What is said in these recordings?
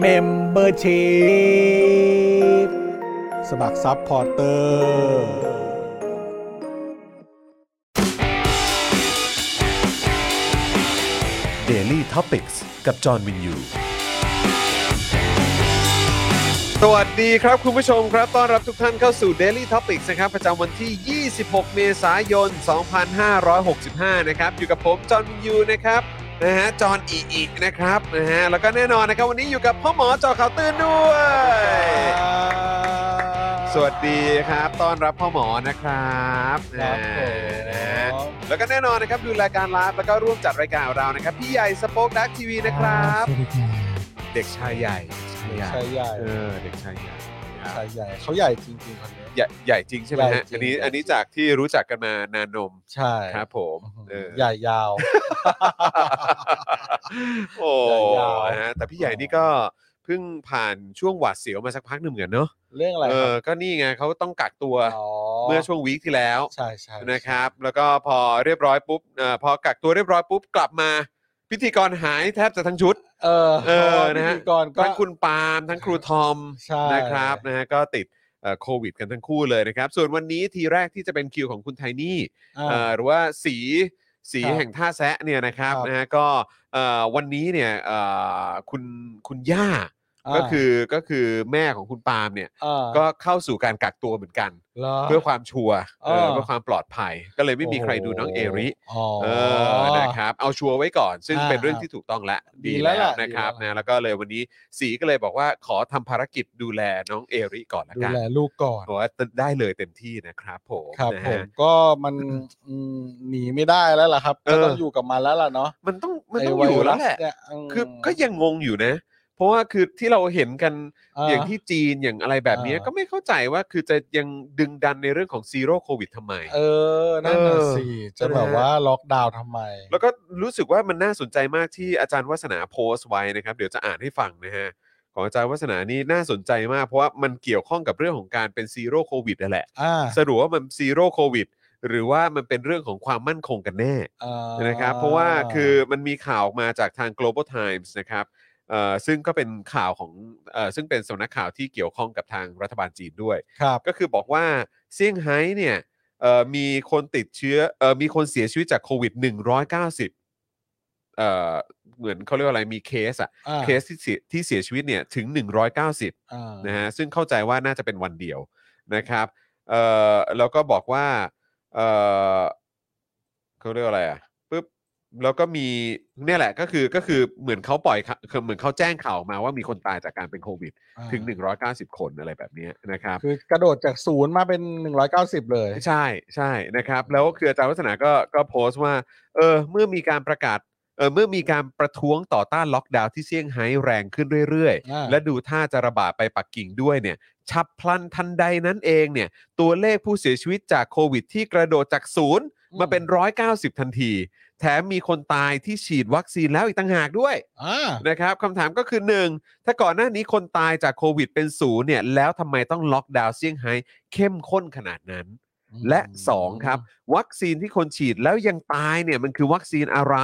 เมมเบอร์ชีพสมัครซัพพอร์เตอร์ Daily t o p i c กกับจอห์นวินยู สวัสดีครับ คุณผู้ชมครับ ต้อนรับทุกท่านเข้าสู่ Daily Topics นะครับ ประจำวันที่ 26 เมษายน 2565 นะครับ อยู่กับผม จอห์นวินยูนะครับนะฮะจอห์นอีอีนะครับนะฮะแล้วก็แน่นอนนะครับ วันนี้อยู่กับพ่อหมอจอข่าวตื่นด้วย สวัสดีครับ ต้อนรับพ่อหมอนะครับ ครับผ นะฮะ ม แล้วก็แน่นอนนะครับ ดูรายการไลฟ์แล้วก็ร่วมจัดรายการของเรานะครับพี่ใหญ่สป็อคดักทีวีนะครับ เด็กชายใหญ่ชายใหญ่ ชายใหญ่ เออเด็กชายใหญ่นะครับ ชายใหญ่เขาใหญ่จริงๆคนนี้ ใหญ่ใหญ่จริงใช่ไหม ใหญ่ ฮะ จริง อันนี้ ใหญ่จริง อันนี้จากที่รู้จักกันมานานนม ใช่ ครับผมเออ ใหญ่ยาว โอ้ ใหญ่ยาว นะฮะแต่พี่ใหญ่นี่ก็เพิ่งผ่านช่วงหวาดเสียวมาสักพักหนึ่งเหมือนกันเนาะ เรื่องอะไร เอ ค อ รับ ก็นี่ไงเขาต้องกักตัว อ๋อ เมื่อช่วงวีคที่แล้ว ใช่ใช่ นะครับ แล้วก็พอเรียบร้อยปุ๊บเอ่อพอกักตัวเรียบร้อยปุ๊บกลับมา พิธีกรหายแทบจะทั้งชุด เออ เออนะฮะ พิธีกรก็ ทั้งคุณปาล์มทั้งครูทอม ใช่ นะครับนะฮะก็ติดเอ่อโควิดกันทั้งคู่เลยนะครับ ส่วนวันนี้ทีแรกที่จะเป็นคิวของคุณไทนี่ อ่า เอ่อหรือว่าสีสี ครับ แห่งท่าแซะเนี่ยนะครับ ครับ นะฮะก็เอ่อวันนี้เนี่ยเอ่อคุณคุณย่าก็คือก็คือแม่ของคุณปาล์มเนี่ย อ่า ก็เข้าสู่การกักตัวเหมือนกัน เหรอ เพื่อความชัวร์เออ อ่า เพื่อความปลอดภัย ก็เลยไม่มีใครดูน้องเอริ อ๋อ เออนะครับเอาชัวร์ไว้ก่อน ซึ่ง อ่า เป็นเรื่องที่ถูกต้องและ ดีแล้วล่ะ นะครับ ดีแล้วล่ะ นะแล้วก็เลยวันนี้สีก็เลยบอกว่าขอทำภารกิจดูแลน้องเอริก่อนละ ดู กัน แลลูกก่อน บอกว่าได้เลยเต็มที่นะครับผม ครับ นะ ผ ฮะ มก็มัน อืมหนีไม่ได้แล้วล่ะครับ เอ ก็ อ ต้องอยู่กับมันแล้วล่ะเนาะ มันต้องมันต้อง ไ อยู่แล้วแหละ ไรัสเนี่ยอืม คือก็ยังงงอยู่นะ เพราะว่าคือที่เราเห็นกัน อ่า อย่างที่จีนอย่างอะไรแบบนี้ อ่า ก็ไม่เข้าใจว่าคือจะยังดึงดันในเรื่องของซีโร่โควิดทำไม เออนั่นน่ะ เออ สิจะ ใช่ไหม แบบ ฮะ ว่าล็อกดาวน์ทำไม แล้วก็รู้สึกว่ามันน่าสนใจมากที่อาจารย์วัฒนาโพสต์ไว้นะครับ เดี๋ยวจะอ่านให้ฟังนะฮะ ของอาจารย์วัฒนานี่น่าสนใจมาก เพราะว่ามันเกี่ยวข้องกับเรื่องของการเป็นซีโร่โควิดนั่นแหละ อ่า สรุปว่ามันซีโร่โควิดหรือว่ามันเป็นเรื่องของความมั่นคงกันแน่ อ่า นะครับเพราะว่าคือมันมีข่าวออกมาจากทาง global times นะครับเอ่อซึ่งก็เป็นข่าวของเอ่อซึ่งเป็นสำนักข่าวที่เกี่ยวข้องกับทางรัฐบาลจีนด้วย ครับ ก็คือบอกว่าเซี่ยงไฮ้เนี่ยเอ่อมีคนติดเชื้อเอ่อมีคนเสียชีวิตจากโควิด 190เอ่อเหมือนเขาเรียกว่าอะไรมีเคสอะ อ่า เคสที่เสียที่เสียชีวิตเนี่ยถึง 190 อ่า นะฮะซึ่งเข้าใจว่าน่าจะเป็นวันเดียวนะครับเอ่อแล้วก็บอกว่าเอ่อเขาเรียกว่าอะไรอ่ะปุ๊บแล้วก็มีเนี่ยแหละก็คือก็คือเหมือนเขาปล่อยข่าวคือเหมือนเขาแจ้งข่าวออกมาว่ามีคนตายจากการเป็นโควิด อ่า ถึง 190 คนอะไรแบบเนี้ยนะครับ คือกระโดดจากศูนย์มาเป็นหนึ่งร้อยเก้าสิบเลย ใช่ใช่นะครับ แล้วคืออาจารย์วัฒนาก็ก็โพสต์ว่าเออเมื่อมีการประกาศเออเมื่อมีการประท้วงต่อต้านล็อกดาวน์ที่เซี่ยงไฮ้แรงขึ้นเรื่อย อ่า ๆ และดูท่าจะระบาดไปปักกิ่งด้วยเนี่ย ฉับพลันทันใดนั้นเองเนี่ย ตัวเลขผู้เสียชีวิตจากโควิดที่กระโดดจากศูนย์มาเป็น 190 ทันที แถมมีคนตายที่ฉีดวัคซีนแล้วอีกต่างหากด้วย อ่า นะครับคำถามก็คือ 1 ถ้าก่อนหน้านี้คนตายจากโควิดเป็นศูนย์เนี่ยแล้วทำไมต้องล็อกดาวน์เซี่ยงไฮ้เข้มข้นขนาดนั้น และ 2 ครับ วัคซีนที่คนฉีดแล้วยังตายเนี่ยมันคือวัคซีนอะไร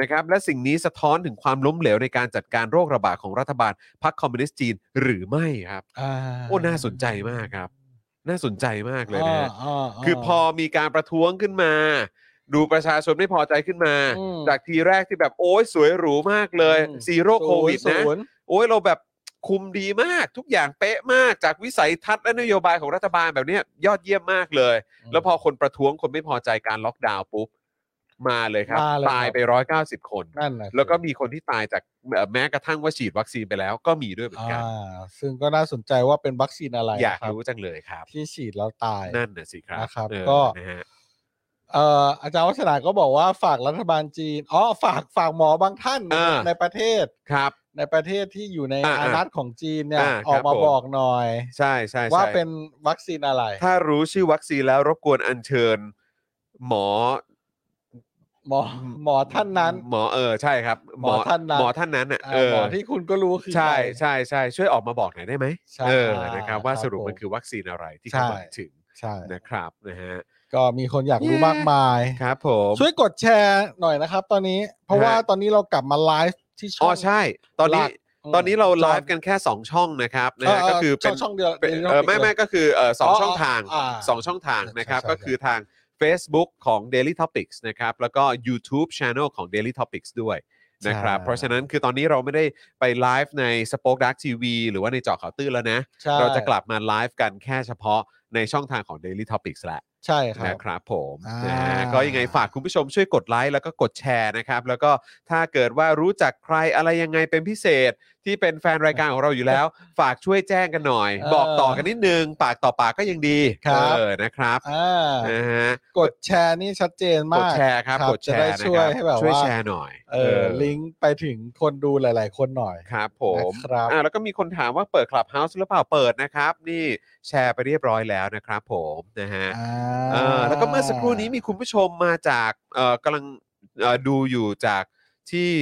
นะครับและสิ่งนี้สะท้อนถึงความล้มเหลวในการจัดการโรคระบาดของรัฐบาลพรรคคอมมิวนิสต์จีนหรือไม่ครับ อ่า โอ้น่าสนใจมากครับ น่าสนใจมากเลยนะ อ่า ฮะ อ่าา คือพอมีการประท้วงขึ้นมา ดูประชาชนไม่พอใจขึ้นมา อืม จากทีแรกที่แบบโอ้ยสวยหรูมากเลย อืม ซีโร่โควิด ศู นะ ย์ โอ้ยเราแบบ คุมดีมากทุกอย่างเป๊ะมากจากวิสัยทัศน์และนโยบายของรัฐบาลแบบเนี้ยยอดเยี่ยมมากเลย แล้วพอคนประท้วงคนไม่พอใจการล็อกดาวน์ปุ๊บ มาเลยครับ มาเลยครับ ตายไปร้อยเก้าสิบคน นั่นนะ แล้วก็มีคนที่ตายจากเอ่อแม้กระทั่งว่าฉีดวัคซีนไปแล้วก็มีด้วยเหมือน อ่า กัน ซึ่งก็น่าสนใจว่าเป็นวัคซีนอะไร อยาก ครับ รู้จังเลยครับ ที่ฉีดแล้วตาย นั่นน่ะสิครับ นะครับ เออ ก็ นะฮะ เอ่ออาจารย์วัฒนาก็บอกว่าฝากรัฐบาลจีนอ๋อฝากฝากหมอบางท่าน อ่า ในประเทศ ครับ ในประเทศที่อยู่ใน อ่า อานัตของจีนเนี่ย อ่าครับ ออกมา ผม บอกหน่อย ใช่ใช่ใช่ ว่าเป็นวัคซีนอะไร ถ้ารู้ชื่อวัคซีนแล้วรบกวนอัญเชิญ หมอ หมอหมอท่านนั้น หมอเออใช่ครับ หมอท่านนั้น หมอท่านนั้นอ่ะ อ่า เออ หมอที่คุณก็รู้คือ ใช่ ใคร ใช่ใช่ช่วยออกมาบอกหน่อยได้ไหม ใช่ เออนะครับว่า ครับ สรุปมัน ผม คือวัคซีนอะไรที่ ใช่ เขาหมายถึง ใช่ นะครับนะฮะ ก็มีคนอยากรู้ เย้ มากมาย ครับผม ช่วยกดแชร์หน่อยนะครับ ตอนนี้เพราะ ฮะ ว่าตอนนี้เรากลับมาไลฟ์ที่ช่ อ๋ อ อง ใช่ ตอนหนี้ลัก ม ตอนนี้เราไลฟ์กันแค่ 2 ช่องนะครับนะ เ ฮะก็คือเป็น ช่องเดียว เป็น ดี๋ยว เออ ราปิด ไม่ไม่ เลย ก็คือเออสอง อ๋อ ช่องทาง อ่า สองช่องทางนะครับ ใช่ใช่ ก็คือทาง Facebook ของ Daily Topics นะครับ แล้วก็ YouTube Channel ของ Daily Topics ด้วยนะครับ ใช่ เพราะฉะนั้นคือตอนนี้เราไม่ได้ไปไลฟ์ใน Spoke Dark TV หรือว่าในเจอข่าวตื้นแล้วนะ ใช่ เราจะกลับมาไลฟ์กันแค่เฉพาะในช่องทางของ Daily Topics แหละ ใช่ครับ นะครับผม อ่าน นะฮะก็ยังไงฝากคุณผู้ชมช่วยกดไลค์แล้วก็กดแชร์นะครับ แล้วก็ถ้าเกิดว่ารู้จักใครอะไรยังไงเป็นพิเศษที่เป็นแฟนรายการของเราอยู่แล้ว ฝากช่วยแจ้งกันหน่อย เออ บอกต่อกันนิดนึง ปากต่อปากก็ยังดี ครับ เออนะครับ อ่า นะฮะ กดแชร์นี่ชัดเจน ก มา ด ก แชร์ครับ ครับ กดแชร์ จะได้ นะ ช่ ควรั ย บ ให้แบบ ช่วย ว่า แชร์หน่อย เออลิงก์ไปถึงคนดูหลาย ๆ คนหน่อย ครับผม นะครับ อ่าแล้วก็มีคนถามว่าเปิดคลับเฮาส์หรือเปล่าเปิดนะครับ นี่แชร์ไปเรียบร้อยแล้วนะครับผมนะฮะ อ่า เออแล้วก็เมื่อสักครู่นี้มีคุณผู้ชมมาจากเอ่อกำลังเอ่อดูอยู่จากที่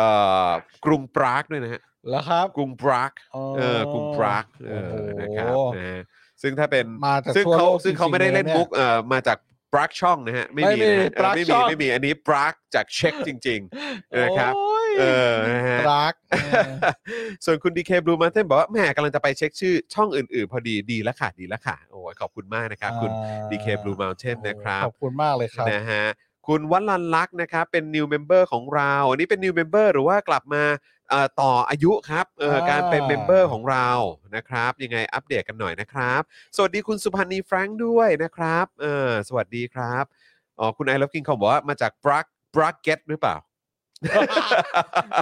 เอ่อกรุงปรากด้วยนะฮะ แล้วครับ กรุงปรากเออกรุงปรากเอ โอ้โห อนะครับนะฮะซึ่งถ้าเป็น มาจาก ซึ่ง ทั่ว เขา โลก ซึ่งเขาไม่ได้เล่น จริงๆ มุกเอ่อมาจากปรากช่องนะฮะไม่มี ไม่มี นะฮะเออ Prague ไม่ ช่ มี อง ไม่มีอันนี้ปรากจาก เช็คจริง เนี่ย นะครับ โอ้ย เออนะฮะ รักเออ ๆ ส่วนคุณดีเคบลูมาเทนบอกว่าแหมกำลังจะไปเช็คชื่อช่องอื่นๆ พอดีดีแล้วค่ะดีแล้วค่ะโอ้ยขอบคุณมากนะครับคุณ DK Blue Mountain นะครับ ขอบคุณมากเลยครับ นะฮะคุณวัลันลักษณ์นะครับเป็น new member ของเรา อันนี้เป็น new member หรือว่ากลับมาเอ่อต่ออายุครับเอ่อ อ่า การเป็น member ของเรานะครับ ยังไงอัปเดตกันหน่อยนะครับ สวัสดีคุณสุพันธ์นีแฟรงค์ด้วยนะครับเออสวัสดีครับอ๋อคุณไอ o ล e ฟกินเขาบอกว่ามาจากบรักบรักเก็ตหรือเปล่า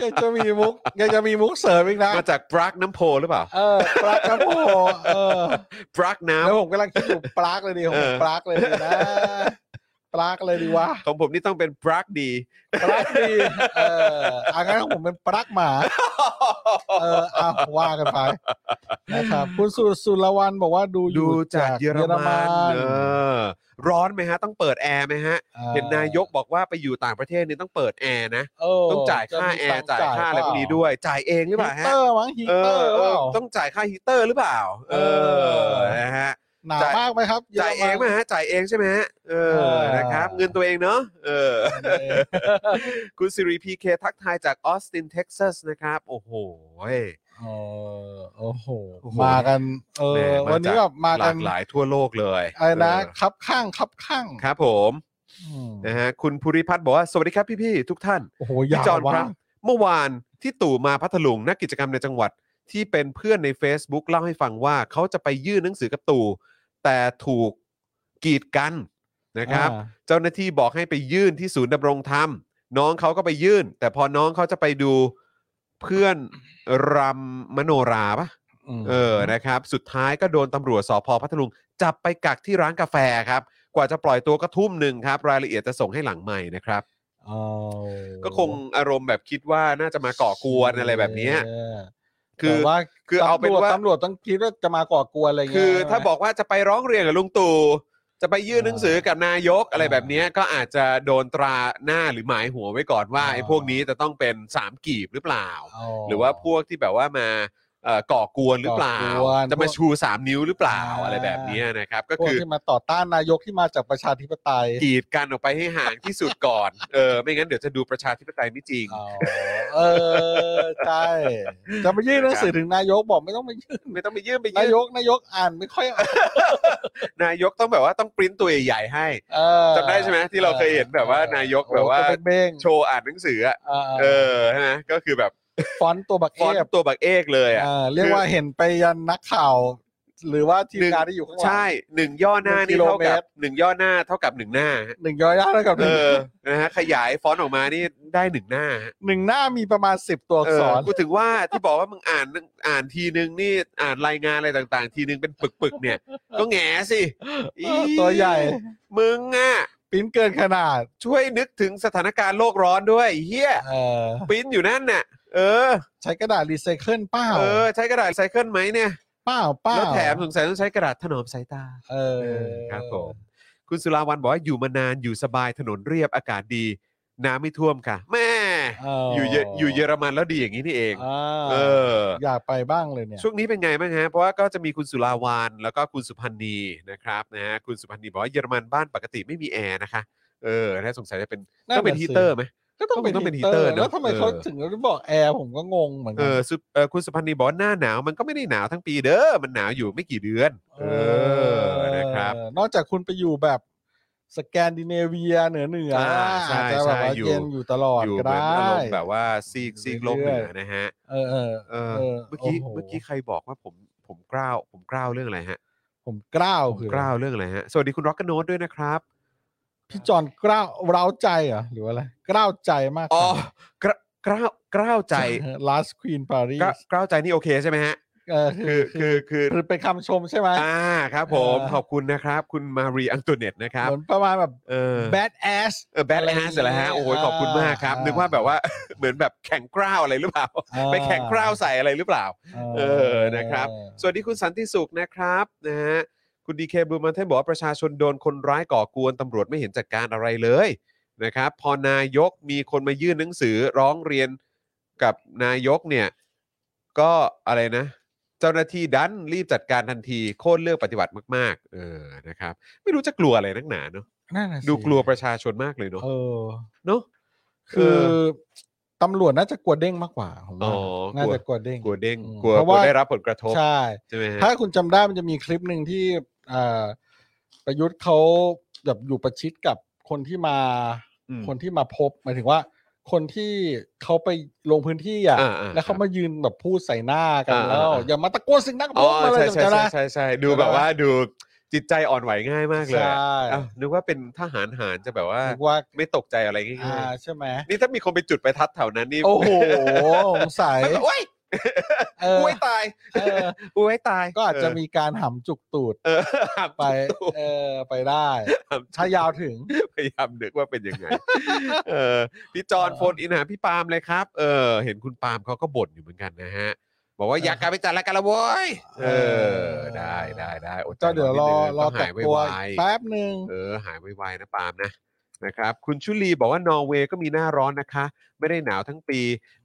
ยังจะมีมุกยังจะมีมุกเสริมอีกนะ มาจากบรักน้ำโพหรือเปล่า เออปลักครับผมเออบ รักน้ำ แล้วผมกำลังคิดอยู่ปลักเลยดีของผม เออ ปลักเลยดีนะปลักเลยดีวะ ของผมนี่ต้องเป็นบรักดี ปลักดีเอออันนั้นของผมเป็นปลักหมาเออเอาว่ากันไปนะครับคุณสุสุรวันบอกว่า ดูอ ดู ยู่ จากเยอรมัน เย เอ อรมัน อร้อนไหมฮะ ต้องเปิดแอร์ไหมฮะ อ่ เห็นนายกบอกว่าไปอยู่ต่างประเทศนี่ต้องเปิดแอร์นะ เ ต้องจ่ายค่าแอร์จ่ายค่าอะไรพวกนี้ด้วย จ่ายเองหรือเปล่า ฮี ฮะ เตอร์มั้งฮี เอ เตอ อ ร์หรือ เอ เป อ ล่า ต้องจ่ายค่าฮีเตอร์หรือเปล่า เออ เออ นะฮะ หนา จ่าย มากไหมครับ จ่ายเอ รน งไหมฮะจ่ายเองใช่ไหมฮะเอ เอ อ อ นะครับ เงินตัวเองเนาะเออ เออ คุณสิริพีเคทักทายจากออสตินเท็กซัสนะครับ โอ้โห เออโอ้โห โอ้โห มากัน เอ แหม่ อ มาจาก วันนี้แบบมา ห กั ลาน กหลายทั่วโลกเลย อะไรนะ เออ คับข้างคับข้าง ครับผม อืม นะฮะคุณภูริพัฒน์บอกว่าสวัสดีครับพี่ๆทุกท่าน โอ้โห พี่ ยาว จอนค ว่า รับเมื่อวานที่ตู่มาพัทลุงนักกิจกรรมในจังหวัดที่เป็นเพื่อนใน Facebook เล่าให้ฟังว่าเขาจะไปยื่นหนังสือกับตู่แต่ถูกกีดกันนะครับ อ่า เจ้าหน้าที่บอกให้ไปยื่นที่ศูนย์ดำรงธรรม น้องเขาก็ไปยื่น แต่พอน้องเขาจะไปดูเพื่อนรำมโนราปะ ม เออนะครับ สุดท้ายก็โดนตำรวจสพพัทลุง จับไปกักที่ร้านกาแฟครับ กว่าจะปล่อยตัวก็ทุ่มหนึ่งครับ รายละเอียดจะส่งให้หลังใหม่นะครับ เอา ก็คงอารมณ์แบบคิดว่าน่าจะมาก่อกวนอะไรแบบเนี้ย เออ คือ แต่ว่า คือเอาเป็น ตำรจ ว่า ตำรวจต้องคิดว่าจะมาก่อกวนอะไรเงี้ย คือถ้า ใช่ไหม บอกว่าจะไปร้องเรียนกับลุงตู่จะไปยื่น อ่า หนังสือกับนายกอะไรแบบเนี้ยก็อาจจะโดนตราหน้าหรือหมายหัวไว้ก่อนว่า อ่า ไอ้พวกนี้จะต้องเป็นสามกีบหรือเปล่า อ๋อ หรือว่าพวกที่แบบว่ามาเอ่อก่อกวนหรือเปล่า ก่อกวน จะมาชูสามนิ้วหรือเปล่า อ่า อะไรแบบเนี้ยนะครับ ก็ พวก คือ ที่มาต่อต้านนายกที่มาจากประชาธิปไตย กีดกันออกไปให้ห่างที่สุดก่อนเออไม่งั้นเดี๋ยวจะดูประชาธิปไตยไม่จริง อ๋อเออใช่จะไปยื่นหนังสือถึงนายกบอกไม่ต้องไปยื่น ไม่ต้องไปยื่นไป นาย ยื่น กนายกอ่านไม่ค่อยออก นายกต้องแบบว่าต้องปริ้นตัวใหญ่ๆให้ เออ จำได้ใช่ไหมที่เราเคยเห็นแบบว่านายกแบบว่า โอ้ตัวเบ้งๆ โชว์อ่านหนังสืออะ อ่า เออใช่ไหมก็คือแบบ ฟอนต์ตัวบัก ฟอน เอฟ ต์ตัวบักเอกเลยอ่ะ เอ่อเรียกว่าเห็นไปยันนักข่าว หรือว่าทีม หนึ่ง งานที่อยู่ข้างหลัง ใช่หนึ่งย่อหน้าหนี่นึ่งกิโล เท่าเมตกับร หนึ่งย่อหน้าเท่ากับหนึ่งหน้าฮะ หนึ่งย้อยได้แล้วกับห เอ นึ่ง อนะฮะขยายฟอนต์ออกมานี่ได้หนึ่งหน้าฮะ หนึ่งหน้ามีประมาณสิบตัวอั เอก ษ อ ร กูถึงว่าที่บอกว่ามึงอ่านอ่านทีนึงนี่อ่านรายงานอะไรต่างๆ ทีนึงเป็นปึกๆเนี่ย ก็แหงสิอี ตัวใหญ่ มึงอ่ะ ปริ้นเกินขนาด ช่วยนึกถึงสถานการณ์โลกร้อนด้วยเฮีย เออ ปริ้นอยู่นั่นน่ะ เออ ใช้กระดาษรีไซเคิลเป้า เออ ใช้กระดาษรีไซเคิลไหมเนี่ย เป้าเป้า แล้วแถมสงสัยต้องใช้กระดาษถนอมสายตา เออ เออครับผม คุณสุราวันบอกว่าอยู่มานานอยู่สบายถนนเรียบอากาศดี น้ำไม่ท่วมค่ะ แม่ เ อยู่เยอยู่เยอรมันแล้วดีอย่างนี้นี่เอง อ่า เออ อยากไปบ้างเลยเนี่ย ช่วงนี้เป็นไงบ้างฮะ เพราะว่าก็จะมีคุณสุราวานแล้วก็คุณสุพันธ์นีนะครับนะฮะ คุณสุพันธ์นีบอกว่าเยอรมันบ้านปกติไม่มีแอร์นะคะ เออนะสงสัยจะเป็น นั่น ต้องเป็น น่ะสิ ฮีเตอร์ไหม ก็ต้อง ต้องเป็ เป็น นฮีฮีเต เต อ อ ร์ ร์ เนอะ แล้วทำไมเขา เออ ถึงบอกแอร์ผมก็งงเหมือน เอ กัน อสุเออคุณสุพันธ์นีบอกว่าหน้าหนาวมันก็ไม่ได้หนาวทั้งปีเด้อ มันหนาวอยู่ไม่กี่เดือน เออ นะครับ เออนอกจากคุณไปอยู่แบบสแกนดิเนเวียเหนือเหนือ อ่าใช่ อาจจะแบบว่า ใช่อยู่ เย็นอยู่ตลอด อยู่ ก็ เหมือน ได้ อารมณ์แบบว่าซีกซีกโลกเหนือนะฮะ เออเออ เออ เออ เมื่อกี้ โโห เมื่อกี้ใครบอกว่าผมผมกล้าวผมกล้าวเรื่องอะไรฮะ ผมกล้าว ผม คือก ล้าวเรื่องอะไรฮะสวัสดีคุณร็อกกโนดด้วยนะครับ พี่จอนกล้าวเร้าใจเหรอหรือว่าอะไรกล้าวใจมาก อ๋อกระกล้าวกล้าว ใจ ลาสควีนปารี กล้า ส กล้าวใจนี่โอเคใช่ไหมฮะ เออ คือ คือคือ คือเป็นคำชมใช่ไหม อ่าครับผม เออ ขอบคุณนะครับ คุณมารีอังตูเนตนะครับ เหมือนประมาณแบบ เออ bad ass เออแบทแอสเหรอฮะโอ้โหขอบคุณมากครับ อ่านึ นึกว่าแบบว่า เหมือนแบบแข่งกล้าวอะไรหรือเปล่า อ่า ไปแข่งกล้าวใส่อะไรหรือเปล่า เออนะครับ เออ สวัสดีคุณสันติสุขนะครับนะฮะคุณดีเคบูมันเทนบอกว่าประชาชนโดนคนร้ายก่อกวนตำรวจไม่เห็นจัดการอะไรเลยนะครับพอนายกมีคนมายื่นหนังสือร้องเรียนกับนายกเนี่ย ก็อะไรนะ เจ้าหน้าที่ดันรีบจัดการทันที โค่นเลือกปฏิบัติมาก ๆ เออนะครับ ไม่รู้จะกลัวอะไรนักหนาเนาะ นั่นน่ะสิ ดูกลัวประชาชนมากเลยเนาะ เออ เนาะ คือตำรวจน่าจะกลัวเด้งมากกว่าผม อ๋ ว่า อกลัว น่าจะกลัวเด้ง กลัวเด้ง อืม กลัว เพราะ กลัว ว่า ได้รับผลกระทบ ใช่ ใช่ไหมฮะ ถ้าคุณจำได้มันจะมีคลิปหนึ่งที่อ่าประยุทธ์เขาแบบอยู่ประชิดกับคนที่มา อืม คนที่มาพบหมายถึงว่า คนที่เขาไปลงพื้นที่อ่ะ อ่าๆ แล้วเขามายืนแบบพูดใส่หน้ากัน อ่าๆ แล้วอย่ามาตะโกนเสิ่งดังกับ อ๋ ผ อ มอะไรแบบใช่ใช่ นั้ ใช่ นะ ใช่ใช่ดูแบบว่าดูจิตใจอ่อนไหวง่ายมากเลย ใช่ อะอ้าวนึกว่าเป็นทหารหารจะแบบว่า นึกว่า ไม่ตกใจอะไรง่ อ่า าย ใช่ไหม ๆนี่ถ้ามีคนไปจุดประทัดแถวนั้นนี่ โอ้โหสงสัย มันแบบโอ้ย เออ อุ้ยตาย เออ อุ้ยตาย ก็อาจจะ เ มีการหำจุกตูด เออหาม ไปเออไปได้ หาม ถ้ายาวถึง พยายามนึกว่าเป็นยังไงเออพี่จอน เออ โฟนอินหาพี่ปาล์มเลยครับ เออ เห็นคุณปาล์มเขาก็บ่นอยู่เหมือนกันนะฮะ บอกว่าอยากกลับไปจัดรายการและโว้ยเออ ได้ได้ได้อดใจ ก็เดี๋ยวรอ นินึง รอ ต้ง กั หาก ย ตัว ไวๆ แป๊บหนึ่ง เออหายไวๆนะปาล์มนะนะครับ คุณชุลีบอกว่านอร์เวย์ก็มีหน้าร้อนนะคะ ไม่ได้หนาวทั้งปี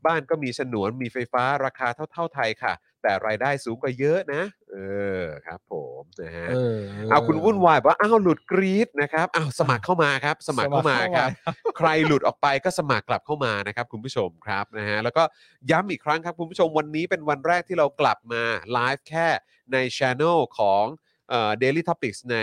บ้านก็มีฉนวนมีไฟฟ้าราคาเท่า ๆ ไทยค่ะ แต่รายได้สูงกว่าเยอะนะ เออครับผมนะฮะ เออ เอาคุณวุ่นวายบอกว่าอ้าวหลุดกรีดนะครับอ้าวสมัครเข้ามาครับ สมัครเข้ามาครับ ใครหลุดออกไปก็สมัครกลับเข้ามานะครับคุณผู้ชมครับนะฮะแล้วก็ย้ำอีกครั้งครับคุณผู้ชมวันนี้เป็นวันแรกที่เรากลับมาไลฟ์แค่ในช ANNEL ของเอ่อ Daily Topics ใน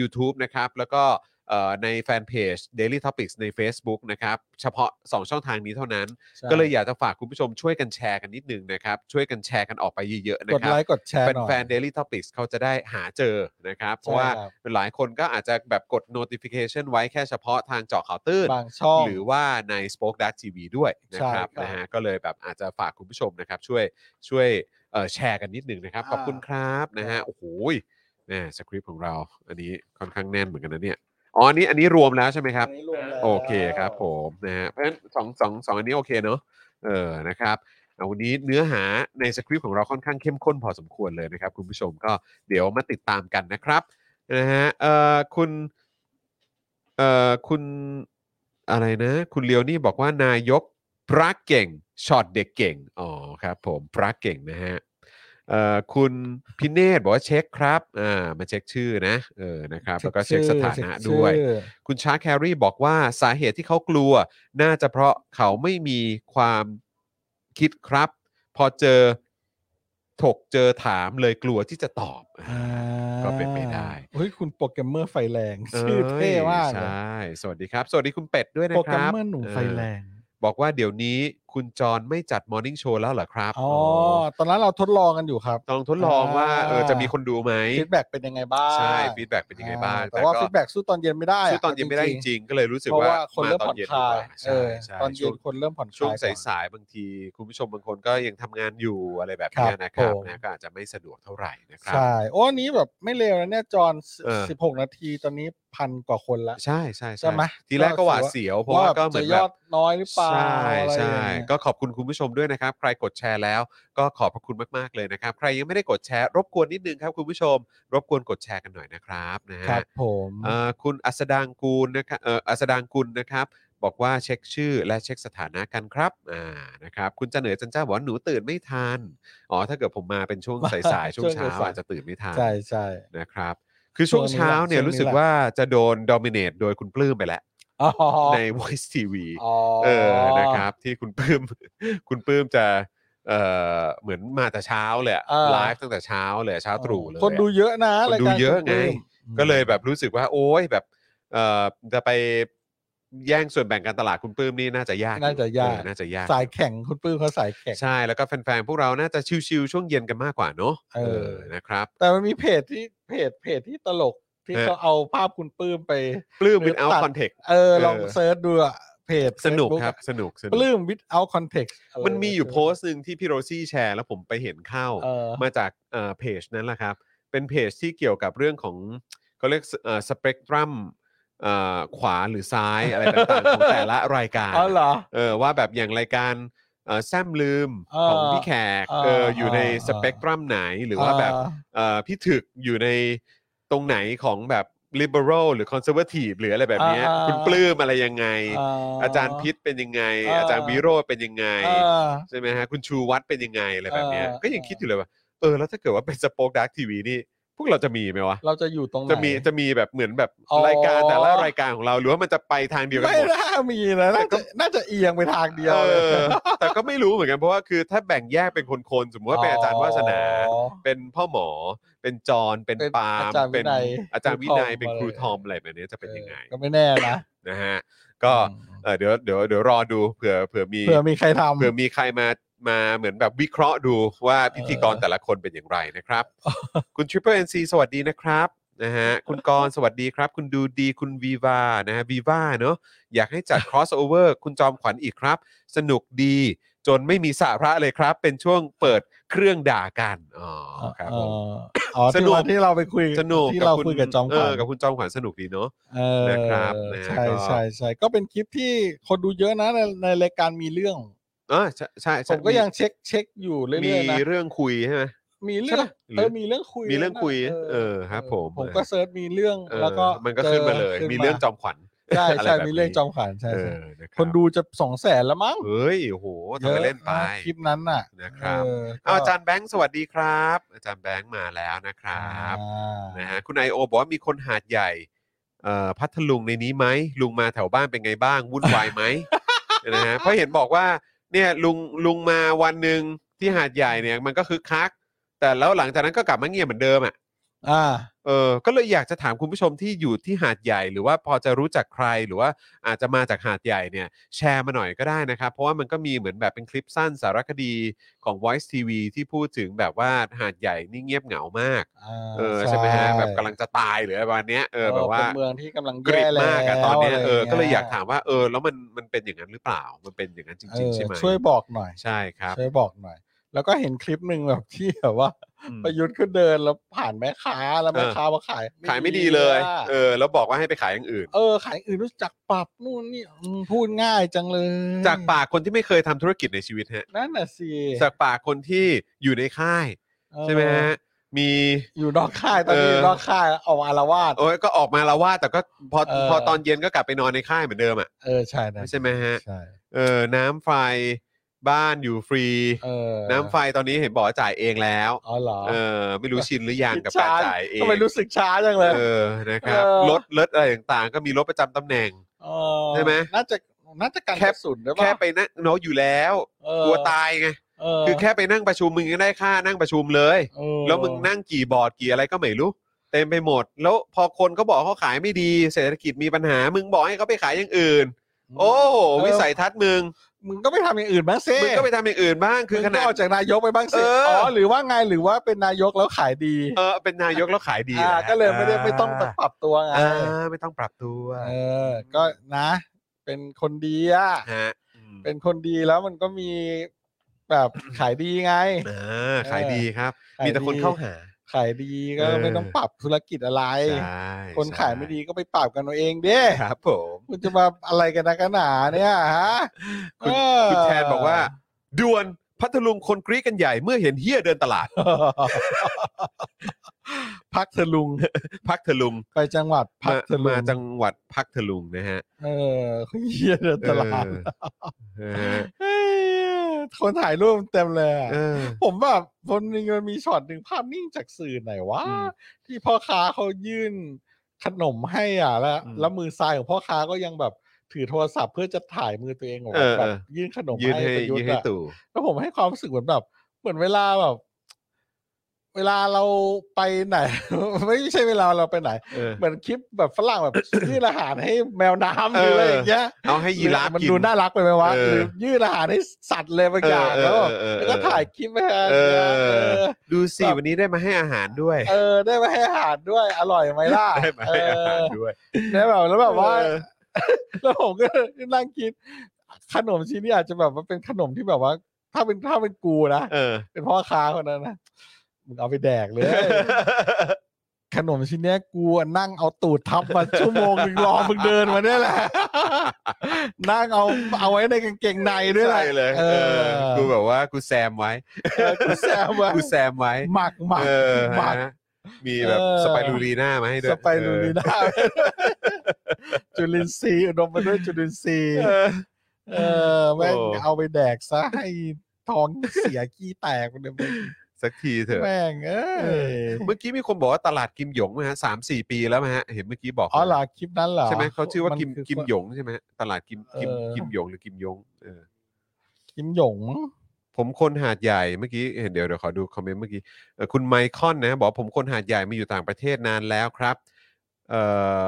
YouTube นะครับ แล้วก็เอ่อในแฟนเพจ Daily Topics ใน Facebook นะครับ เฉพาะ 2 ช่องทางนี้เท่านั้น ใช่ ก็เลยอยากจะฝากคุณผู้ชมช่วยกันแชร์กันนิดนึงนะครับ ช่วยกันแชร์กันออกไปเยอะๆนะ กด ครับ ไลค์กดแชร์หน่อย แฟนๆ Daily Topics เขาจะได้หาเจอนะครับ เพราะว่า ครับ หลายคนก็อาจจะแบบกด notification ไว้แค่เฉพาะทางเจาะข่าวตื้น บางช่อง หรือว่าใน Spoke Dark TV ด้วยนะครับ ใช่ครับ นะฮะก็เลยแบบอาจจะฝากคุณผู้ชมนะครับ ช่วยช่วยเอ่อแชร์กันนิดหนึ่งนะครับ อ่า ขอบคุณครับนะฮะโอ้โหยนะสคริปต์ของเรา อันนี้ค่อนข้างแน่นเหมือนกันนะเนี่ยอ๋ออันนี้อันนี้รวมแล้วใช่ไหมครับ อันนี้รวมแล้ว โอเคครับผมนะฮะเพราะฉะนั้นสองสองสองอันนี้โอเคเนอะเออนะครับเอาวันนี้เนื้อหาในสคริปต์ของเราค่อนข้างเข้มข้นพอสมควรเลยนะครับ คุณผู้ชมก็เดี๋ยวมาติดตามกันนะครับนะฮะเอ่อคุณเอ่อคุณอะไรนะ คุณเลียวนี่บอกว่านายกพระเก่งช็อตเด็กเก่งอ๋อครับผมพระเก่งนะฮะเอ่อคุณพิเนศบอกว่าเช็คครับอ่ามาเช็คชื่อนะเออนะครับแล้วก็เช็คสถานะด้วย เช็คชื่อ คุณชาร์คแครีบอกว่าสาเหตุที่เขากลัว น่าจะเพราะเขาไม่มีความคิดครับ พอเจอถกเจอถามเลยกลัวที่จะตอบ อ่า ก็เป็นไปได้ เฮ้ยคุณโปรแกรมเมอร์ไฟแรงชื่อเท่มาก ใช เลย่ สวัสดีครับ สวัสดีคุณเป็ดด้วยนะ โปรแก ค รม รับ เมอร์หนุ่มไฟแรง เออบอกว่าเดี๋ยวนี้ คุณจอนไม่จัดมอร์นิ่งโชว์แล้วเหรอครับ อ๋อตอนนั้นเราทดลองกันอยู่ครับ ต้องทดลองว่าเออจะมีคนดูไหม ฟีดแบ็กเป็นยังไงบ้าง ใช่ฟีดแบ็เป็นยังไงบ้าง อ่แต่ว่า ก็ ฟีดแบ็กสู้ตอนเย็นไม่ได้ะ สู้ตอนเย็นไม่ได้จ ๆ ริงๆ ก็เลยรู้สึก เพราะ ว่า ว่าคนเริ่ม มา ผ่อน ย็ คลาย ดีกว่ เอ ใช่ อ ใช่ ตอนเย็ ช่วน ง คนเริ่มผ่อนคลาย ช่วง ก่อน สายๆบางที คุณผู้ชมบางคนก็ยังทำงานอยู่อะไรแบบคเนี้ยรับ นะครับ ผม นะก็อาจจะไม่สะดวกเท่าไหร่นะครั ใช่ โอ้อันนี้แบบไม่เร็วนะเนี่ยจอน เออ สิบหกนาทีตอนนี้พันกว่าคนละ ใช่ใช่ ใช่ไหม ทีแรกก็หวาด ก็ถือว่า เสียวเพราะว่าก็เหมือน จะย แบ อบ ดน้อยหรือเปล่า ใช่ อะไร ใช่ อย่างเงี้ย ก็ขอบคุณคุณผู้ชมด้วยนะครับ ใครกดแชร์แล้วก็ขอบพระคุณมากๆเลยนะครับ ใครยังไม่ได้กดแชร์รบกวนนิดนึงครับคุณผู้ชม รบกวนกดแชร์กันหน่อยนะครับนะ ครั ฮะ บผม เอ่อคุณอัสดางกูลนะครับเอ่ออัสดางกุลนะครับ บอกว่าเช็คชื่อและเช็คสถานะกันครับอ่านะครับ คุณจันเหนือจันเจ้าบอกว่าหนูตื่นไม่ทันอ๋อถ้าเกิดผมมาเป็นช่วงสาย ๆช่วงเช้าอาจจะตื่นไม่ทัน ใช่ใช่ นะครับ คือช่วงเช้าเนี่ย ช่วงนี้แหละ รู้สึกว่าจะโดนดอมิเนตโดยคุณปลื้มไปแล้ว อ๋อ ใน Voice TV อ๋อ เออนะครับ ที่คุณปลื้ม คุณปลื้มจะเอ่อเหมือนมาแต่เช้าเลยอะไลฟ์ตั้งแต่เช้าเลยเช้าตรู่เลย คนดูเยอะนะ คน ราย ดู การ เยอะ คุณ ไง ปลื้ม ก็เลยแบบรู้สึกว่าโอ้ยแบบเอ่อจะไปแย่งส่วนแบ่งการตลาดคุณปื้มนี่น่าจะยากอ น่าจะยาก เออน่าจะยาก สายแข่งคุณปลื้มเขาสายแข่ง ใช่แล้วก็แฟนๆพวกเราน่าจะชิวๆช่วงเย็นกันมากกว่าเนาะ เออ นะครับ แต่มันมีเพจที่เพจเพจที่ตลกที่ เออ เขาเอาภาพคุณปลื้มไป ปลื้มวิดเอา ตัด คอนเทก เออ เออ ลองเซิร์ชดูอะเพจ สนุก Facebook ครับ อะ สนุกสนุ ป ก ลื้ม without context ะไร มันมีอยู่ เ โพสต์หนึ่งที่พี่โรซี่แชร์ แล้วผมไปเห็นเข้า เออ มาจากเอ่อเพจนั้นแหละครับ เป็นเพจที่เกี่ยวกับเรื่องของเขาเรียกเอ่อสเปกตรัมเอ่อขวาหรือซ้ายอะไรต่างๆของแต่ละรายการ อ๋อเหรอ เออว่าแบบอย่างรายการเออแซมลืม เออ ของพี่แขก เออ เอออยู่ใน เออ สเปกตรัมไหนหรือว่าแบบ เออ เออพี่ถึกอยู่ในตรงไหนของแบบ liberal หรือ conservative หรืออะไรแบบเนี้ยคุณปลื้มอะไรยังไง เ อาจารย์พิษเป็นยังไง เอออ อาจารย์วิโรจน์เป็นยังไง เออ ใช่ไหมฮะคุณชูวัฒน์เป็นยังไงอะไรแบบเนี้ย เออ ก็ยังคิดอยู่เลยว่าเออแล้วถ้าเกิดว่าเป็นสปอคดักทีวีนี่ พวกเราจะมีไหมวะ เราจะอยู่ตรงไหน จะมีจะมีแบบเหมือนแบบ อ๋อ รายการแต่ละรายการของเราหรือว่ามันจะไปทางเดียวกัน ไม่ หมด น่ามีนะน่าจะน่าจะเอียงไปทางเดียวเลย ออแต่ก็ไม่รู้เหมือนกันเพราะว่าคือถ้าแบ่งแยกเป็นคนๆสมมติว่าเป็นอาจารย์วาสนา อ๋อ เป็นพ่อหมอ เป็นจอนเป็น เป็น ปาล์ม อาจารย์วิ เป็น นัย อาจารย์วินัย ครูทอม เป็นครูทอมอะไรแบบนี้จะเป็นยังไง ก็ไม่แน่นะ นะฮะก็เออเดี๋ยวเดี๋ยวเดี๋ยวรอดูเผื่อเผื่อมี เผื่อมีใครทำ เผื่อมีใครมามาเหมือนแบบวิเคราะห์ดูว่าพิธีกร เออ แต่ละคนเป็นอย่างไรนะครับ คุณทริปเปิลเอ็นซีสวัสดีนะครับนะฮะคุณกรณ์สวัสดีครับ คุณดูดีคุณวีวานะฮะวีวาเนาะอยากให้ จัด crossover คุณจอมขวัญอีกครับ สนุกดี จนไม่มีสาระเลยครับ เป็นช่วงเปิดเครื่องด่ากันอ๋อครับผม เอ่ออ๋อ ส ที่ นุก วันที่เราไปคุย สนุก ที่เราคุยกับจอมขวัญ เกับคุณจอมขวัญสนุกดีเนาะ เออ นะครับนะ ใช่ ก็ ใช่ใช่ก็เป็นคลิปที่คนดูเยอะนะในในรายการมีเรื่อง เออใช่ใช่ ผ ใช่ มก็ยังเช็คเช็คอยู่เรื่ มี อยๆนะ มีเรื่องคุยใช่ไหม มีเรื่อง ใช่ปะหรือ เออมีเรื่องคุย มีเรื่องคุย นะ เออครับผม ผมก็เซิร์ชมีเรื่อง เออ แล้วก็ มันก็ขึ้นมาเลย จขึ้นา มีเรื่อง จอมขวัญ ใช่ ะ ใช่ ไแบบ มี นี้ เรื่องจอมขวัญใช่ เอ ใช่ อนะครับ คนดูจะสองแสนแล้วมั้ง เฮ้ยโอ้โหทำไปเล่นไป ยอะะคลิปนั้นน่ะ นะครับ เออ อ้าวอา ก็ จารย์แบงค์สวัสดีครับ อาจารย์แบงค์มาแล้วนะครับ อ่า นะฮะคุณไอโอบอกว่ามีคนหาดใหญ่เอ่อพัทลุงในนี้ไหมลุงมาแถวบ้านเป็นไงบ้าง วุ่นวายไหม นะฮะเพราะเห็นบอกว่าเนี่ยลุงลุงมาวันหนึ่งที่หาดใหญ่เนี่ยมันก็คึกคัก แต่แล้วหลังจากนั้นก็กลับมาเงียบเหมือนเดิมอ่ะ อ่า เออก็เลยอยากจะถามคุณผู้ชมที่อยู่ที่หาดใหญ่ หรือว่าพอจะรู้จักใครหรือว่าอาจจะมาจากหาดใหญ่เนี่ยแชร์มาหน่อยก็ได้นะครับ เพราะว่ามันก็มีเหมือนแบบเป็นคลิปสั้นสารคดีของ Voice TV ที่พูดถึงแบบว่าหาดใหญ่นี่เงียบเหงามาก เออใช่ไหมฮะแบบกำลังจะตายหรืออะไรประมาณเนี้ยเออแบบว่า เป็นเมืองที่กำลัง ก แย่ รีด แล้ว มากอะตอนเนี้ยเออ อะไร ก็เลยอยากถามว่าเออแล้วมันมันเป็นอย่างนั้นหรือเปล่า มันเป็นอย่างนั้นจริง เอ ๆ อ ใช่ไหม ช่วยบอกหน่อย ใช่ครับ ช่วยบอกหน่อย แล้วก็เห็นคลิปหนึ่งแบบที่แบบว่า อืม ประยุทธ์ก็เดินแล้วผ่านแม่ค้าแล้วแม่ เออ ค้ามาขาย ขายไม่ดีเลย อะ เออแล้วบอกว่าให้ไปขายอย่างอื่น เออขายอื่นรู้จักปรับนู่นนี่อืมพูดง่ายจังเลย จากปากคนที่ไม่เคยทำธุรกิจในชีวิตฮะ นั่นน่ะสิ จากปากคนที่อยู่ในค่าย เออ ใช่ไหมฮะมี อยู่นอกค่ายตอนนี้ เอออ ยู่นอกค่ายออกมาอารวาส โอ้ยก็ออกมาละว่าดแต่ก็พอ เออ พอตอนเย็นก็กลับไปนอนในค่ายเหมือนเดิมอ่ะ เออใช่นะ ใช่ไหมฮะ ใช่ เออน้ำไฟบ้านอยู่ฟรี เออ น้ำไฟตอนนี้เห็นบอกว่าจ่ายเองแล้ว อ๋อเหรอ เออไม่รู้ชินหรือยังกับ ช้ การจ่ายเอง ทำไมรู้สึกช้าจังเลย เออนะครับ เออ รถรถอะไรต่างๆ ก็มีรถประจำตำแหน่ง เออ ใช่ไหม น่าจะน่าจะการ แค่ กระสุนได้ปะ แค่ไปนั่งเนาะอยู่แล้ว เออก ลัวตายไง เออ คือแค่ไปนั่งประชุมมึงยังได้ค่านั่งประชุมเลย เออ แล้วมึงนั่งกี่บอร์ดกี่อะไรก็ไม่รู้ เต็มไปหมด แล้วพอคนเขาบอกเขาขายไม่ดี เศรษฐกิจมีปัญหา มึงบอกให้เขาไปขายอย่างอื่น โอ้โหวิสัยทัศน์มึง มึงก็ไม่ทำอย่างอื่นบ้างสิ มึงก็ไปทำอย่างอื่นบ้างคือขมึนาดงก็ออกจากนายกไปบ้างสิ เอออ๋ อ๋อหรือว่าไงหรือว่าเป็นนายกแล้วขายดี เออเป็นนายกแล้วขายดี อ่า หรอ ก็เลยไม่ได้ไม่ต้องปรับตัวไง อ่าไม่ต้องปรับตัว เออ ก็นะ เป็นคนดีอ่ะ ฮะ เป็นคนดีแล้วมันก็มีแบบขายดีไง อ่าขายดีครับ ขายดี มีแต่คนเข้าหา ขายดีก็ เออ ไม่ต้องปรับธุรกิจอะไร ใช่ คนขายไม่ดีก็ไปปรับกันเอาเองเด้ ใช่ครับผม คุณจะมาอะไรกันนะกันหนาเนี่ยฮะ คุณ เออ คุณแทนบอกว่าด่วนพัทลุงคนกรี๊ดกันใหญ่เมื่อเห็นเฮียเดินตลาด พักทะลุง พักทลุง ไปจังหวัดพัก มา ทะลุ มาง จังหวัดพักทลุงนะฮะ เออเฮียเดินตลาด เออนะฮะ เฮ้ยคนถ่ายรูปเต็มเลยอะ เออ ผมแบบคนนึงมันมีช็อตหนึ่งภาพนิ่งจากสื่อไหนวะ อืม ที่พ่อค้าเขายื่นขนมให้อ่ะแล้ว อืม แล้วมือซ้ายของพ่อค้าก็ยังแบบถือโทรศัพท์เพื่อจะถ่ายมือตัวเองออก เออ แบ เอบ อ ยื่นขนม ยืน ให้ ให้ ประยุท ยืน ธ์ ให้ อะ ตู่ แล้วผมให้ความรู้สึกเหมือนแบบ เหมือนเวลาแบบ เวลาเราไปไหน ไม่ใช่เวลาเราไปไหน เออ เหมือนคลิปแบบฝรั่งแบบ ยื่นอาหารให้แมวน้ำหรือ เอออ อะไรอย่างเงี้ย เอาให้ยีราฟ มัน กิน ดูน่ารักไปไหมวะ เอหอรือยื่นอาหารให้สัตว์เลยบางอย่าง เออ แล้ว เออเออ แล้วก็ เออ ถ่ายคลิปไป เออ อ ดูสิ แบบ วันนี้ได้มาให้อาหารด้วย เออ ได้มาให้อาหารด้วย อร่อยไหมล่ะ ได้มา เอ ให้อาหาร อ ด้วย ได้แบบแล้วแบบว่า เออ แล้วผมก็นั่งคิด ขนมชิ้นนี้อาจจะแบบว่าเป็นขนมที่แบบว่า ถ้าเป็นถ้าเป็นกูนะ เออ เป็นพ่อค้าคนนั้นนะมึงเอาไปแดกเลย ขนมชิ้นเนี้ยกูอะนั่งเอาตูดทับมาชั่วโมงหนึงรอมึงเดินมาเนี่ยแหละ นั่งเอาเอาไว้ในกางเกงในด้วยแห ใช่ ละ เลย เอ เอ อ อกูแบบว่ากูแซมไว้ เออกูแซมไว้ กูแซมไว้ หมักหมัก เออ หมัก นะมีแบบ เออ สไปรูลีน่ามาให้ด้วย สไปรูลีน่าจุลินทรีย์อุดมไปด้วยจุลินทรีย์ เออ เออแม่ง โอ้ เอาไปแดกซะให้ท้องเสียขี้แตกมันเลย สักทีเถอะ แม่งเอ้ เอ ย เมื่อกี้มีคนบอกว่าตลาดกิมหยงนะฮะสามสี่ปีแล้วนะฮะ เห็นเมื่อกี้บอก อ๋อเหรอคลิปนั้นเหรอ ใช่ไหมเขาชื่อว่าน กิม คือ กิมหยงใช่ไหมตลาดกิมกิม เออ กิมหยงหรือกิมยงเออ กิมหยง ผมคนหาดใหญ่เมื่อกี้เห็นเดี๋ยวเดี๋ยวขอดูคอมเมนต์เมื่อกี้เอ่อคุณไมคอนนะบอกผมคนหาดใหญ่มาอยู่ต่างประเทศนานแล้วครับเอ่อ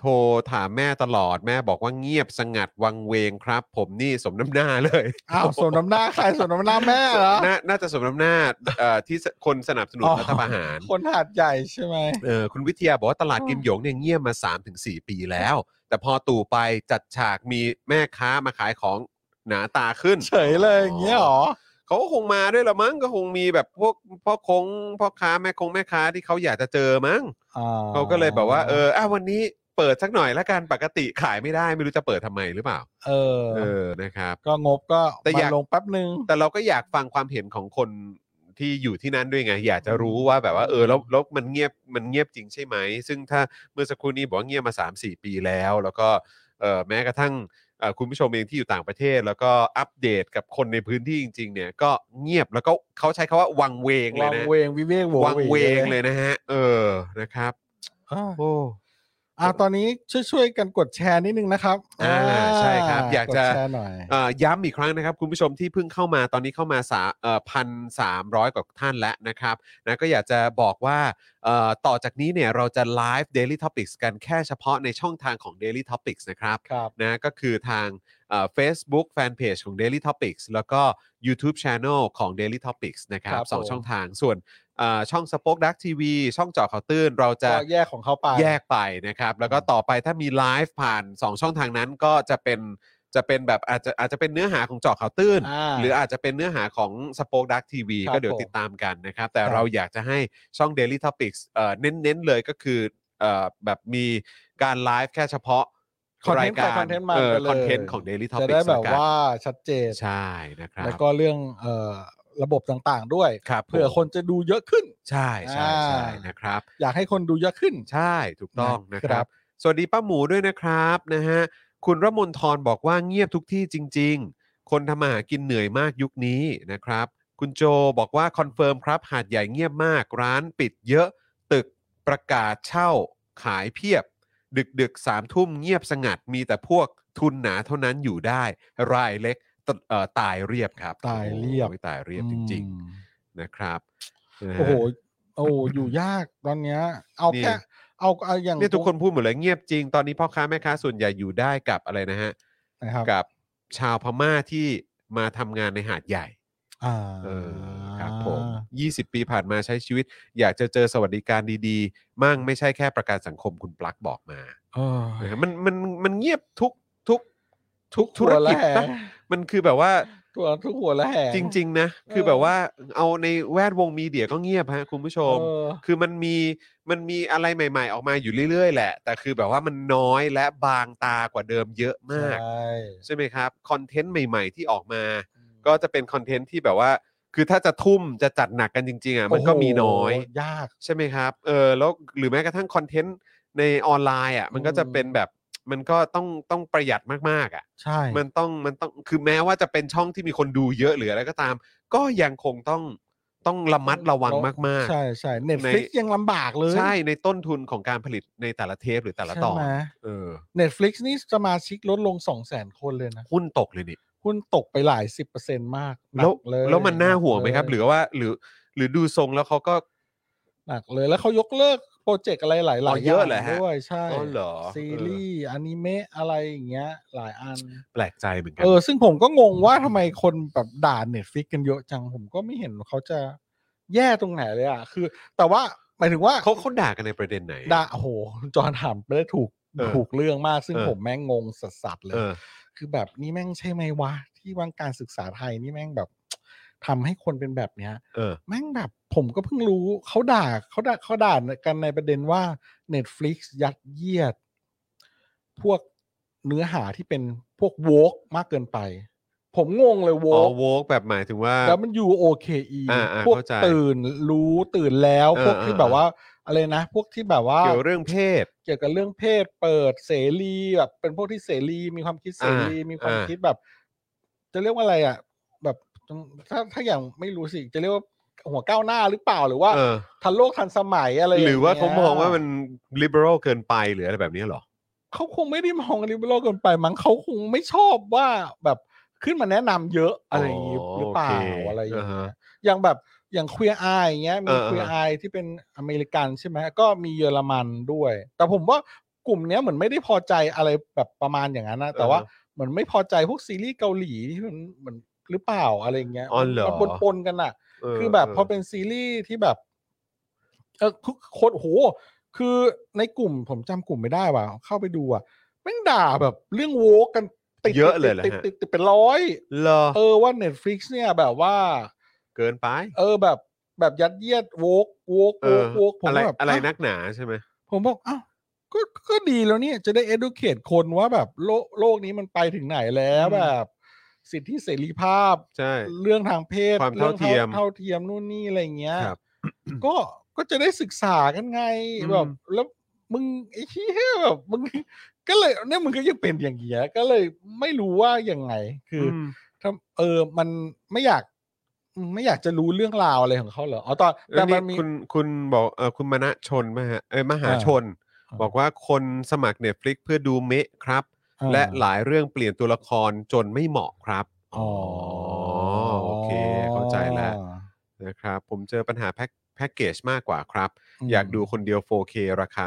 โทรถามแม่ตลอดแม่บอกว่าเงียบสงัดวังเวงครับ ผมนี่สมน้ำหน้าเลย อ้าวสมน้ำหน้าใครสมน้ำหน้าแม่เหรอ น่าน่าจะสมน้ำหน้าเอ่อที่สคนสนับสนุน อ๋อ รัฐประหาร คนหาดใหญ่ใช่ไหม เออคุณวิทยาบอกว่าตลาดกิมหยงเนี่ยเงียบมา 3-4 ปีแล้ว แต่พอตู่ไปจัดฉากมีแม่ค้ามาขายของหนาตาขึ้น เฉยเลยอย่างเงี้ยเหรอ เขาก็คงมาด้วยละมั้งก็คงมีแบบพวกพ่อคงพ่อค้าแม่คงแม่ค้าที่เขาอยากจะเจอมั้ง อ๋อ เขาก็เลยแบบว่าเอออ่ะวันนี้เปิดสักหน่อยละกันปกติขายไม่ได้ไม่รู้จะเปิดทำไมหรือเปล่า เออ เออนะครับ ก็งบก็ แต่มายอาก ลงแป๊บนึง แต่เราก็อยากฟังความเห็นของคนที่อยู่ที่นั่นด้วยไง อยากจะรู้ว่าแบบว่าเออแล้วแล้วมันเงียบมันเงียบจริงใช่ไหม ซึ่งถ้าเมื่อสักครู่นี้บอกว่าเงียบมา 3 4 ปีแล้ว แล้วก็เออแม้กระทั่งเอ่อคุณผู้ชมเองที่อยู่ต่างประเทศ แล้วก็อัปเดตกับคนในพื้นที่จริง ๆ เนี่ยก็เงียบแล้วก็เขาใช้คำว่าวังเวงเล วั ย ง นะ เวงวิเวกโห วังเวงเลย ยนะฮะ เออนะครับ อ่า โอ้ อ่าตอนนี้ช่วยๆกันกดแชร์นิดนึงนะครับ อ่าใช่ครับอยากจะ ดแชร์หน่อย เอ่อย้ำอีกครั้งนะครับ คุณผู้ชมที่เพิ่งเข้ามาตอนนี้เข้ามาสาพันสามร้อยกว่าท่านแล้วนะครับนะก็อยากจะบอกว่าเอ่อต่อจากนี้เนี่ยเราจะไลฟ์ Daily Topics กันแค่เฉพาะในช่องทางของ Daily Topics นะครับ ครับ นะก็คือทางเอ่อ Facebook Fanpage ของ Daily Topics แล้วก็ YouTube Channel ของ Daily Topics นะครับ ครับ สอง ผม ช่องทางส่วนเอ่อช่องสป็อคดักทีวีช่องเจอข่าวตื้นเราจะ ก็แยกของเขาไป แยกไปนะครับ แล้วก็ต่อไปถ้ามีไลฟ์ผ่าน 2 ช่องทางนั้นก็จะเป็นจะเป็นแบบอาจจะอาจจะเป็นเนื้อหาของเจาะข่าวตื้น อ่า หรืออาจจะเป็นเนื้อหาของสป o อ e ดักทีวี ครับ ก็เดี๋ยว ผม ติดตามกันนะครับ แต่ ครับ เราอยากจะให้ช่อง Daily Topics เอ่อเน้นๆเลยก็คือเอ่อแบบมีการไลฟ์แค่เฉพาะ คอน รา เท ย นต์ กา ใคร ร คอนเทนต์มันไปเลย คอนเทนต์ของ Daily Topics จะได้แบบ ล้กัน ว่าชัดเจน ใช่นะครับ แล้วก็เรื่องเอ่อระบบต่างๆด้วย ครับ เผื่อ ผม คนจะดูเยอะขึ้น ใช่ใช่ใช่ อ่าน นะครับ อยากให้คนดูเยอะขึ้น ใช่ถูกต้องนะค ครั รับ บ สวัสดีป้าหมูด้วยนะครับนะฮะคุณระมนทรบอกว่าเงียบทุกที่จริง ๆ คนทำมาหากินเหนื่อยมากยุคนี้นะครับ คุณโจบอกว่าคอนเฟิร์มครับ หาดใหญ่เงียบมาก ร้านปิดเยอะตึกประกาศเช่าขายเพียบ ดึกดึกสามทุ่มเงียบสงัดมีแต่พวกทุนหนาเท่านั้นอยู่ได้ รายเล็กตเอ่อตายเรียบครับ ตายเรียบ โอ้ตายเรียบจริง อืม ๆนะครับนะฮะ โอ้โห โอ้โหอยู่ยากตอนเนี้ย เอา นี่ แค่ เอาเอาอย่าง เนี่ยทุกคนพูดหมดเลยเงียบจริง ตอนนี้พ่อค้าแม่ค้าส่วนใหญ่อยู่ได้กับอะไรนะฮะ นะครับ กับ ชาวพม่าที่มาทำงานในหาดใหญ่ อ่า เออครับผม 20 ปีผ่านมาใช้ชีวิต อยากจะเจอสวัสดิการดีๆ มั่งไม่ใช่แค่ประกันสังคมคุณปลั๊กบอกมา โอ้ย นะครับมันมันมันเงียบทุกทุกทุกธุรกิจ หัว ปะ แห มันคือแบบว่า ทุกทุกหัวละแห จริง ๆ นะ คือแบบว่าเอาในแวดวงมีเดียก็เงียบฮะคุณผู้ช เอ ม อ คือมันมีมันมีอะไรใหม่ ๆ ออกมาอยู่เรื่อย ๆ แหละ แต่คือแบบว่ามันน้อยและบางตากว่าเดิมเยอะมาก ใช่ ใช่ไหมครับ คอนเทนต์ใหม่ ๆ ที่ออกมา ก็จะเป็นคอนเทนต์ที่แบบว่า คือถ้าจะทุ่มจะจัดหนักกันจริง ๆ อ่ะ มันก็มีน้อย โโหยาก ใช่ไหมครับ เออ แล้วหรือแม้กระทั่งคอนเทนต์ในออนไลน์อ่ะ มันก็จะเป็นแบบ มันก็ต้องต้องประหยัดมากๆอ่ะ ใช่ มันต้องมันต้อง คือแม้ว่าจะเป็นช่องที่มีคนดูเยอะหรืออะไรก็ตาม ก็ยังคงต้องต้องระมัดระวังมาก ใช่ใช่เน็ต ใน ฟลิกยังลำบากเลย ๆ ใช่ ในต้นทุนของการผลิตในแต่ละเทปหรือแต่ละตอน เออ เน็ตฟลิกนี่สมาชิกลดลงสองแสนคนเลยนะ หุ้นตกเลยนี่ หุ้นตกไปหลายสิบเปอร์เซ็นต์มากหนั แล้ว กเลย แล้วมันน่าห่วงไหมครับ ห เลย รือว่าหรือ หรือดูทรงแล้วเขาก็ หนักเลยแล้วเขายกเลิกโปรเจกต์อะไรหลายหลาย เยอะเหรอฮะ ด้วยใช่ อ๋อเหรอ ซี เออ รีส์อนิเมะอะไรอย่างเงี้ย หลายอัน แปลกใจเหมือนกั เออ ซึ่งผมก็งงว่าทำไมคนแบบด่าเน็ตฟิกกันเยอะจัง ผมก็ไม่เห็นเขาจะแย่ตรงไหนเลยอ่ะ คือ แต่ว่าหมายถึงว่า เขาเขาด่ากันในประเด็นไหน ด่าโอ้โหคุณจอห์นถามไปได้ถูก เออ ถูกเรื่องมาก ซึ่ง เออ ผมแม่งงงสัสๆเล เอย อ คือแบบนี่แม่งใช่ไหมวะ ที่วางการศึกษาไทยนี่แม่งแบบทำให้คนเป็นแบบเนี้ย เออ แม่งแบบผมก็เพิ่งรู้เขาด่าเขาด่าเขาด่ากันในประเด็นว่า Netflix ยัดเยียด พวกเนื้อหาที่เป็นพวกโวกมากเกินไป ผมงงเลยโว อ๋อก โวกแบบหมายถึงว่า แล้วมันอยู่โอเคอี อ่าอ่า พวก เข้าใจ ตื่นรู้ตื่นแล้ว เออ พวกที่ เออ แบบว่า อะไรนะ พวกที่แบบว่า เกี่ยวเรื่องเพศ เกี่ยวกับเรื่องเพศเปิดเสรีแบบเป็นพวกที่เสรีมีความคิดเสรี อ่ามี มีความ อ่า คิดแบบ จะเรียกว่าอะไรอ่ะ แบบถ้าถ้าอย่างไม่รู้สิจะเรียกว่าหัวก้าวหน้าหรือเปล่าหรือว่า เออ ทันโลกทันสมัยอะไรย่ง ห งี้ย รือว่าเขามองว่ามัน liberal เกินไปหรืออะไรแบบนี้เหรอ เขาคงไม่ได้มองริบโลกเกินไปมั้งเขาคงไม่ชอบว่าแบบขึ้นมาแนะนำเยอะอะไรอย่างงี้ อ๋อ หรือเปล่า โอเค อะไรอย่างเงี้อ่าฮะ ยอย่างแบบอย่างเค e ียร์ออย่างเงี้ยมี เออ เค e ียร์ เอ อ อ ที่เป็นอเมริกันใช่ไหมก็มีเยอรมันด้วย แต่ผมว่ากลุ่มเนี้ยเหมือนไม่ได้พอใจอะไรแบบประมาณอย่างนั้นนะแต่ว่า เออ เหมือนไม่พอใจพวกซีรีส์เกาหลีที่มันเหมือนหรือเปล่าอะไรอย่างเงี้ย อ๋อเหรอ มันปนๆกันอ่ะ เ คือแบบพอเป็นซีรีส์ที่แบบเออทุกคนโห คือในกลุ่มผมจำกลุ่มไม่ได้ว่ะเข้าไปดูอ่ะแม่งด่าแบบเรื่องโวกกันติด เยอะเลยเหรอ ติด ฮะ ติดติดเป็นร้อย เหรอ เออว่า Netflix เนี่ยแบบว่า เกินไป เออแบบแบบยัดเยียดโวกโวก เอ โว อก โวกผม อะไร แบอะไรบาว นักหนาใช่ไหม ผมบอกอ้าวก็ก็ดีแล้วเนี่ยจะได้ educate คนว่าแบบโลกโลกนี้มันไปถึงไหนแล้ว อืม แบบ สิทธิเสรีภาพ ใช่ เรื่องทางเพศ ความเท่า รื่อง เทียม เท่าเทียมนู่นนี่อะไรเงี้ย ครับ ก็ก็จะได้ศึกษากันไง อืม แบบแล้วมึงไอ้เหี้ยแบบมึง ก็เลยเนี่ยมึงก็ยังเป็นอย่างเงี้ยก็เลยไม่รู้ว่ายังไง คืออ ม ถ้าเออมันไม่อยากอืมไม่อยากจะรู้เรื่องราวอะไรของเขาเหรออ๋อตอน แล้ แต่ ว มั นี่ นมี คุณคุณบอกเออคุณมณชนมหาเอ้ยมหา อ่า ชน อ่า บอกว่าคนสมัคร Netflix เพื่อดูเมะครับ อ่า และหลายเรื่องเปลี่ยนตัวละครจนไม่เหมาะครับ อ๋อ โอเค เข้าใจแล้วนะครับ ผมเจอปัญหาแพ็คแพ็กเกจมากกว่าครับ ม อยากดูคนเดียว 4K ราคา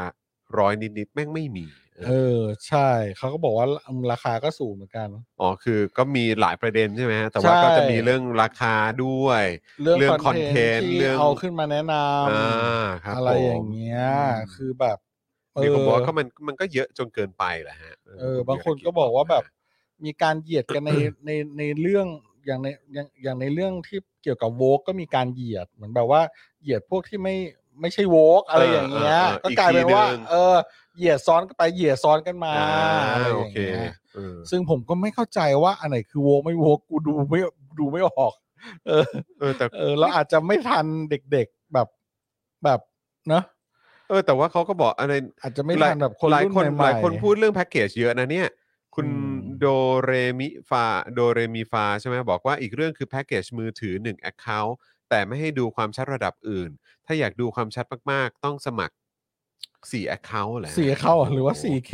ร้อยนิดๆแม่งไม่มีเอ เอ อ อ ใช่เขาก็บอกว่าราคาก็สูงเหมือนกัน อ๋อคือก็มีหลายประเด็นใช่ไหมฮะแต่ว่าก็จะ ใช่ มีเรื่องราคาด้วย เรื่อง content ที่ เรื่อง เอาขึ้นมาแนะน อ่า ำ ครับ อะไรอย่าง ผม เงี้ย อืม คือแบบ มีคนบอกว่าก็มันมันก็เยอะจนเกินไปแหละฮะ เออ ณ บางคน ธี ก็บอกว่าแบบ ม มีการเหยียดกันใน ในในเรื่องอย่างในอย่างอย่างในเรื่องที่เกี่ยวกับโวกก็มีการเหยียดเหมือนแบบว่าเหยียดพวกที่ไม่ไม่ใช่โวกอะไรอย่างเงี้ย ก็กลายเป็นว่า เออ เหยียดซ้อนกันไปเหยียดซ้อนกันมา อ่า อะไรอ โอย่าง เค เงี้ย เออ ซึ่งผมก็ไม่เข้าใจว่าอันไหนคือโวไม่โวกูดูไม่ดูไม่ออก เออ เออแต่ เออเราอาจจะไม่ทันเด็กๆแบบแบบเนอะ เออแต่ว่าเขาก็บอกอะไร อาจจะไม่ หทัลาย นแบบคน หลาย รุ่น คน ให ห ม่ ลายคน ๆ พูดเรื่องแพ็กเกจเยอะนะเนี่ย คุณ อืม โดเรมิฟาโดเรมิฟาใช่ไหมบอกว่าอีกเรื่องคือแพ็กเกจมือถือ 1 Account แต่ไม่ให้ดูความชัดระดับอื่น ถ้าอยากดูความชัดมากๆ ต้องสมัคร 4 Account แหละ สี่เข้าหรือว่า 4K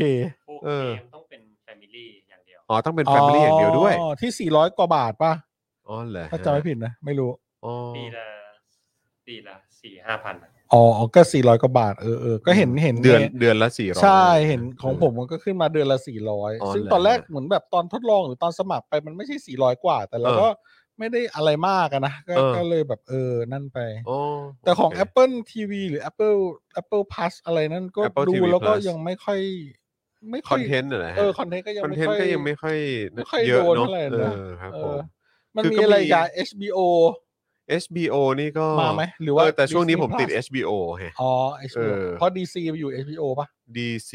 ผู้ เอ เก อ มต้องเป็นแฟมิลี่อย่างเดียว อ๋อต้องเป็นแฟมิลี่อย่างเดียวด้วย ที่ 400 กว่าบาทป่ะ อ๋อเหรอ ถ้าจำไม่ผิดนะ ไม่รู้ อ๋อ ปีละปีละสี่ห้าพัน อ๋ อ๋อก็สี่ร้อยกว่าบาทเออเออก็เห็นเห็น เดือน ใ เดือนละสี่ร้อย ใช่เห็นของผมมันก็ขึ้นมาเดือนละสี่ร้อย อ๋อ ซึ่ง เหรอ ตอนแรกเหมือนแบบตอนทดลองหรือตอนสมัครไปมันไม่ใช่สี่ร้อยกว่า แต่เรา เออ ก็ไม่ได้อะไรมากอะนะก็ เออ ก็เลยแบบเออนั่นไป อ๋อ แต่ของ โเค Apple TV หรือ Apple Apple Plus อะไรนั่นก็ Apple ดู TV แล้วก็ Plus ยังไม่ค่อย ไม่ ค ค่อ อย นเทนต์นะฮะ เออคอนเทนต์ก็ยัง คอนเทน ไม่ ต์ ค่อย ก็ยังไม่ค่อย ไม่ค่อย เยอะ โดน เนาะ เท่าไหร่ เอ นะ อครับ เอ ผม อมัน คืมีอก็ อะไร มี กับ HBO HBO นี่ก็ มาไหมหรือว่า เแต่ช่วงนี้ผมติด เอ HBO แฮะ อ๋อ HBO เออ เพราะ DC ไปอยู่ HBO ป่ะ DC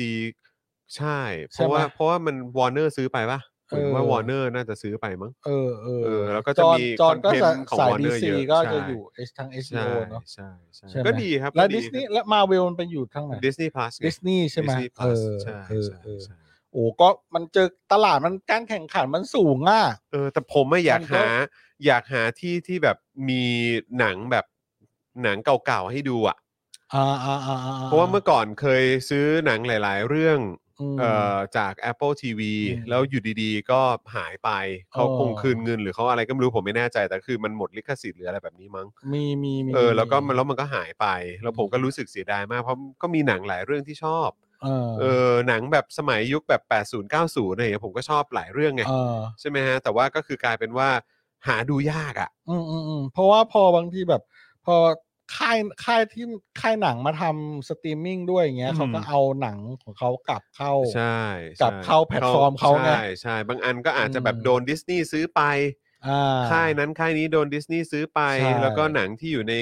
ใช่ ใช่ เพราะว่า ปะ เพราะว่ามันวอร์เนอร์ซื้อไปปะ เอ ผม อ ว่าวอร์เนอร์น่าจะซื้อไปมั้ง เออเออ เออแล้วก็จะ จอน มี จอนก็ content จะ ของ สาย Warner DC เยอะ ก็ ใช่ จะอยู่ H- ทั้ง ใช่ HBO เนาะ ใช่ใช่ ใช่ไหม ก็ดีครับ และ ก็ ดิสนีย์และมาเวลมันไปอยู่ทางไหน ดิสนีย์พลัส ดิสนีย์ใช่ไหมเอ เอ อ ใช่ เออ ใช่ เออ ใช่ โอ้ก็มันเจอตลาดมันการแข่งขันมันสูงอ่ะ เออแต่ผมไม่อยาก มันก็ หา อยากหาที่ที่แบบมีหนังแบบหนังเก่าๆให้ดูอ่ะ อ่าอ่าอ่าอ่ เพราะว่าเมื่อก่อนเคยซื้อหนังหลาย ๆ เรื่อง ม เอ่อจาก Apple TV อืม แล้วอยู่ดีๆ ก็หายไปเขา อ๋อ คงคืนเงินหรือเขาอะไรก็ไม่รู้ผมไม่แน่ใจ แต่คือมันหมดลิขสิทธิ์หรืออะไรแบบนี้มั้ง มีมีมี เออแล้วก็มัน มี แล้วมันก็หายไป แล้วผมก็รู้สึกเสียดายมากเพราะก็มีหนังหลายเรื่องที่ชอบ เออ เออหนังแบบสมัยยุคแบบ 80 90อะไรอย่างเงี้ยผมก็ชอบหลายเรื่องไง เออ ใช่ไหมฮะแต่ว่าก็คือกลายเป็นว่าหาดูยากอ่ะ อืมอืมอืมเพราะว่าพอบางทีแบบ พอค่ายค่ายที่ค่ายหนังมาทำสตรีมมิ่งด้วยอย่างเงี้ย อืม เขาก็เอาหหนังของเขากลับเข้า ใช่ กลับ ใช่ เข้าแพลตฟอร์มเขาไง ใช่ใช่บางอันก็อาจจะแบบ อืม โดนดิสนีย์ซื้อไป อ่า ค่ายนั้นค่ายนี้โดนดิสนีย์ซื้อไป ใช่ แล้วก็หนังที่อยู่ใน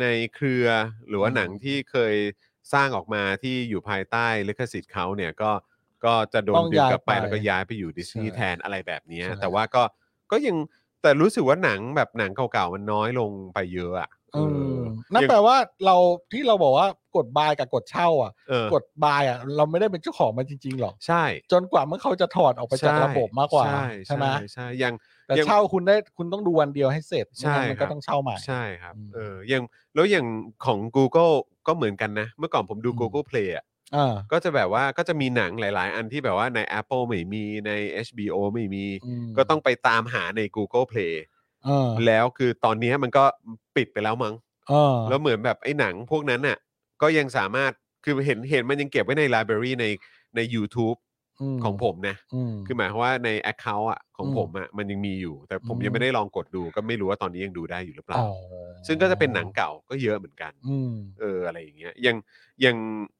ในเครือหรือว่า อืม หนังที่เคยสร้างออกมาที่อยู่ภายใต้ลิขสิทธิ์เขาเนี่ยก็ก็จะโดน ต้อง ดึง ย้าย กลับไป ไป แล้วก็ย้ายไปอยู่ดิสนีย์ ใช่ แทนอะไรแบบเนี้ย ใช่ แต่ว่าก็ก็ยังแต่รู้สึกว่าหนังแบบหนังเก่าๆมันน้อยลงไปเยอะอ่ะเอ อื อ มนั่นแปลว่าเราที่เราบอกว่ากดบายกับกดเช่า อ่ะ เออก ดบายอ่ะ เราไม่ได้เป็นเจ้าของมันจริงๆหรอก ใช่ จนกว่าเมื่อเขาจะถอดออกไปจาก ใช่ ระบบมากกว่า ใช่ ใช่ไหม ใช่ใช่ยัง แต่ ยัง เช่าคุณได้คุณต้องดูวันเดียวให้เสร็จ ใช่ ไม่งั้นมัน ครั ก็ บ ต้องเช่าใหม่ ใช่ครับ อืม เออยังแล้วอย่างของ Google ก็เหมือนกันนะ เมื่อก่อนผมดู อืม Google Play อ่ะ อ่า ก็จะแบบว่าก็จะมีหนังหลาย ๆ อันที่แบบว่าใน Apple ไม่มีใน HBO ไม่มี อืม ก็ต้องไปตามหาใน Google Play เออ แล้วคือตอนเนี้ยมันก็ปิดไปแล้วมั้ง เออ แล้วเหมือนแบบไอ้หนังพวกนั้นน่ะก็ยังสามารถคือเห็นเห็นมันยังเก็บไว้ในไลบรารีในใน YouTube ม ของผมนะ อืม คือหมายความว่าใน Account อ่ะของ อืม ผมอ่ะมันยังมีอยู่ แต่ผม อืม ยังไม่ได้ลองกดดูก็ไม่รู้ว่าตอนนี้ยังดูได้อยู่หรือเปล่า อ๋อ ซึ่งก็จะเป็นหนังเก่าก็เยอะเหมือนกัน อืม เอออะไรอย่างเงี้ยอย่างอย่าง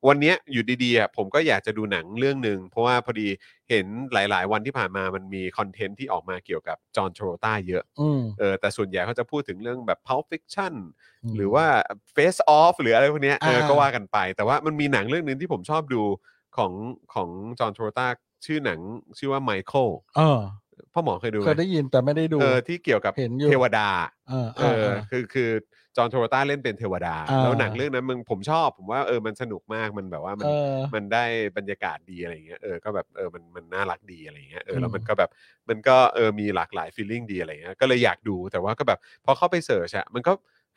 วันเนี้ยอยู่ดีๆอ่ะผมก็อยากจะดูหนังเรื่องหนึ่งเพราะว่าพอดีเห็นหลายๆ วันที่ผ่านมามันมีคอนเทนต์ที่ออกมาเกี่ยวกับจอห์นโทรต้าเยอะ อืม เออแต่ส่วนใหญ่เขาจะพูดถึงเรื่องแบบ Pulp Fiction ม หรือว่า Face Off หรืออะไรพวกเนี้ยเออ อ่า ก็ว่ากันไป แต่ว่ามันมีหนังเรื่องหนึ่งที่ผมชอบดูของของจอห์นโทรต้าชื่อหนังชื่อว่าไมเคิล เออ พ่อหมอเคยดูไห เค ม ยได้ยินแต่ไม่ได้ดู เออที่เกี่ยวกับ เห็นอยู่ เทวดา เออเอ เอ อ อ เออ คือคือจอห์นโทรต้าเล่นเป็นเทวดา อ่า แล้วหนังเรื่องนั้นมึงผมชอบผมว่าเออมันสนุกมากมันแบบว่ามัน เออ มันได้บรรยากาศดีอะไรอย่างเงี้ยเออก็แบบเออมันมันน่ารักดีอะไรอย่างเงี้ยเออแล้ว อืม มันก็แบบมันก็เออมีหลากหลายฟีลลิ่งดีอะไรเงี้ยก็เลยอยากดูแต่ว่าก็แบบพอเข้าไปเสิร์ชอะมันก็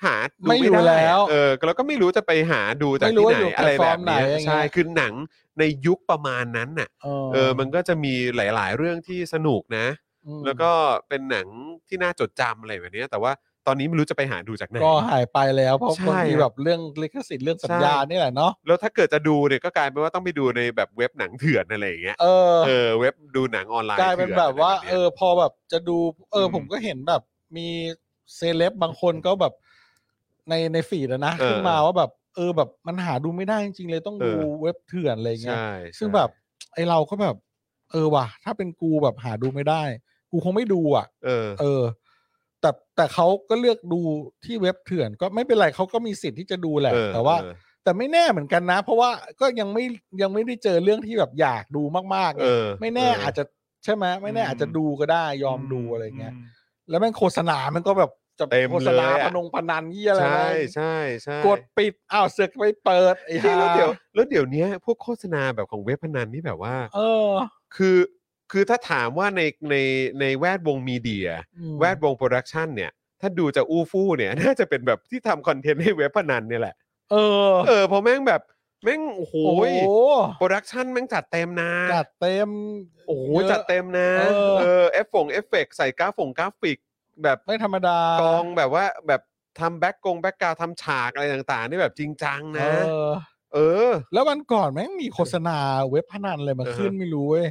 หาดู ไม่ ไม่ ดู ได้ แล้ว เออแล้วก็ไม่รู้จะไปหาดูจาก ไม่รู้ ที่ว่าน อไหยู่ อะไรแบบเนี้ย แพลตฟอร์มไหนอะไรเงี้ย ใช่คือหนังในยุคประมาณนั้นน่ะเออมันก็จะมีหลาย ๆ เรื่องที่สนุกนะ อืม แล้วก็เป็นหนังที่น่าจดจำอะไรแบบเนี้ยแต่ว่าตอนนี้ไม่รู้จะไปหาดูจากไหน ก็หายไปแล้วเพราะ ใช่ บางที ครับ แบบเรื่องลิขสิทธิ์เรื่องสัญญา ใช่ นี่แหละเนาะ แล้วถ้าเกิดจะดูเนี่ยก็กลายเป็นว่าต้องไปดูในแบบเว็บหนังเถื่อนอะไรอย่างเงี้ย เออ เออเว็บดูหนังออนไลน์ กลายเป็นแบบว่า เอ ถื่น อ อะไรแบบ พอแบบจะดู เอออ ม ผมก็เห็นแบบมีเซเลบบางคนก็แบบในในฟีดอะนะ เออ ขึ้นมาว่าแบบ เออแบบมันหาดูไม่ได้จริงๆเลยต้อง เออ ดูเว็บเถื่อนอะไร เนี้เงี้ยย ใช่ใช่ ซึ่งแบบไอเราก็แบบ เออว่ะ ถ้าเป็นกูแบบหาดูไม่ได้ กูคงไม่ดูอ่ะ เออ เออ แต่แต่เขาก็เลือกดูที่เว็บเถื่อนก็ไม่เป็นไรเขาก็มีสิทธิ์ที่จะดูแหละ เออ แต่ว่า เออ แต่ไม่แน่เหมือนกันนะ เพราะว่าก็ยังไม่ยังไม่ได้เจอเรื่องที่แบบอยากดูมากๆไง เออ ไม่แน่ เอออ อาจจะใช่ไหมไม่แน่อาจจะ อืม ดูก็ได้ยอมดูอะไรเงี้ย ม แล้วแม่งโฆษณามันก็แบบจะ เต็มเลยอะ โฆษณาพนงพนันยี่อะไรนะใช่ใช่ใช่ กดปิดอ้าวเสือกไปเปิดไอ้ นี่ ห่า แล้วเดี๋ยวแล้วเดี๋ยวเนี้ยพวกโฆษณาแบบของเว็บพนันนี่แบบว่า เออ คือคือถ้าถามว่าในในในแวดวงมีเดีย อืม แวดวงโปรดักชันเนี่ย ถ้าดูจะอู้ฟู่เนี่ย น่าจะเป็นแบบที่ทำคอนเทนต์ให้เว็บพนันเนี่ยแหละ เออ เออเพอแม่งแบบแม่งโอ้โห โอ้ย โปรดักชันแม่งจัดเต็มนะ จัดเต็ม โอ้โห เยอะ จัดเต็มนะ เออ เออเอฟฟงเอฟเฟกใส่กราฟงกราฟิก แบบ ไม่ธรรมดาก องแบบว่าแบบ ทำแบ็กกงแบ็กกราวทำฉากอะไรต่างๆ นี่แบบจริงจัง เอ นะ อ เออ แล้ววันก่อนแม่งมีโฆษณาเว็บพนันอะไรมา เออ ขึ้นไม่รู้เว้ย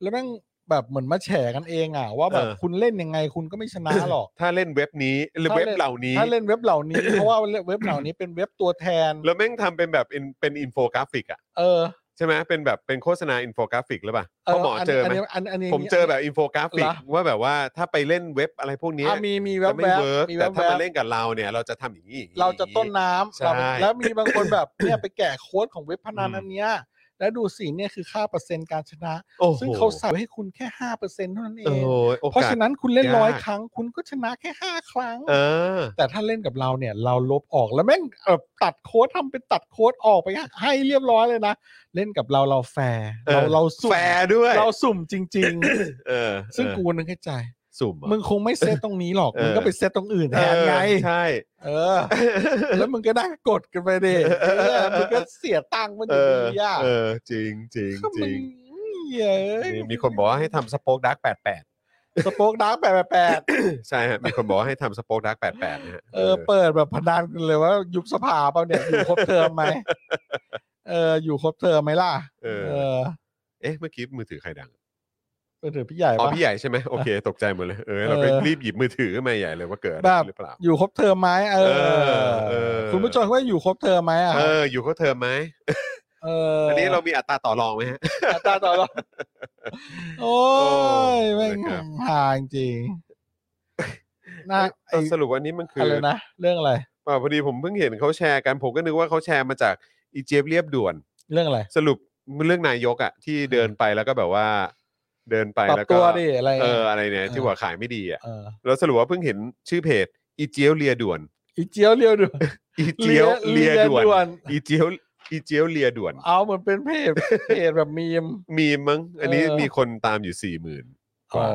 แล้วแม่งแบบเหมือนมาแฉกันเองอ่ะ ว่าแบบ เออ คุณเล่นยังไงคุณก็ไม่ชนะหรอก ถ้าเล่นเว็บนี้หรือ ถ้า เว็ เล่ บ น เหล่านี้ ถ้าเล่นเว็บเหล่านี้ เพราะว่าเว็บเหล่านี้เป็นเว็บตัวแทน แล้วแม่งทำเป็นแบบเป็นเป็นอินโฟกราฟิกอะ เออ ใช่ไหมเป็นแบบเป็นโฆษณาอินโฟกราฟิกหรือเปล่าพ่อหมอเจอไหม นนี้นนี้นนี้ ผมเจอแบบอินโฟกราฟิก เหรอ ว่าแบบว่าถ้าไปเล่นเว็บอะไรพวกเนี้ย อ่ะมีมีแว จะ บ ไม่ แวบ เวิร์ก มีแว แต่ บ ถ้า แว มา บ เล่นกับเราเนี่ย เราจะทำอย่างนี้ เราจะต้นน้ำ ใช่ เราแล้วมีบางคนแบบ เนี่ยไปแกะโค้ดของเว็บพนัน อืม อันเนี้ยแล้วดูสิเนี่ยคือค่าเปอร์เซ็นต์การชนะ โอ้โห ซึ่งเขาใส่ให้คุณแค่ห้าเปอร์เซ็นต์เท่านั้นเอ โอ้ ง โหโอ เพราะ กาส ฉะนั้นคุณเล่น ยาก ร้อยครั้ง คุณก็ชนะแค่ห้าครั้ง เออ แต่ถ้าเล่นกับเราเนี่ยเราลบออกแล้วแม่งเอ่อตัดโค้ดทำเป็นตัดโค้ดออกไปให้เรียบร้อยเลยนะ เล่นกับเราเราแฟร์ เออ เราเราสุ่ม แฟร์ด้วย เราสุ่มจริง เออ ๆ ซึ่งกูนึกให้ใจ สุ่มอะ มึงคงไม่เซตตรงนี้หรอก เออ มึงก็ไปเซตตรงอื่นแทนไง เออใช่ เออ แล้วมึงก็ได้กดกันไปเด็ เออ มึงก็เสียตังค์มันอ เอยู่ อ ดีอ่ะ เออจริงจริง ก็ จ มึ ริ ง ง เย้ย มีมีคนบอกว่าให้ทำสปอคดักแปดแปด สโป๊กดาร์กแปดแปด ใช่ ฮะมีคนบอกว่าให้ทำสปอคดักแปดแปดนะฮะ เออ เปิดแบบพนันกันเลยว่า ยุบสภาเปล่าเนี่ยอยู่ครบเทอมไหมเออ อยู่ครบเทอมไหมล่ะ เออ เออ เอ๊ะเมื่อกี้มือถือใครดัง มือถือพี่ใหญ่ อ๋อ ปะ พี่ใหญ่ใช่ไหมโอเค ตกใจหมดเลยเออเราไป เออ รีบหยิบมือถือขึ้นมาใหญ่เลยว่าเกิดอะไร แบบ หรือเปล่า อยู่ครบเทอมไหมเออ เออเออ คุณผู้ชมว่าอยู่ครบเทอมไหมอ่ะ เอออยู่เขาเทอมไหม เอออั อันนี้เรามีอัตราต่อรองไหมฮะ อัตราต่อ รองโอ้ย โอ้ แม่ง นะครับ ห่างจริงน่าไอ้ เออสรุปวันนี้มันคือ อะ อ ไรนะเรื่องอะไร เปล่าพอดีผมเพิ่งเห็นเขาแชร์กันผมก็นึกว่าเขาแชร์มาจากอีเจี๊ยบเรียบด่วน เรื่องอะไร สรุปเรื่องนายกอะที่เดินไปแล้วก็แบบว่า เดินไป ปรับ แล้วก็ ตัวดิอะไร เอ เงี้ย ออะไรเนี่ยที่ เออ หัวขายไม่ดีอะ เออ แล้วสรุปว่าเพิ่งเห็นชื่อเพจอีเจียวเลียด่วน อีเจียวเรียวด่วน อี เจียวเลียด่วน น อีเจียวอีเจียวเลียด่วน เอาเหมือนเป็นเพ จเพจแบบมีม มีมั้ง อันนี้ เออ มีคนตามอยู่สี่หมื่นกว่า อ๋อ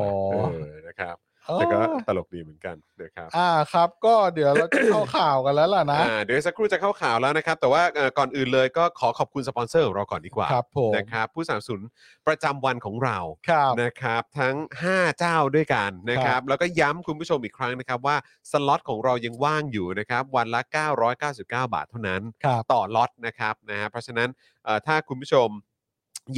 เออนะครับ แต่ก็ตลกดีเหมือนกันนะครับ อ่าครับ ก็เดี๋ยวเราจะเข้าข่าวกันแล้วล่ะนะ อ่าเดี๋ยวสักครู่จะเข้าข่าวแล้วนะครับ แต่ว่าเอ่อก่อนอื่นเลยก็ขอขอบคุณสปอนเซอร์ของเราก่อนดีกว่า ครับผม นะครับ ผู้สนับสนุนประจำวันของเรา ครับ นะครับทั้ง 5 เจ้าด้วยกันนะค ครั รับบ แล้วก็ย้ำคุณผู้ชมอีกครั้งนะครับว่าสล็อตของเรายังว่างอยู่นะครับวันละ 999 บาทเท่านั้น ครับ ต่อล็อตนะครับนะฮะเพราะฉะนั้นเอ่อถ้าคุณผู้ชม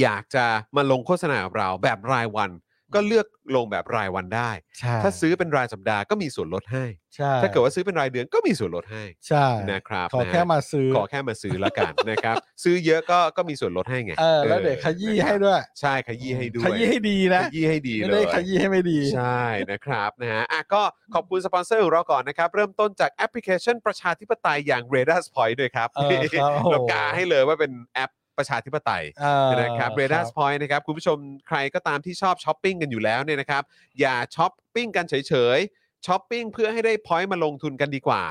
อยากจะมาลงโฆษณากับเราแบบรายวัน ก็เลือกลงแบบรายวันได้ ใช่ ถ้าซื้อเป็นรายสัปดาห์ก็มีส่วนลดให้ ใช่ ถ้าเกิดว่าซื้อเป็นรายเดือนก็มีส่วนลดให้ ใช่ นะครับ ขอ นะฮะ แค่มาซื้อ ขอแค่มาซื้อละกัน นะครับซื้อเยอะก็ก็มีส่วนลดให้ไง เออแล้วเดี๋ยวขยี้ให้ นะครับ ด้วย ใช่ขยี้ให้ด้วย ขยี้ให้ดีนะ ขยี้ให้ดี ไม่ เล ได้ ย ขยี้ให้ไม่ดี ใช่นะครับนะฮะอ่ะก็ขอบคุณสปอนเซอร์ของเราก่อนนะครับ เริ่มต้นจากแอปพลิเคชันประชาธิปไตยอย่าง r a d a r Point ด้วยครับ เออครับโอ้โห เรากาให้เลยว่าเป็นแอปประชาธิปไตย เออ นะครับ r a d a r Point นะครับ คุณผู้ชมใครก็ตามที่ชอบช้อปปิ้งกันอยู่แล้วเนี่ยนะครับ อย่าช้อปปิ้งกันเฉยๆช้อปปิ้งเพื่อให้ได้ point มาลงทุนกันดีกว่า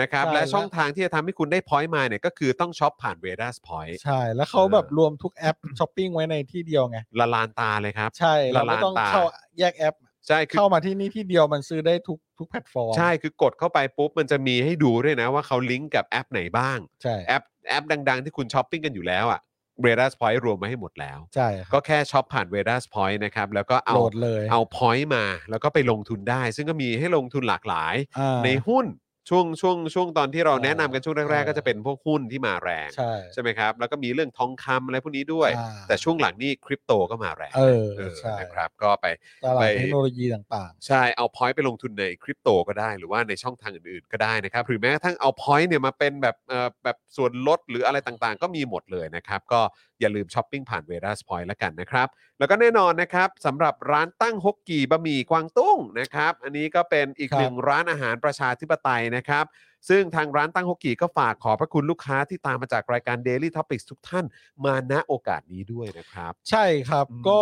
นะครับ ใช่ และช่องทางที่จะทำให้คุณได้ point มาเนี่ยก็คือต้องช้อปผ่าน r a d a r Point ใช่แล้วเขาแบบรวมทุกแอปช้อปปิ้งไว้ในที่เดียวไง ละลานตาเลยครับ ใช่เรา ละ ไม่ ลาน ต้อง ตา เข้าแยกแอป ใช่คือ เข้ามาที่นี่ที่เดียวมันซื้อได้ทุกทุกแพลตฟอร์ม ใช่ คือกดเข้าไปปุ๊บ มันจะมีให้ดูด้วยนะว่าเขาลิงก์กับแอปไหนบ้าง ใช่ แอปแอปดังๆ ที่คุณช้อปปิ้งกันอยู่แล้วอะ่ะเรด a r Point รวมมาให้หมดแล้ว ใช่ ก็แค่ช้อปผ่านเรด a r Point นะครับ แล้วก็เอา โหลดเลย เอา point มา แล้วก็ไปลงทุนได้ ซึ่งก็มีให้ลงทุนหลากหลาย อ่า ในหุ้นช่วงช่วงช่วงตอนที่เราแนะนำกันช่วงแรก อ่า ๆ ก็จะเป็นพวกหุ้นที่มาแรง ใช่ ใช่ไหมครับ แล้วก็มีเรื่องทองคำอะไรพวกนี้ด้วย อ่า แต่ช่วงหลังนี่คริปโตก็มาแรง เออ เออ ใช่ นะครับก็ไป ตลา ไป ดเทคโนโลยีต่าง ใช่ เอาพอยต์ไปลงทุนในคริปโตก็ได้หรือว่าในช่องทางอื่นๆก็ได้นะครับ หรือแม้กระทั่งเอาพอยต์เนี่ยมาเป็นแบบเอ่อแบบส่วนลดหรืออะไรต่างๆ ก็มีหมดเลยนะครับ ก็อย่าลืมช้อปปิ้งผ่านเวลาสพอยต์ละกันนะครับ แล้วก็แน่นอนนะครับสำหรับร้านตั้งฮกกีบะหมี่กวางตุ้งนะครับ อันนี้ก็เป็นอีก ครับ หนึ่งร้านอาหารประชาธิปไตยนะครับ ซึ่งทางร้านตั้งฮกกีก็ฝากขอบพระคุณลูกค้าที่ตามมาจากรายการ Daily Topics ทุกท่านมาณโอกาสนี้ด้วยนะครับ ๆ ใช่ครับ อืม ก็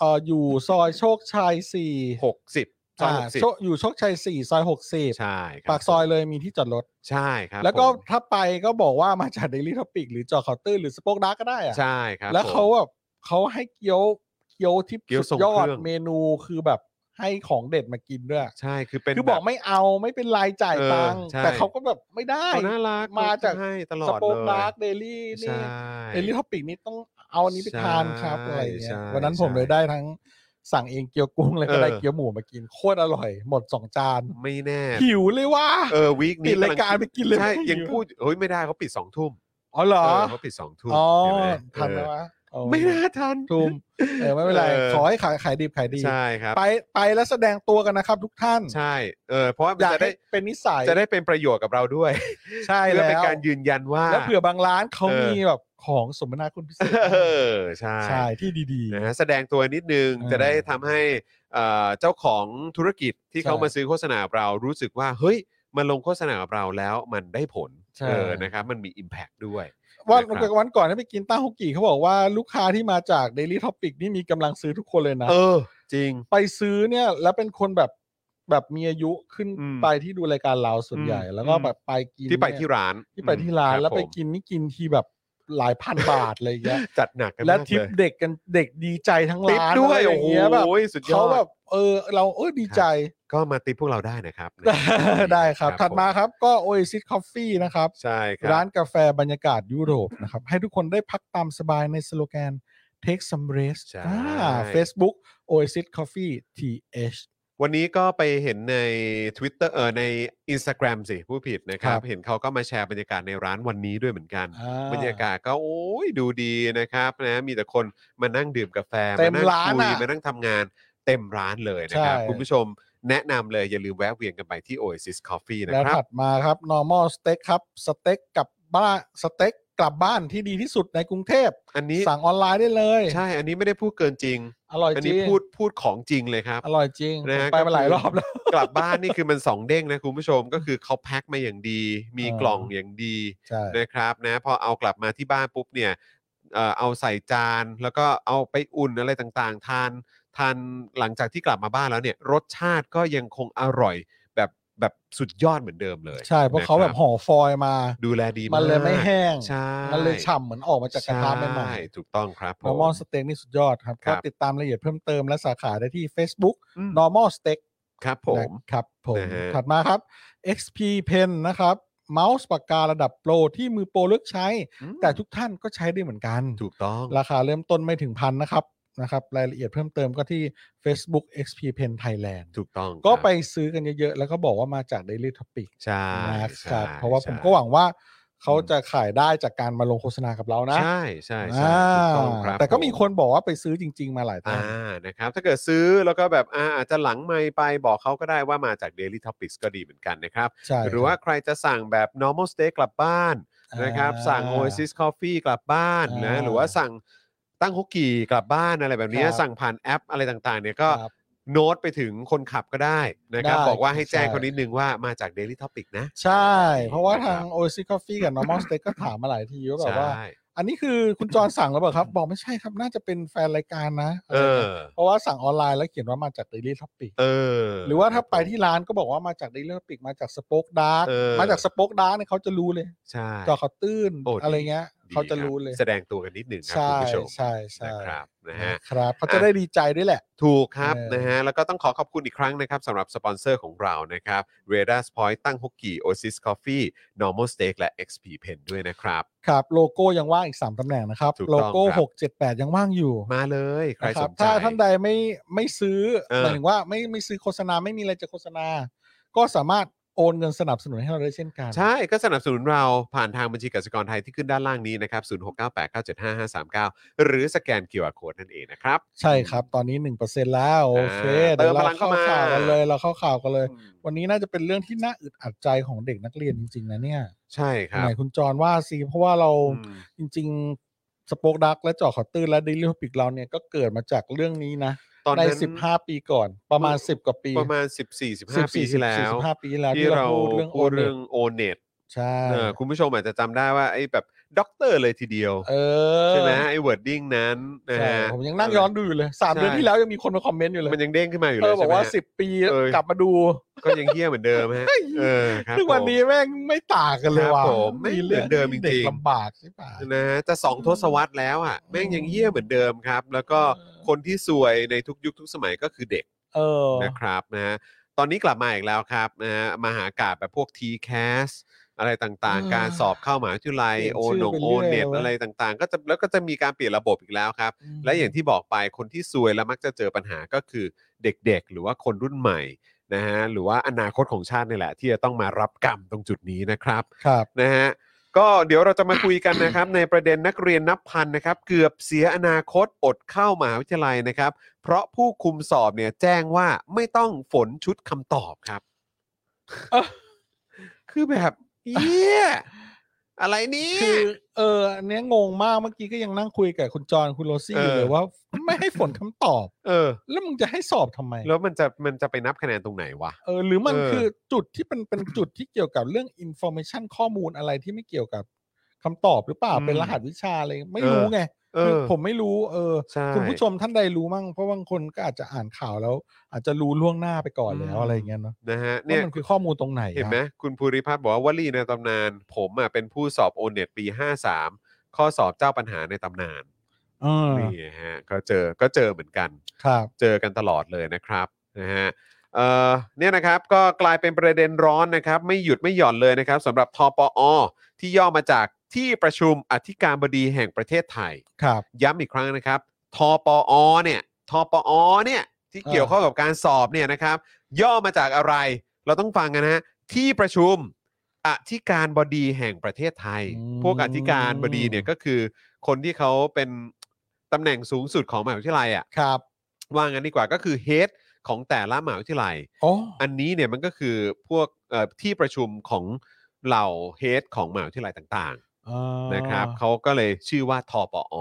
เอ่ออยู่ซอยโชคชัยสี่ 60ซอย อ่า หกสิบ โชอยู่โชคชัยสี่ซอยหกสิบ ใช่ครับ ปากซอยเลยมีที่จอดรถ ใช่ครับ แล้วก็ ผม ถ้าไปก็บอกว่ามาจาก Daily Topic หรือจอคอเตอร์หรือสป็อกดาร์ก็ได้อะ ใช่ครับ แล้ว ผม เขาแบบเขาให้เกี๊ยวเกี๊ยวที่ เกี๊ยวท สุ รง ดยอด เครื่อง เมนูคือแบบให้ของเด็ดมากินด้วย ใช่คือเป็น คือบอก แ ไม่เอาไม่เป็นรายจ่าย เออ ตังค์ ใช่ แต่เขาก็แบบไม่ได้ เขาน่ารัก มาจาก เขให้ตลอ ส ด ป็อก เลย ดาร์กเดลี่ ใช่ นี่เดลี่ท็อปิกนี่ต้องเอาอันนี้ไปทานครับ ใช่ อะไรอย่างเงี้ ใช่ ยวันนั้นผม ใช่ เลยได้ทั้ง สั่งเองเกี๊ยวกุ้งเลยก็ได้ เออ เกี๊ยวหมูมากินโคตรอร่อย หมดสองจาน ไม่แน่ หิวเลยว่า เออวีค ปิ นี้ ดรายการไปกินเลย ใช่ยัง หิว พูดเฮ้ยไม่ได้เขาปิดสองทุ่ม อ๋อเหร เอ อ อเขาปิดสองทุ่ม อ๋อ เห็นไหม ทันไหม เออ วะเออ ไม่น่าทัน ทุ่มเออไม่เป็นไร เออ ขอให้ขายขายดีขายดี ใช่ครับ ไปไปแล้วแสดงตัวกันนะครับ ทุกท่าน ใช่เออเพราะว่ามัน อยาก จะ ให้ ได้ เป็นนิสัย จะได้เป็นประโยชน์กับเราด้วย ใช่ เพื่ แล้ อ ว เป็นการยืนยันว่า แล้วเผื่อบางร้านเขา เออ มีแบบของสมนาคุณพิเศษ เออใช่ ใช่ที่ดี นะฮะแสดงตัวนิดนึง เออ จะได้ทำให้เอ่อเจ้าของธุรกิจที่ ใช่ เขามาซื้อโฆษณากับเรารู้สึกว่าเฮ้ยมันลงโฆษณากับเราแล้วมันได้ผล ใช่ เออนะครับมันมี Impact ด้วย ๆ ว่า นะครับ วันก่อนที่ไปกินต้าฮกกี้เขาบอกว่าลูกค้าที่มาจาก Daily Topic นี่มีกำลังซื้อทุกคนเลยนะ เออ จริง ไปซื้อเนี่ยแล้วเป็นคนแบบแบบมีอายุขึ้น อืม ไปที่ดูรายการเราส่วนใหญ่ อืม แล้วก็ อืม แบบไปกิน ที่ไป เนี่ย ที่ร้าน ที่ไปที่ร้าน คบ แล้วไป ผม กินนี่กินทีแบบหลาย พันบาทอะไรอย่างเงี้ย จัดหนักกัน และ มาก ทิป เย เด็กกันเด็กดีใจทั้ง ทิป ร้าน ด้วย ะไร โอ้ย่างโหเงี้ยแบบ สุดยอ เขา ด แบบเออเราเออดีใจ ก็มาติปพวกเราได้ นะครับ ได้ครับ ถัดมา ผ ครับก็ Oasis Coffee นะครับ ใช่ครับ ร้านกาแฟบรรยากาศยุโรปนะครับ ให้ทุกคนได้พักตามสบายในสโลแกน Take some rest ใช่ อ่า Facebook Oasis Coffee TH วันนี้ก็ไปเห็นใน Twitter เออใน Instagram สิผู้ผิดนะครัคบรับ เห็นเขาก็มาแชร์บรรยากาศในร้านวันนี้ด้วยเหมือนกัน อ่ บรรยากาศก็โอ้ยดูดีนะครับนะมีแต่คนมานั่งดื่มกาแฟ เต็ม นั่ง ร้าน คุย อ่ะ มานั่งทำงานเต็มร้านเลยนะครับ ใช่ คุณผู้ชมแนะนำเลยอย่าลืมแวะเวียนกันไปที่ Oasis Coffee นะ แล้ว ครั ถั บ ดมาครับ normal steak ครับ สเต็กกลับบ้านสเต็กกลับบ้านที่ดีที่สุดในกรุงเทพ อันนี้ สั่งออนไลน์ได้เลย ใช่อันนี้ไม่ได้พูดเกินจริง อร่อย อัน จริ นี้ ง พูดพูดของจริงเลยครับ อร่อยจริง นะฮะ ผมไป ก็คื มา อ หลายรอบแล้ว กลับบ้านนี่คือมันสองเด้งนะคุณผู้ชมก็คือเขาแพ็คมาอย่างดี มี เออ กล่องอย่างดี ใช่ นะครับนะพอเอากลับมาที่บ้านปุ๊บเนี่ยเอ่อเอาใส่จานแล้วก็เอาไปอุ่นอะไรต่างๆ ทานทานหลังจากที่กลับมาบ้านแล้วเนี่ยรสชาติก็ยังคงอร่อยแบบแบบสุดยอดเหมือนเดิมเลย ใช่เพราะเขาแบบ นค ห่อฟอยล์มา ดูแลดี มันเลย าก ไม่แห้ง ใช่ มันเลยฉ่ำเหมือนออกมาจากกระทะใหม่ ช่ถูกต้องครับผ ๆ normal steak นี่สุดยอดครับ ครั ก็ บ ติดตามรายละเอียดเพิ่มเติมและสาขาได้ที่ Facebook อืม normal steak ครับผม นะครับผม นะฮะ ถัดมาครับ XP Pen นะครับเมาส์ปากการะดับโปรที่มือโปรเลือกใช้ อืม แต่ทุกท่านก็ใช้ได้เหมือนกัน ถูกต้อง ราคาเริ่มต้นไม่ถึงพันนะครับนะครับ รายละเอียดเพิ่มเติมก็ที่ Facebook XP Pen Thailand ถูกต้อง ก็ ครับ ไปซื้อกันเยอะๆ แล้วก็บอกว่ามาจาก Daily Topic ใช่ นะครับ ใช่ เพราะว่าผม ใช่ ก็หวังว่าเขา อืม จะขายได้จากการมาลงโฆษณากับเรานะ ใช่ใช่ใช่ อ่า ถูกต้องครับ แต่ก็ ผ มีคนบอกว่าไปซื้อจริง ๆ มาหลายท่า อ่าน นะครับ ถ้าเกิดซื้อแล้วก็แบบอาอาจจะหลังไม่ไปบอกเขาก็ได้ว่ามาจาก Daily Topics ก็ดีเหมือนกันนะครับ ใช่ หรือว่า คบ ใครจะสั่งแบบ normal steak กลับบ้านนะครับ สั่ง อ่า Oasis Coffee กลับบ้านนะ อ่า หรือว่าสั่งตั้งฮกกี้กลับบ้านอะไรแบบเนี้ย ครับ สั่งผ่านแอปอะไรต่างๆเนี่ยก็ ครับ โน้ตไปถึงคนขับก็ได้นะครับ ได้ บอกว่าให้แจ้ง ใช่ เขานิดนึงว่ามาจาก Daily Topic นะ ใช่ เพราะว่าทาง น o s i Coffee กับ Normal Steak ก็ถามมาหลายทีว่า ค แบบ รับ ว่า ใช่ อันนี้คือคุณจรสั่งแล้วเปล่าครับ บอกไม่ใช่ครับน่าจะเป็นแฟนรายการนะ เออ เพราะว่าสั่งออนไลน์แล้วเขียนว่ามาจาก Daily Topic เออ หรือว่าถ้าไปที่ร้านก็บอกว่ามาจาก Daily Topic มาจาก Spoke Dark เออ มาจาก Spoke Dark เนี่ยเขาจะรู้เลย ใช่ จอเขาตื้น โอ้ดี อะไรเงี้ย ดี เขาจะ คบ รู้เลย แสดงตัวกันนิดหนึ่งครับ ใช่ คุณผู้ชม ใช่ใช่ นะครับนะฮะ นะครับเขาจะได้ดีใจด้วยแหละ ถูกครับ เออ นะฮะแล้วก็ต้องขอขอบคุณอีกครั้งนะครับสำหรับสปอนเซอร์ของเรานะครับ r a d a r Point ตั้งฮกกี้ Oasis Coffee Normal Steak และ XP Pen ด้วยนะครับ ครับโลโก้ยังว่างอีก 3ตำแหน่งนะครับ ถูกต้อง โลโก้ ครับ หกเจ็ดแปดยังว่างอยู่ มาเลย ใคร นะค ส รับ นใจ ถ้าท่านใดไม่ไม่ซื้อ เอหอมายถึงว่าไม่ไม่ซื้อโฆษณาไม่มีอะไรจะโฆษณา ก็สามารถโอนเงินสนับสนุนให้เราได้เช่นกัน ใช่ก็สนับสนุนเราผ่านทางบัญชีกสิกรไทยที่ขึ้นด้านล่างนี้นะครับ 0698975539 หรือสแกน QR Code นั่นเองนะครับ ใช่ครับ ตอนนี้ 1%แล้วโอเค อ่า เดี๋ยว เติมพ เรา ลังเข้า เข้า มา ข่าวกันเลยเราเข้าข่าวกันเลย วันนี้น่าจะเป็นเรื่องที่น่าอึดอัดใจของเด็กนักเรียนจริงๆนะเนี่ย ใช่ครั ไห บ นคุณจรว่าซีเพราะว่าเรา อืม จริง ๆ สปอกดักและเจาะขอตื้นและดิลิทปิกเราเนี่ยก็เกิดมาจากเรื่องนี้นะ ตอน ใน นั้น 15 ปีก่อนประมาณ 10 กว่าปี ประมาณ 14-15 ปีที่แล้ว 15ปีที่แล้ว ที่ ที่เรา เรา พูดเรื่องโอ พูด เน เรื่องโอเน็ต ใช่ เออคุณผู้ชมอาจจะจำได้ว่าไอ้แบบด็อกเตอร์เลยทีเดียว เออ ใช่ไหมไอ้เวิร์ดดิ้งนั้นนะ ใช่ ฮะ ผมยังนั่งย้อนดูอยู่เลยสาม ใช่ เดือนที่แล้วยังมีคนมาคอมเมนต์อยู่เลย มันยังเด้งขึ้นมาอยู่เล เอย อ ใช่ไหบมอกว่า ฮะ สิบปี เออ กลับมาดู ก็ยังเฮี้ยเหมือนเดิมฮะเออครับ ซึ่งวัน ผม นี้แม่งไม่ต่างกันเลย ครับ ว่ะ ผมไม่เหมือนเดิมจริงๆ เด็กลำบากใช่ปะ นะฮะจะสองทศวรรษแล้วอ่ะแม่งยังเฮี้ยเหมือนเดิมครับ แล้วก็ เออ คนที่สวยในทุกยุคทุกสมัยก็คือเด็ก เออ นะครับนะฮะตอนนี้กลับมาอีกแล้วครับนะฮะมหากาบแบบพวก t c a s อะไรต่าง อ่า ๆ การสอบเข้ามหาวิทยาลัย เปลี่ยน โอ ชื่ หน อง ไป โอ เรื่อย เน็ต เว้ย อะไรต่างๆ ก็จะแล้วก็จะมีการเปลี่ยนระบบอีกแล้วครับ และอย่างที่บอกไปคนที่ซวยและมักจะเจอปัญหาก็คือเด็กๆ หรือว่าคนรุ่นใหม่นะฮะหรือว่าอนาคตของชาตินี่แหละ ที่จะต้องมารับกรรมตรงจุดนี้นะครับ ครับ นะฮะก็เดี๋ยวเราจะมาคุยกันนะครับ ในประเด็นนักเรียนนับพันนะครับ เกือบเสียอนาคตอดเข้ามหาวิทยาลัยนะครับ เพราะผู้คุมสอบเนี่ยแจ้งว่าไม่ต้องฝนชุดคำตอบ ครับ คือแบบเยี่ยอะไรเนี่ย คือเอออันเนี้ยงงมากเมื่อกี้ก็ยังนั่งคุยกับคุณจรคุณโรซี่อยู่ เออ เลยว่า ไม่ให้ฝนคำตอบ เออ แล้วมึงจะให้สอบทำไม แล้วมันจะมันจะไปนับคะแนนตรงไหนวะ เออหรือมัน เออ คือจุดที่เป็นเป็นจุดที่เกี่ยวกับเรื่องอินโฟมชันข้อมูลอะไรที่ไม่เกี่ยวกับคำตอบหรือเปล่าเป็นรหัสวิชาอะไรไม่รู้ไง เอ คือ อ ผมไม่รู้เออ ใช่ คุณผู้ชมท่านใดรู้มั่งเพราะบางคนก็อาจจะอ่านข่าวแล้ว อาจจะรู้ล่วงหน้าไปก่อนแล้ว อืม อะไรอย่างเงี้ยเนาะ นะฮะเนี่ ว่าย มันคือข้อมูลตรงไหนอะ เห็นไหมคุณภูริพัฒน์บอกว่าวลีในตำนาน ผมอ่ะเป็นผู้สอบโอเน็ตปี 53 ข้อสอบเจ้าปัญหาในตำนาน เออ นี่ฮะก็เจอก็เจอเหมือนกัน ครับ เจอกันตลอดเลยนะครับนะฮะเอ่อเนี่ยนะครับก็กลายเป็นประเด็นร้อนนะครับ ไม่หยุดไม่หย่อนเลยนะครับสำหรับทปอ ที่ย่อมาจากที่ประชุมอธิการบดีแห่งประเทศไทย ครับ ย้ำอีกครั้งนะครับทปอเนี่ยทปอเนี่ยที่เกี่ยวข้องกับการสอบเนี่ยนะครับ ย่อมาจากอะไรเราต้องฟังกันนะฮะที่ประชุมอธิการบดีแห่งประเทศไทย อืม พวกอธิการบดีเนี่ยก็คือคนที่เขาเป็นตำแหน่งสูงสุดของมหาวิทยาลัยอ่ะ ครับ ว่างั้นดีกว่าก็คือเฮดของแต่ละมหาวิทยาลัย โอ้ อันนี้เนี่ยมันก็คือพวกเอ่อที่ประชุมของเหล่าเฮดของมหาวิทยาลัยต่าง อ่า ๆนะครับเขาก็เลยชื่อว่าทปอ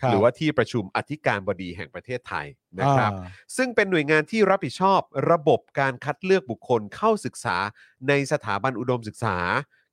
คบ หรือว่าที่ประชุมอธิการบดีแห่งประเทศไทยนะครับ อ่า ซึ่งเป็นหน่วยงานที่รับผิดชอบระบบการคัดเลือกบุคคลเข้าศึกษาในสถาบันอุดมศึกษา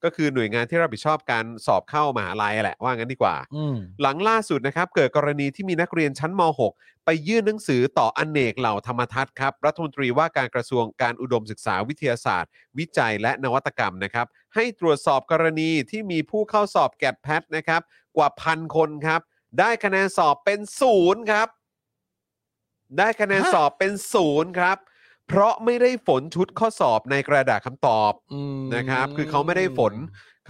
ก็คือหน่วยงานที่รับผิดชอบการสอบเข้ามหาลัยแหละว่างั้นดีกว่า อืม หลังล่าสุดนะครับ เกิดกรณีที่มีนักเรียนชั้นม .6 ไปยื่นหนังสือต่ออนเนกเหล่าธรรมทัศน์ครับ รัฐมนตรีว่าการกระทรวงการอุดมศึกษาวิทยาศาสตร์ วิจัยและนวัตกรรมนะครับ ให้ตรวจสอบกรณีที่มีผู้เข้าสอบแกดแพทนะครับ กว่าพันคนครับ ได้คะแนนสอบเป็นศูนย์ครับ ได้คะแนนสอบเป็นศูนย์ครับ เพราะไม่ได้ฝนชุดข้อสอบในกระดาษคำตอบ อืม นะครับคือเขาไม่ได้ฝน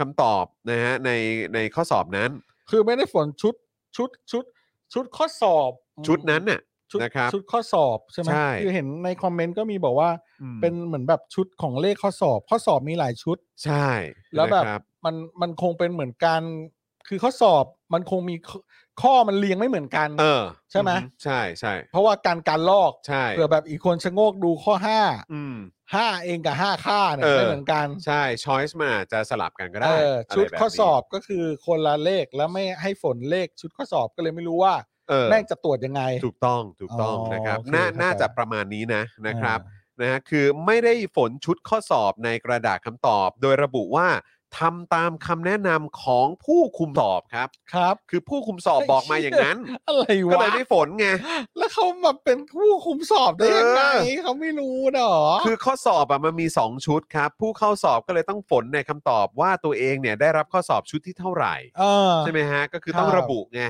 คำตอบนะฮะในในข้อสอบนั้น คือไม่ได้ฝนชุดชุดชุด ชุดข้อสอบ ชุดนั้นน่ะ ชุด นะครับ ชุดข้อสอบใช่ไหม ใช่ คือเห็นในคอมเมนต์ก็มีบอกว่า อืม เป็นเหมือนแบบชุดของเลขข้อสอบ ข้อสอบมีหลายชุด ใช่ แล้วแบบ นะครั มันมันคงเป็นเหมือนการคือข้อสอบมันคงมีข้อข้อมันเรียงไม่เหมือนกัน เออ ใช่ไหม อือใช่ใช่ เพราะว่าการการลอก ใช่ เผื่อแบบอีกคนชะโงกดูข้อห้า อืม ห้าเองกับห้าค่าเนี่ย เออ ไม่เหมือนกัน ใช่ช้อยส์มันอาจจะสลับกันก็ได้ เออ อะไร ชุด แบบนี้ ข้อสอบก็คือคนละเลขแล้วไม่ให้ฝนเลขชุดข้อสอบก็เลยไม่รู้ว่า เออ แม่งจะตรวจยังไง ถูกต้องถูกต้อง อ๋อ นะครับ โอเค น่า เข้าใจ น่าจะประมาณนี้นะนะครับนะฮะคือไม่ได้ฝนชุดข้อสอบในกระดาษคำตอบ โดยระบุว่าทำตามคำแนะนำของผู้คุมสอบครับ ครับ คือผู้คุมสอบบอกมาอย่างนั้น อะไร ก็ วะ เลยไม่ฝนไง แล้วเขามาเป็นผู้คุมสอบได้ยังไง เออ เขาไม่รู้หรอ คือข้อสอบอะมันมี 2 ชุดครับ ผู้เข้าสอบก็เลยต้องฝนในคำตอบว่าตัวเองเนี่ยได้รับข้อสอบชุดที่เท่าไหร่ เออ ใช่ไหมฮะ ก็คือต้อคงรับ ระบุไง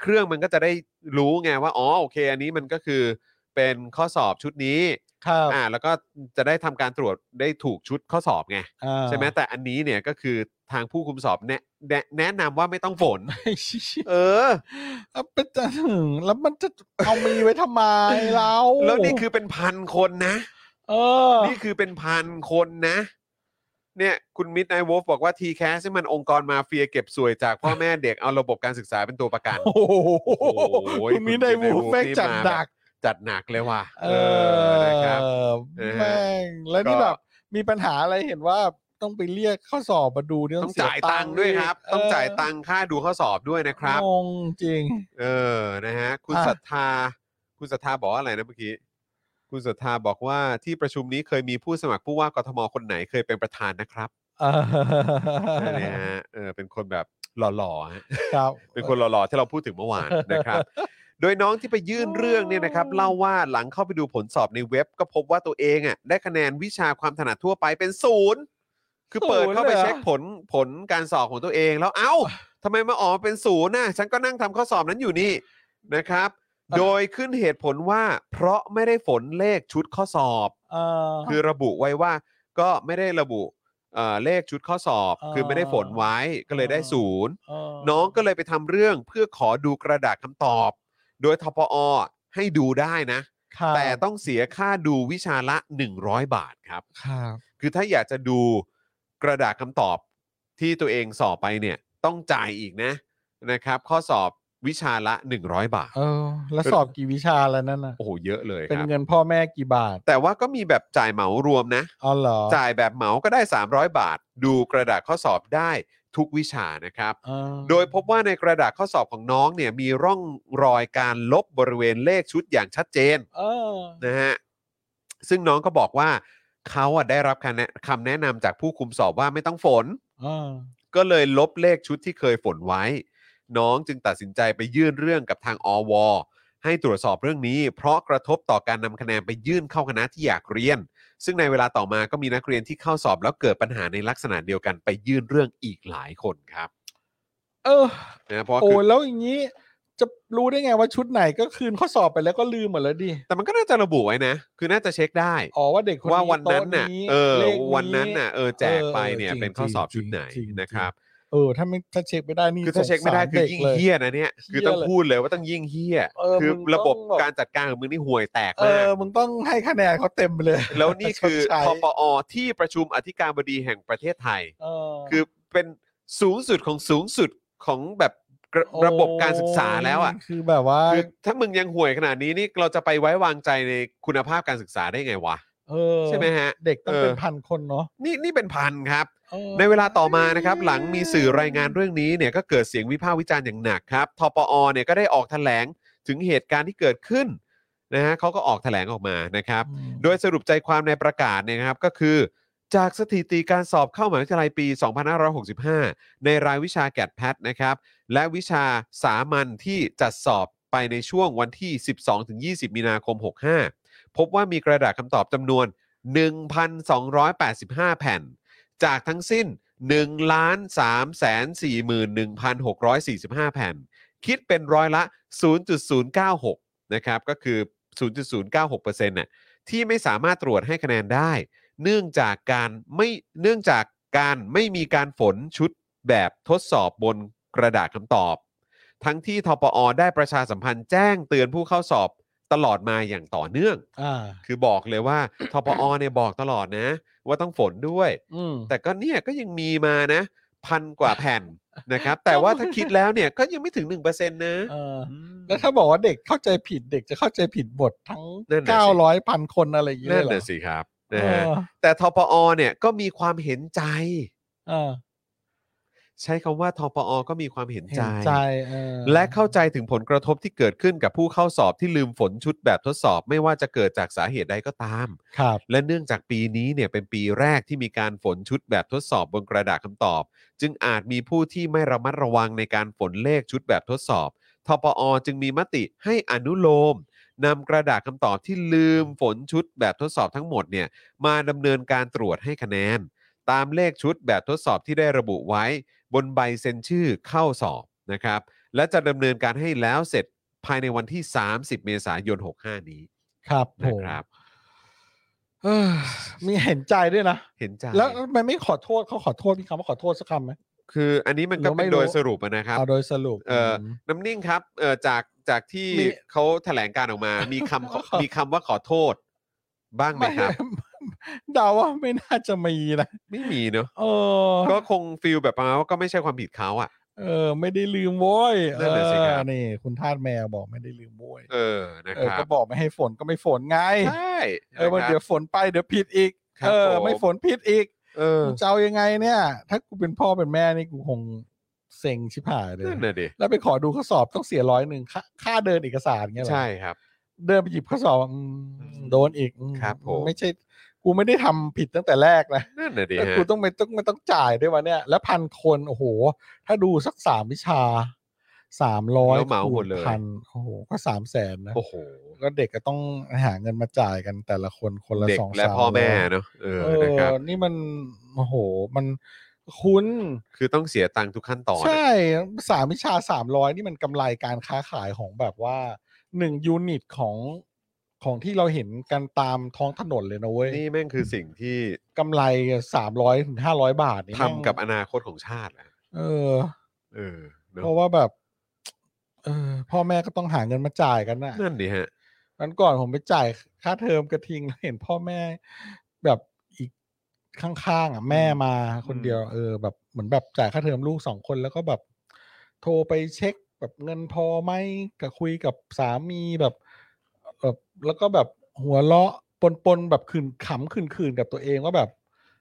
เครื่องมันก็จะได้รู้ไงว่า อ๋อ โอเค อันนี้มันก็คือเป็นข้อสอบชุดนี้ ครับ อ่า แล้วก็จะได้ทำการตรวจได้ถูกชุดข้อสอบไง อ่า ใช่ไหมแต่อันนี้เนี่ยก็คือทางผู้คุมสอบแนะแนะแนะนำว่าไม่ต้องฝน ไอ้เหี้ย เออ เอาไปจะถึงแล้วมันจะเอามีไว้ทำไมเรา แล้วนี่คือเป็นพันคนนะ เออ นี่คือเป็นพันคนนะ เนี่ยคุณมิดไนวอฟบอกว่าทีแคสมันองค์กรมาเฟียเก็บสวยจากพ่อแม่เด็กเอาระบบการศึกษาเป็นตัวประกัน โอ้โห โอ้ย คุณมีได้ คุณมี บู ได้ แม่ง บู จัด นี่มา หนัก จัดหนักเลยว่ะ เอ นะครับ อ นะฮะ แม่งแล้วนี่ ก็ แบบมีปัญหาอะไรเห็นว่าต้องไปเรียกข้อสอบมาดูเนี่ย ต้อง เสี จ่ายตังค์ด้วยครับ เ ต้องจ่ายตังค่าดูข้อสอบด้วยนะครับ งงจริง เออ นะฮะ คุณ อ่ะ ศรัทธา คุณศรัทธาบอกว่าอะไรนะเมื่อกี้ คุณศรัทธาบอกว่าที่ประชุมนี้เคยมีผู้สมัครผู้ว่ากทมคนไหนเคยเป็นประธานนะครับ เออ นะฮะ เออ เป็นคนแบบหล่อๆฮะ ครับ เป็นคนหล่อๆ ที่เราพูดถึงเมื่อวาน นะครับ โดยน้องที่ไปยื่นเรื่องเนี่ยนะครับ เล่าว่าหลังเข้าไปดูผลสอบในเว็บ ก็พบว่าตัวเองอ่ะได้คะแนนวิชาความถนัดทั่วไปเป็นศูนย์คือเปิดเข้าไป ศูนย์เลยเหรอ เช็คผลผลการสอบของตัวเองแล้วเอ้าทำไมมาออกมาเป็นศูนย์น่ะฉันก็นั่งทำข้อสอบนั้นอยู่นี่นะครับ โดยขึ้นเหตุผลว่า เพราะไม่ได้ฝนเลขชุดข้อสอบ เออ คือระบุไว้ว่าก็ไม่ได้ระบุ เอ่อเลขชุดข้อสอบ อ่า คือไม่ได้ฝนไว้ก็เลยได้ อ่า ศูนย์ เออ น้องก็เลยไปทำเรื่องเพื่อขอดูกระดาษคำตอบ โดยทปอให้ดูได้นะ ครับ แต่ต้องเสียค่าดูวิชาละ 100 บาทครับ ครับ คือถ้าอยากจะดูกระดาษคำตอบที่ตัวเองสอบไปเนี่ยต้องจ่ายอีกนะนะครับ ข้อสอบวิชาละ 100 บาท เออ แล้วสอบกี่วิชาแล้วนั่นน่ะ โอ้โหเยอะเลย เป็น ครับ เงินพ่อแม่กี่บาท แต่ว่าก็มีแบบจ่ายเหมารวมนะ อ๋อเหรอ จ่ายแบบเหมาก็ได้ 300 บาท ดูกระดาษข้อสอบได้ทุกวิชานะครับ เออ โดยพบว่าในกระดาษข้อสอบของน้องเนี่ยมีร่องรอยการลบบริเวณเลขชุดอย่างชัดเจน เออ นะฮะซึ่งน้องก็บอกว่าเขาอะได้รับคำแนะคำแนะนำจากผู้คุมสอบว่าไม่ต้องฝน เออ ก็เลยลบเลขชุดที่เคยฝนไว้ น้องจึงตัดสินใจไปยื่นเรื่องกับทางอว ให้ตรวจสอบเรื่องนี้ เพราะกระทบต่อการนำคะแนนไปยื่นเข้าคณะที่อยากเรียน ซึ่งในเวลาต่อมาก็มีนักเรียนที่เข้าสอบแล้วเกิดปัญหาในลักษณะเดียวกันไปยื่นเรื่องอีกหลายคนครับ เออ นะเพราะ โอ้ คือ แล้วอย่างนี้ จะรู้ได้ไงว่าชุดไหนก็คืนข้อสอบไปแล้วก็ลืมหมดแล้วดิ แต่มันก็น่าจะระบุไว้นะ คือน่าจะเช็คได้ อ๋อว่าเด็กคน ว่า นี้ วันนั้นน่ะ โต๊ เออ ลข วันนั้นน่ะเออแจกไปเนี่ย เออจริง เป็นข้อสอบชุดไหน จริงจริง นะครับ เออ ถ้าไม่ถ้าเช็คไม่ได้นี่ คือถ้าเช็คไม่ได้ สงสร คือ ด็ก ยิ่ง ล เฮี้ยนะเนี่ย คือต้อง เหี้ยเลย พูดเลยว่าต้องยิ่งเฮี้ย เออ คือ มึงต้อง ระบบ แบบ การจัดการของมึงนี่ห่วยแตก เอ มาก อมึงต้องให้คะแนนเขาเต็มไปเลย แล้วนี่คือ ชดใช้ ทปอที่ประชุมอธิการบดีแห่งประเทศไทย เออ คือเป็นสูงสุดของสูงสุดของแบบกระ โอ้ ระบบการศึกษาแล้วอ่ะ คือแบบว่า คือถ้ามึงยังห่วยขนาดนี้นี่เราจะไปไว้วางใจในคุณภาพการศึกษาได้ไงวะ เออ ใช่ไหมฮะ เด็กต้องเป็น เออ พันคนเนาะ นี่นี่เป็นพันครับ เออ ในเวลาต่อมานะครับหลังมีสื่อรายงานเรื่องนี้เนี่ยก็เกิดเสียงวิพากษ์วิจารณ์อย่างหนักครับทปอเนี่ยก็ได้ออกแถลงถึงเหตุการณ์ที่เกิดขึ้นนะฮะเขาก็ออกแถลงออกมานะครับ อืม โดยสรุปใจความในประกาศเนี่ยนะครับก็คือ จากสถิติการสอบเข้ามหาวิทยาลัยปี 2565 ในรายวิชาแกดแพทนะครับ และวิชาสามัญที่จัดสอบไปในช่วงวันที่ 12-20 มีนาคม 65 พบว่ามีกระดาษคำตอบจำนวน 1,285 แผ่น จากทั้งสิ้น 1 3 4 1 6 4 5 แผ่น คิดเป็นร้อยละ 0.096 นะครับ ก็คือ 0.096%เนี่ยที่ไม่สามารถตรวจให้คะแนนได้ เนื่องจากการไม่เนื่องจากการไม่มีการฝนชุดแบบทดสอบบนกระดาษคำตอบ ทั้งที่ทปอได้ประชาสัมพันธ์แจ้งเตือนผู้เข้าสอบตลอดมาอย่างต่อเนื่อง อ่า คือบอกเลยว่า ทปอเนี่ยบอกตลอดนะ ว่าต้องฝนด้วย อืม แต่ก็เนี่ยก็ยังมีมานะ พันกว่าแผ่น นะครับ แต่ว่าถ้าคิดแล้วเนี่ยก็ยังไม่ถึง 1%นะ เออ ม แล้วถ้าบอกว่าเด็กเข้าใจผิดเด็กจะเข้าใจผิดบททั้ง นั่นน่ะสิ เก้าร้อยพันคนอะไรอย่างเงี้ย นั่ เลยนเหรอ น่ะสิครับ เอ นะฮะ อ แต่ทปอเนี่ยก็มีความเห็นใจ เออ ใช้คำว่าทปอก็มีความเห็น เห็ ใจ นใจเออ และเข้าใจถึงผลกระทบที่เกิดขึ้นกับผู้เข้าสอบที่ลืมฝนชุดแบบทดสอบ ไม่ว่าจะเกิดจากสาเหตุใดก็ตาม ครับ และเนื่องจากปีนี้เนี่ยเป็นปีแรกที่มีการฝนชุดแบบทดสอบบนกระดาษคำตอบ จึงอาจมีผู้ที่ไม่ระมัดระวังในการฝนเลขชุดแบบทดสอบทปอจึงมีมติให้อนุโลมนำกระดาษคำตอบที่ลืมฝนชุดแบบทดสอบทั้งหมดเนี่ยมาดำเนินการตรวจให้คะแนน ตามเลขชุดแบบทดสอบที่ได้ระบุไว้ บนใบเซ็นชื่อเข้าสอบนะครับ และจะดำเนินการให้แล้วเสร็จภายในวันที่ 30 เมษายน 65 นี้ ครับผ นะ ม ครับ เออมีเห็นใจด้วยนะ เห็นใจ แล้วมันไม่ขอโทษเขาขอโทษมีคำว่าขอโทษสักคำไหม คืออันนี้มันก็ เราไม่ เป็นโดย รู้ สรุปอะนะครับ เอาโดยสรุป เอ่อ ม น้ำนิ่งครับเอ่อจากจากที่ มี เขาแถลงการออกมา มีค ขอ ำมีคำว่าขอโทษ บ้างไหมครับ เดาว่าไม่น่าจะมีนะ ไม่มีเนอะ เออ ก็คงฟีลแบบประมาณว่าก็ไม่ใช่ความผิดเขาอ่ะ เออ ไม่ได้ลืมโว้ยเอ นั่นน่ะสิครับ อนี่คุณทาสแมวบอกไม่ได้ลืมโว้ย เออนะ เอ ค อ รั ก็ บ บอกไม่ให้ฝนก็ไม่ฝนไง ใช่ เออมัน นะค เดี๋ รั ย บ วฝนไปเดี๋ยวผิดอีก ครับ เออ ผม ไม่ฝนผิดอีก เออ กูจะเอายังไงเนี่ย ถ้ากูเป็นพ่อเป็นแม่นี่กูคงเซ็งชิบหายเลย นั่นน่ะดิ แล้วไปขอดูข้อสอบต้องเสียร้อยหนึ่งค่าค่าเดินเอกสารเงี้ยเหรอ ใช่ครับ เดินไปหยิบข้อสอบอืมโดนอีกอืม ครับผม ไม่ใช่ กูไม่ได้ทำผิดตั้งแต่แรกนะ นั่นน่ะดิ แต่ ฮะ กูต้องไม่ต้องไม่ต้องจ่ายด้วยวะเนี่ย แล้วพันคนโอ้โห ถ้าดูสักสามวิชาสามร้อย แล้วเหมาหมดเลย พันโอ้โหก็สามแสนนะ โอ้โห ก็เด็กก็ต้องหาเงินมาจ่ายกันแต่ละคนคนละ เด็ก สอง และ สาม พ่อแม่ ร้ย เนอะเออ เอ นะครับ อ นี่มันโอ้โห มันคุ้น คือต้องเสียตังค์ทุกขั้นตอนอะ ใช่สามวิชาสามร้อยนี่มันกำไรการค้าขายของแบบว่าหนึ่งยูนิตของ ของที่เราเห็นกันตามท้องถนนเลยนะเว้ย นี่แม่งคือสิ่งที่ กำไรสามร้อยถึงห้าร้อยบาทนี่ ทำ แม่ง กับอนาคตของชาติอะ เออ เออเนอะ เพราะว่าแบบเออพ่อแม่ก็ต้องหาเงินมาจ่ายกันน่ะ นั่นดิฮะ นั้นก่อนผมไปจ่ายค่าเทอมกระทิงแล้วเห็นพ่อแม่แบบอีกข้างๆอ่ะแม่มาคน อืม เดียว เออ แบบเหมือนแบบจ่ายค่าเทอมลูกสองคนแล้วก็แบบ โทรไปเช็คแบบเงินพอไหมกับคุยกับสามีแบบแบบแล้วก็แบบหัวเราะปนๆแบบขืนขำขืนๆกับตัวเองว่าแบบ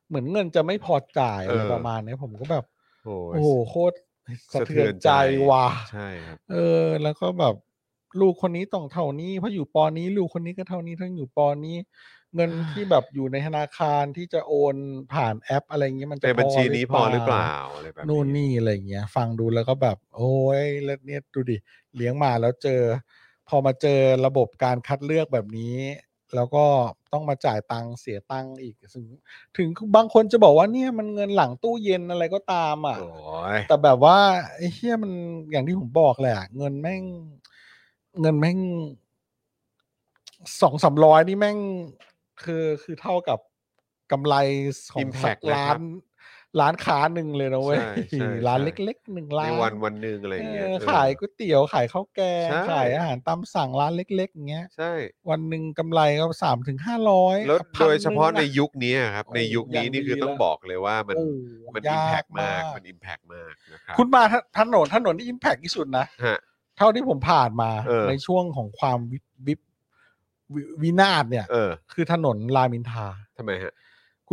เหมือนเงินจะไม่พอจ่ายอะไรประมาณเนี้ยผมก็แบบ โอ้ย โอ้โหโคตรสะ สะเทื เทือ อน น ใจ ใจ ว่ะ ใช่ครับ เออ แล้วก็แบบ ลูกคนนี้ต้องเท่านี้เพราะอยู่ปอนี้ ลูกคนนี้ก็เท่านี้ทั้งอยู่ปอนี้ เงินที่แบบอยู่ในธนาคารที่จะโอนผ่านแอปอะไรเงี้ยมันจะ ในบัญชีนี้พอหรือเปล่าอะไรแบบ นู่นนี่อะไรเงี้ย ฟังดูแล้วก็แบบ โอ้ยแล้วเนี่ยดูดิเลี้ยงมาแล้วเจอ พอมาเจอระบบการคัดเลือกแบบนี้ แล้วก็ต้องมาจ่ายตังค์เสียตังค์อีกถึงถึงบางคนจะบอกว่าเนี่ยมันเงินหลังตู้เย็นอะไรก็ตามอ่ะ โอ้ย แต่แบบว่าไอ้เฮียมันอย่างที่ผมบอกแหลยอะเงินแม่ง เงินแม่งสองสามร้อยนี่แม่ง คือคือเท่ากับกำไรของสักร้านร้านค้าหนึ่งเลยนะเว้ย ใช่ใช่ ร้าน ใช่ เล็กๆหนึ่งร้าน ในวันวันหนึ่งอะไรอย่างเงี้ย เออ เออ ขายก๋วยเตี๋ยวขายข้าวแกง ใช่ ขายอาหารตามสั่งร้านเล็กๆอย่างเงี้ย ใช่ วันหนึ่งกำไรก็สามถึงห้าร้อย แล้ว พัน โดยเฉพาะ ห ใน นึ่งอ ยุคนี้ครับ ในยุคนี้ อย่างดี นี่คือต้อง แล้ว บอกเลยว่ามัน โอ้โห มัน ย อิมแพ าก กมาก มาก มันอิมแพกมากนะครับ คุณมาถนนถนนที่อิมแพกที่สุดนะ ฮะ เท่าที่ผมผ่านมา เออ ในช่วงของความวิบวิบววินาศเนี่ย เออ คือถนนรามอินทรา ทำไมฮะ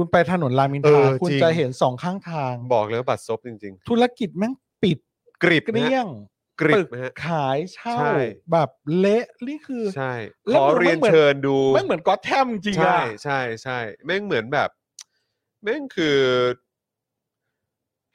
คุณไปถนนรามอินทรา เออ คุณ จริง จะเห็นสองข้างทาง บอกเลยว่าบัตรซบจริง ธุรกิจแม่งปิด ๆ กริบ เก นะ ลี้ย ฮะ ง กริ ตึ บ ก นะฮะ ขายเช่า ใช่ แบบเละนี่คือ ใช่ แล้ ข ว อ มัน เรียน เหมือน เชิญดู ไม่เหมือนกอตแทมจริงๆ ใช่ อะ ใช่ใช่แม่งเหมือนแบบ แม่งคือ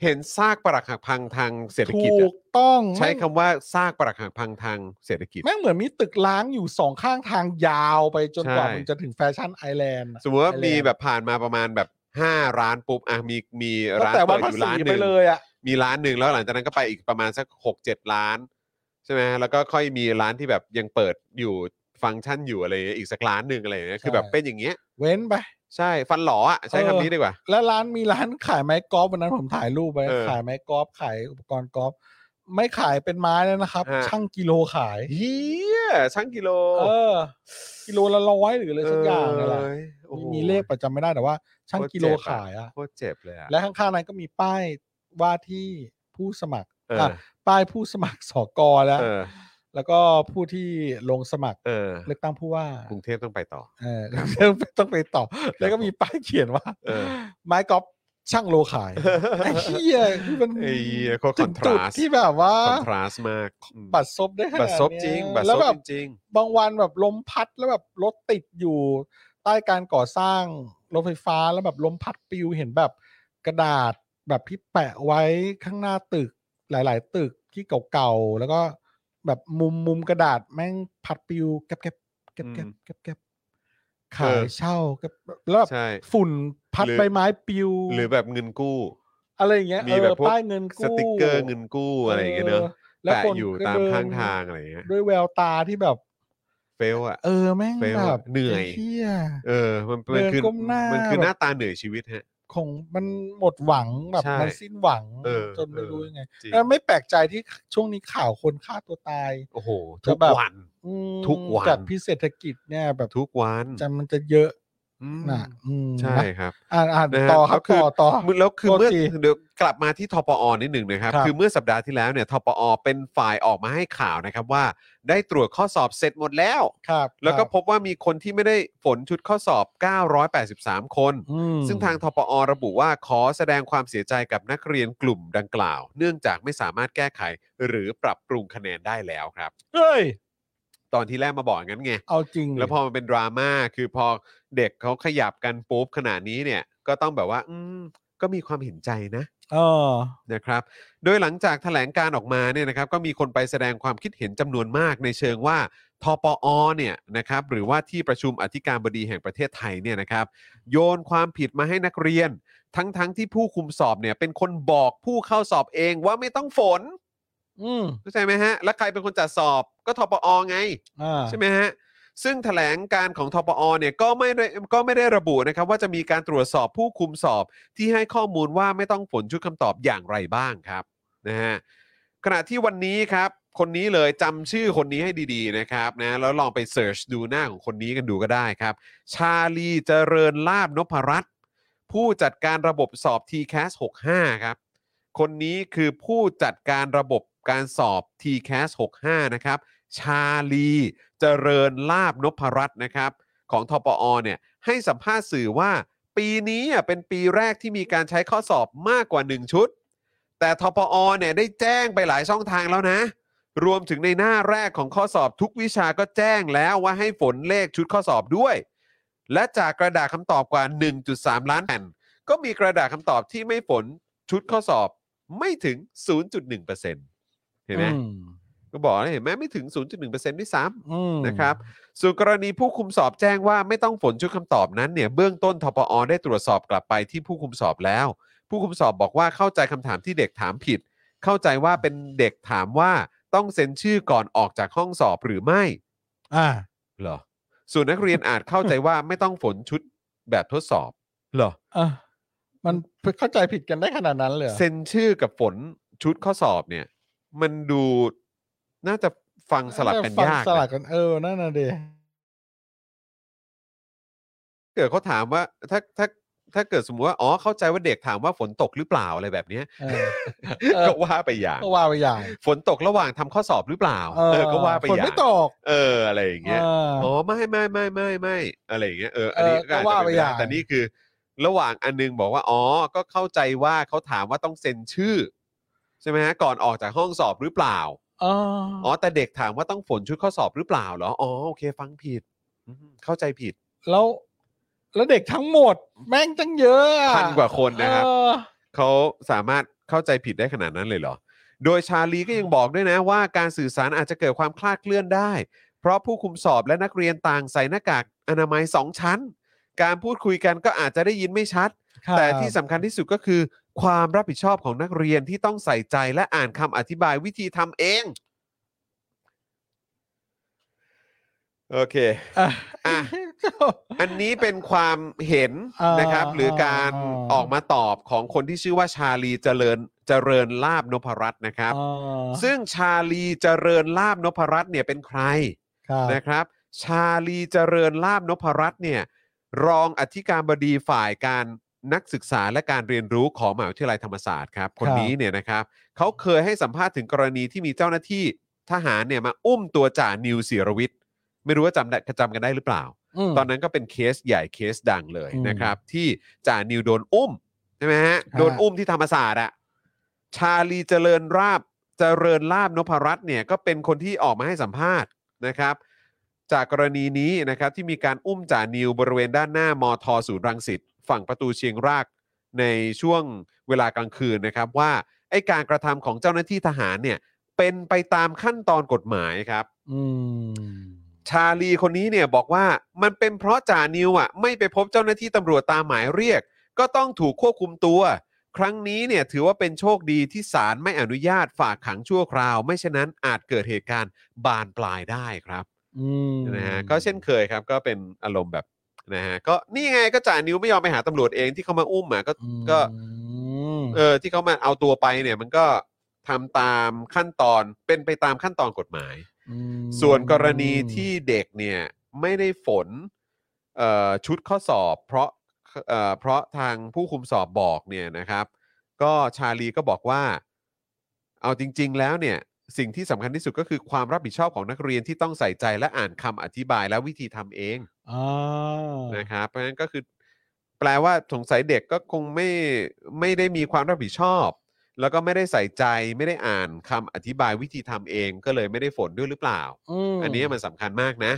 เห็นซากปรักหักพังทางเศรษฐกิจ ถู อะ กต้อง ใช้ แม่ง คำว่าซากปรักหักพังทางเศรษฐกิจ แม่งเหมือนมีตึกล้างอยู่สองข้างทางยาวไปจนกว่า ใช่ มึงจะถึงแฟชั่นไอแลนด์อะ สมมติว่า ไอลนด์ มีแบบผ่านมาประมาณแบบห้าร้านปุ๊บอ่ะมีมี ตั้ง ร้าน แต่วั เปิ น ด ภา อษียู่ร้านห ไป นึ่ง เลยอะ มีร้านหนึ่งแล้วหลังจากนั้นก็ไปอีกประมาณสักหกเจ็ดร้าน ใช่ไหมแล้วก็ค่อยมีร้านที่แบบยังเปิดอยู่ฟังก์ชันอยู่อะไรอย่างเงี้ยอีกสักร้านหนึ่งอะไรอย่างเงี้ยคือแบบเป็นอย่างเงี้ย เว้นไป ใช่ฟันหลออ่ะใช้คำนี้ดีกว่า แล้วร้านมีร้านขายไม้กอล์ฟวันนั้นผมถ่ายรูปไว้ เออ ขายไม้กอล์ฟขายอุปกรณ์กอล์ฟไม่ขายเป็นไม้แล้วนะครับ ฮะ ช่างกิโลขาย เฮียช่างกิโล เออ กิโลละร้อยหรืออะไรสักอย่างนี่แหละ เอ้ยโอ้ มี โห มีเลขประจำไม่ได้แต่ว่า ช่างกิโลขายอะ โคตรเจ็บเลยอะ และข้างๆนั้นก็มีป้ายว่าที่ผู้สมัคร เออ ะป้ายผู้สมัครสกแล้ว เออ แล้วก็ผู้ที่ลงสมัคร เออ เลือกตั้งผู้ว่าก รุงเทพต้องไปต่อ เอ อต้องไปต่อ แล้วก็มีป้ายเขียนว่า เออ ไม้กอล์ฟช่างโลขาย ไอ้เหี้ยคือมัน ไอ้เหี้ยโคตร ถึงจุด contrast ที่แบบว่า คอนทราสต์มากอืม บัตรซบได้ขนาด บัตรซบ เนี้ย จริง บัตร แล้ว ซบ แบบ จริง บางวันแบบลมพัดแล้วแบบรถติดอยู่ ใต้การก่อสร้างรถไฟฟ้าแล้วแบบลมพัดปิวเห็นแบบกระดาษแบบที่แปะไว้ข้างหน้าตึกหลาย ๆ ตึกที่เก่าๆแล้วก็แบบมุมมุมกระดาษแม่งพัดปิวแก็บแก็บแก็บแก็บแก็บแก็บขายเช่าแก็บแล้วแบบ ใช่ ฝุ่นพัด หรือ ใบไม้ปิว หรือแบบเงินกู้ อะไรอย่างเงี้ย มี เออ แบบพวก ป้ายเงินกู้ สติกเกอร์เงินกู้อะไรอย่างเงี้ยเนอะ แล้ว แปะ คน อยู่ ก็ ตาม เดิน ข้างทางอะไรอย่างเงี้ย ด้วยแววตาที่แบบ เฟลอ่ะ เออแม่ง เฟล แบบ เหนื่อย ไเหี้ย เออ มันมัน เดิน คือ ก้มหน้า มันคือ แบบ หน้าตาเหนื่อยชีวิตฮะ ของมันหมดหวังแบบ ใช่ มันสิ้นหวัง เออ จนไม่ เออ รู้ยังไง จริง แล้วไม่แปลกใจที่ช่วงนี้ข่าวคนฆ่าตัวตาย โอ้โห จะ ทุก แบบ วัน อืม ทุกวัน จากพิเศรษฐกิจเนี่ยแบบ ทุกวัน จะมันจะเยอะ อืม นะอืม ใช่ นะครับ อ่านอ่าน นะฮะ ต่อครับ แล้วคือ ต่อต่อ มึงแล้วคือ โทษ เมื่อ ที เดี๋ยวกลับมาที่ทปอนิดหนึ่งนะครับ ครับ คือเมื่อสัปดาห์ที่แล้วเนี่ยทปอเป็นฝ่ายออกมาให้ข่าวนะครับว่า ได้ตรวจข้อสอบเสร็จหมดแล้ว ครับ แล้วก็ ครับ พบว่ามีคนที่ไม่ได้ฝนชุดข้อสอบ 983 คน อืม ซึ่งทางทปอระบุว่าขอแสดงความเสียใจกับนักเรียนกลุ่มดังกล่าว เนื่องจากไม่สามารถแก้ไขหรือปรับปรุงคะแนนได้แล้วครับ เอ้ย ตอนที่แรกมาบอกอย่างนั้นไง เอาจริงดิ แล้วพอมันเป็นดราม่าคือพอเด็กเขาขยับกันปุ๊บขนาดนี้เนี่ยก็ต้องแบบว่า อืมก็มีความเห็นใจนะ เออ นะครับ โดยหลังจากถแถลงการออกมาเนี่ยนะครับ ก็มีคนไปแสดงความคิดเห็นจำนวนมากในเชิงว่าทปอเนี่ยนะครับ หรือว่าที่ประชุมอธิการบดีแห่งประเทศไทยเนี่ยนะครับ โยนความผิดมาให้นักเรียน ทั้งๆทที่ผู้คุมสอบเนี่ยเป็นคนบอกผู้เข้าสอบเองว่าไม่ต้องฝน อืม เข้าใจไหมฮะ แล้วใครเป็นคนจัดสอบก็ทปอไง อ่า ใช่ไหมฮะ ซึ่งแถลงการของทปอเนี่ยก็ไม่ได้ก็ไม่ได้ระบุนะครับว่าจะมีการตรวจสอบผู้คุมสอบที่ให้ข้อมูลว่าไม่ต้องผลชุดคำตอบอย่างไรบ้างครับนะฮะขณะที่วันนี้ครับ คนนี้เลยจำชื่อคนนี้ให้ดีๆนะครับนะแล้วลองไปเสิร์ชดูหน้าของคนนี้กันดูก็ได้ครับ ชาลีเจริญลาบนพรัตน์ผู้จัดการระบบสอบ TCAS 65 ครับ คนนี้คือผู้จัดการระบบการสอบ TCAS 65 นะครับ ชาลีเจริญลาบนพรัตน์นะครับ ของทปอเนี่ยให้สัมภาษณ์สื่อว่า ปีนี้อ่ะเป็นปีแรกที่มีการใช้ข้อสอบมากกว่า 1 ชุด แต่ทปอเนี่ยได้แจ้งไปหลายช่องทางแล้วนะ รวมถึงในหน้าแรกของข้อสอบทุกวิชาก็แจ้งแล้วว่าให้ฝนเลขชุดข้อสอบด้วย และจากกระดาษคำตอบกว่า 1.3 ล้านแผ่น ก็มีกระดาษคำตอบที่ไม่ฝนชุดข้อสอบไม่ถึง 0.1%เห็นไหม อืม ก็บอกแล้วเห็นไหมไม่ถึง 0.1%ด้วยซ้ำ อืม นะครับส่วนกรณีผู้คุมสอบแจ้งว่าไม่ต้องฝนชุดคำตอบนั้นเนี่ยเบื้องต้นทปอได้ตรวจสอบกลับไปที่ผู้คุมสอบแล้ว ผู้คุมสอบบอกว่าเข้าใจคำถามที่เด็กถามผิด เข้าใจว่าเป็นเด็กถามว่าต้องเซ็นชื่อก่อนออกจากห้องสอบหรือไม่ อ่า เหรอส่วนนักเรียนอาจเข้าใจว่าไม่ต้องฝนชุดแบบทดสอบเหรอ เอ้อมันเข้าใจผิดกันได้ขนาดนั้นเลยเหรอ เซ็นชื่อกับฝนชุดข้อสอบเนี่ย มันดูน่าจะฟังสลับกัน ฟัง ยาก สลั นะ บกันเออนั่นน่ะเด เกิดเขาถามว่าถ้าถ้าถ้าเกิดสมมติว่าอ๋อเข้าใจว่าเด็กถามว่าฝนตกหรือเปล่าอะไรแบบเนี้ย เอ อ เออ ก็ว่าไปอย่าง ก็ว่าไปอย่าง ฝนตกระหว่างทำข้อสอบหรือเปล่า เออ ก็ว่าไป ฝ อน ย่าง ไม่ตก เอออะไรอย่างเงี้ย เออ อ๋อไม่ไม่ไม่ไม่ไม่อะไรอย่างเงี้ยเอออันนี้ เออ ก็อาก็จจะ ว่า เป็ ไป น อ ได้ ย่าง แต่นี่คือ ระหว่างอันนึงบอกว่าอ๋อก็เข้าใจว่าเขาถามว่าต้องเซ็นชื่อ ใช่ไหมฮะก่อนออกจากห้องสอบหรือเปล่า อ๋อ อ๋อแต่เด็กถามว่าต้องฝนชุดข้อสอบหรือเปล่าเหรออ๋อโอเค ฟังผิดอืมเข้าใจผิด แล้ว แล้วเด็กทั้งหมด แม่งตั้งเยอะอะ พันกว่าคนนะครับ เออ เขาสามารถเข้าใจผิดได้ขนาดนั้นเลยเหรอ โดยชาลีก็ยังบอกด้วยนะว่าการสื่อสารอาจจะเกิดความคลาดเคลื่อนได้ เพราะผู้คุมสอบและนักเรียนต่างใส่หน้ากากอนามัย 2 ชั้น การพูดคุยกันก็อาจจะได้ยินไม่ชัด ครับ แต่ที่สำคัญที่สุดก็คือ ความรับผิดชอบของนักเรียนที่ต้องใส่ใจและอ่านคำอธิบายวิธีทำเอง โอเค อ่ะ อ่ะ อันนี้เป็นความเห็น อ่าน นะครับ หรือการ อ่า ออกมาตอบของคนที่ชื่อว่าชาลีเจริญเจริญลาบนพรัตน์นะครับ อ๋อ ซึ่งชาลีเจริญลาบนพรัตน์เนี่ยเป็นใคร ครับ นะครับ ชาลีเจริญลาบนพรัตน์เนี่ยรองอธิการบดีฝ่ายการนักศึกษาและการเรียนรู้ของมหาวิทยาลัยธรรมศาสตร์ครับ คนนี้เนี่ยนะครับเขาเคยให้สัมภาษณ์ถึงกรณีที่มีเจ้าหน้าที่ทหารเนี่ยมาอุ้มตัวจ่านิวศิรวิทย์ไม่รู้ว่าจำได้จำกันได้หรือเปล่า ม ตอนนั้นก็เป็นเคสใหญ่เคสดังเลย อืม นะครับ ที่จ่านิวโดนอุ้มใช่ไหมฮะ ฮะ โดนอุ้มที่ธรรมศาสตร์อะชาลีเจริญราบเจริญลาบนพรัตน์เนี่ยก็เป็นคนที่ออกมาให้สัมภาษณ์นะครับ จากกรณีนี้นะครับที่มีการอุ้มจ่านิวบริเวณด้านหน้ามทศูนย์รังสิตฝั่งประตูเชียงรากในช่วงเวลากลางคืนนะครับ ว่าไอการกระทำของเจ้าหน้าที่ทหารเนี่ยเป็นไปตามขั้นตอนกฎหมายครับ อืม ชาลีคนนี้เนี่ยบอกว่ามันเป็นเพราะจ่านิวอ่ะไม่ไปพบเจ้าหน้าที่ตำรวจตามหมายเรียก ก็ต้องถูกควบคุมตัว ครั้งนี้เนี่ยถือว่าเป็นโชคดีที่ศาลไม่อนุญาตฝากขังชั่วคราว ไม่ฉะนั้นอาจเกิดเหตุการณ์บานปลายได้ครับ อืม นะฮะก็เช่นเคยครับก็เป็นอารมณ์แบบนะฮะก็นี่ไงก็จ่านิวไม่ยอมไปหาตำรวจเองที่เขามาอุ้มอ่ะก็ อืม ก็ เออที่เขามาเอาตัวไปเนี่ยมันก็ทำตามขั้นตอนเป็นไปตามขั้นตอนกฎหมาย ม ส่วนกรณีที่เด็กเนี่ยไม่ได้ฝนเอ่อชุดข้อสอบ เพราะเอ่อเพราะทางผู้คุมสอบบอกเนี่ยนะครับ ก็ชาลีก็บอกว่า เอาจริง ๆ แล้วเนี่ยสิ่งที่สำคัญที่สุดก็คือความรับผิดชอบของนักเรียนที่ต้องใส่ใจและอ่านคำอธิบายและวิธีทำเอง อ่า นะครับเพราะฉะนั้นก็คือ แปลว่าสงสัยเด็กก็คงไม่ไม่ได้มีความรับผิดชอบ แล้วก็ไม่ได้ใส่ใจไม่ได้อ่านคำอธิบายวิธีทำเอง ก็เลยไม่ได้ฝนด้วยหรือเปล่า ม อันนี้มันสำคัญมากนะ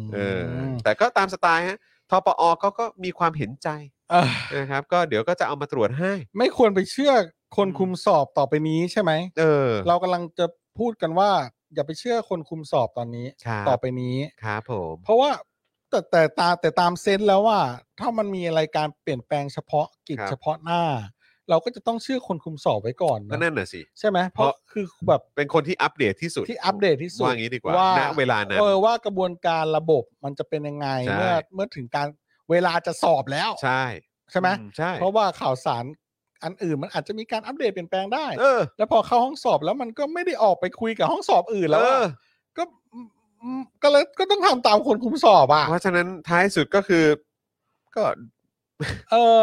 ม เออ แต่ก็ตามสไตล์ฮะ ทปอเขาก็มีความเห็นใจ เออ นะครับ ก็เดี๋ยวก็จะเอามาตรวจให้ ไม่ควรไปเชื่อคนคุมสอบต่อไปนี้ใช่ไหม เออ เรากำลังจะพูดกันว่า อย่าไปเชื่อคนคุมสอบตอนนี้ ครับ ต่อไปนี้ ครับผม เพราะว่าแต่แต่ตาแต่ตามเซนส์แล้วว่า ถ้ามันมีอะไรการเปลี่ยนแปลงเฉพาะกิจ ครับ เฉพาะหน้า เราก็จะต้องเชื่อคนคุมสอบไว้ก่อน ก็ นะ นั่นน่ะสิ ใช่ไหมเพราะ เพราะ คือแบบ เป็นคนที่อัปเดตที่สุด ที่อัปเดตที่สุด ว่างี้ดีกว่า ว่า ณเวลานั้น เออว่ากระบวนการระบบมันจะเป็นยังไง ใช่ เมื่อเมื่อถึงการเวลาจะสอบแล้ว ใช่ ใช่ไหม ใช่ เพราะว่าข่าวสารอันอื่นมันอาจจะมีการอัปเดตเปลี่ยนแปลงได้ เออ แล้วพอเข้าห้องสอบแล้วมันก็ไม่ได้ออกไปคุยกับห้องสอบอื่นแล้ว เอ อะ อ ก็อืมอืมก็เลยก็ต้องทำตามคนคุมสอบอ่ะ เพราะฉะนั้นท้ายสุดก็คือ ก็ เออ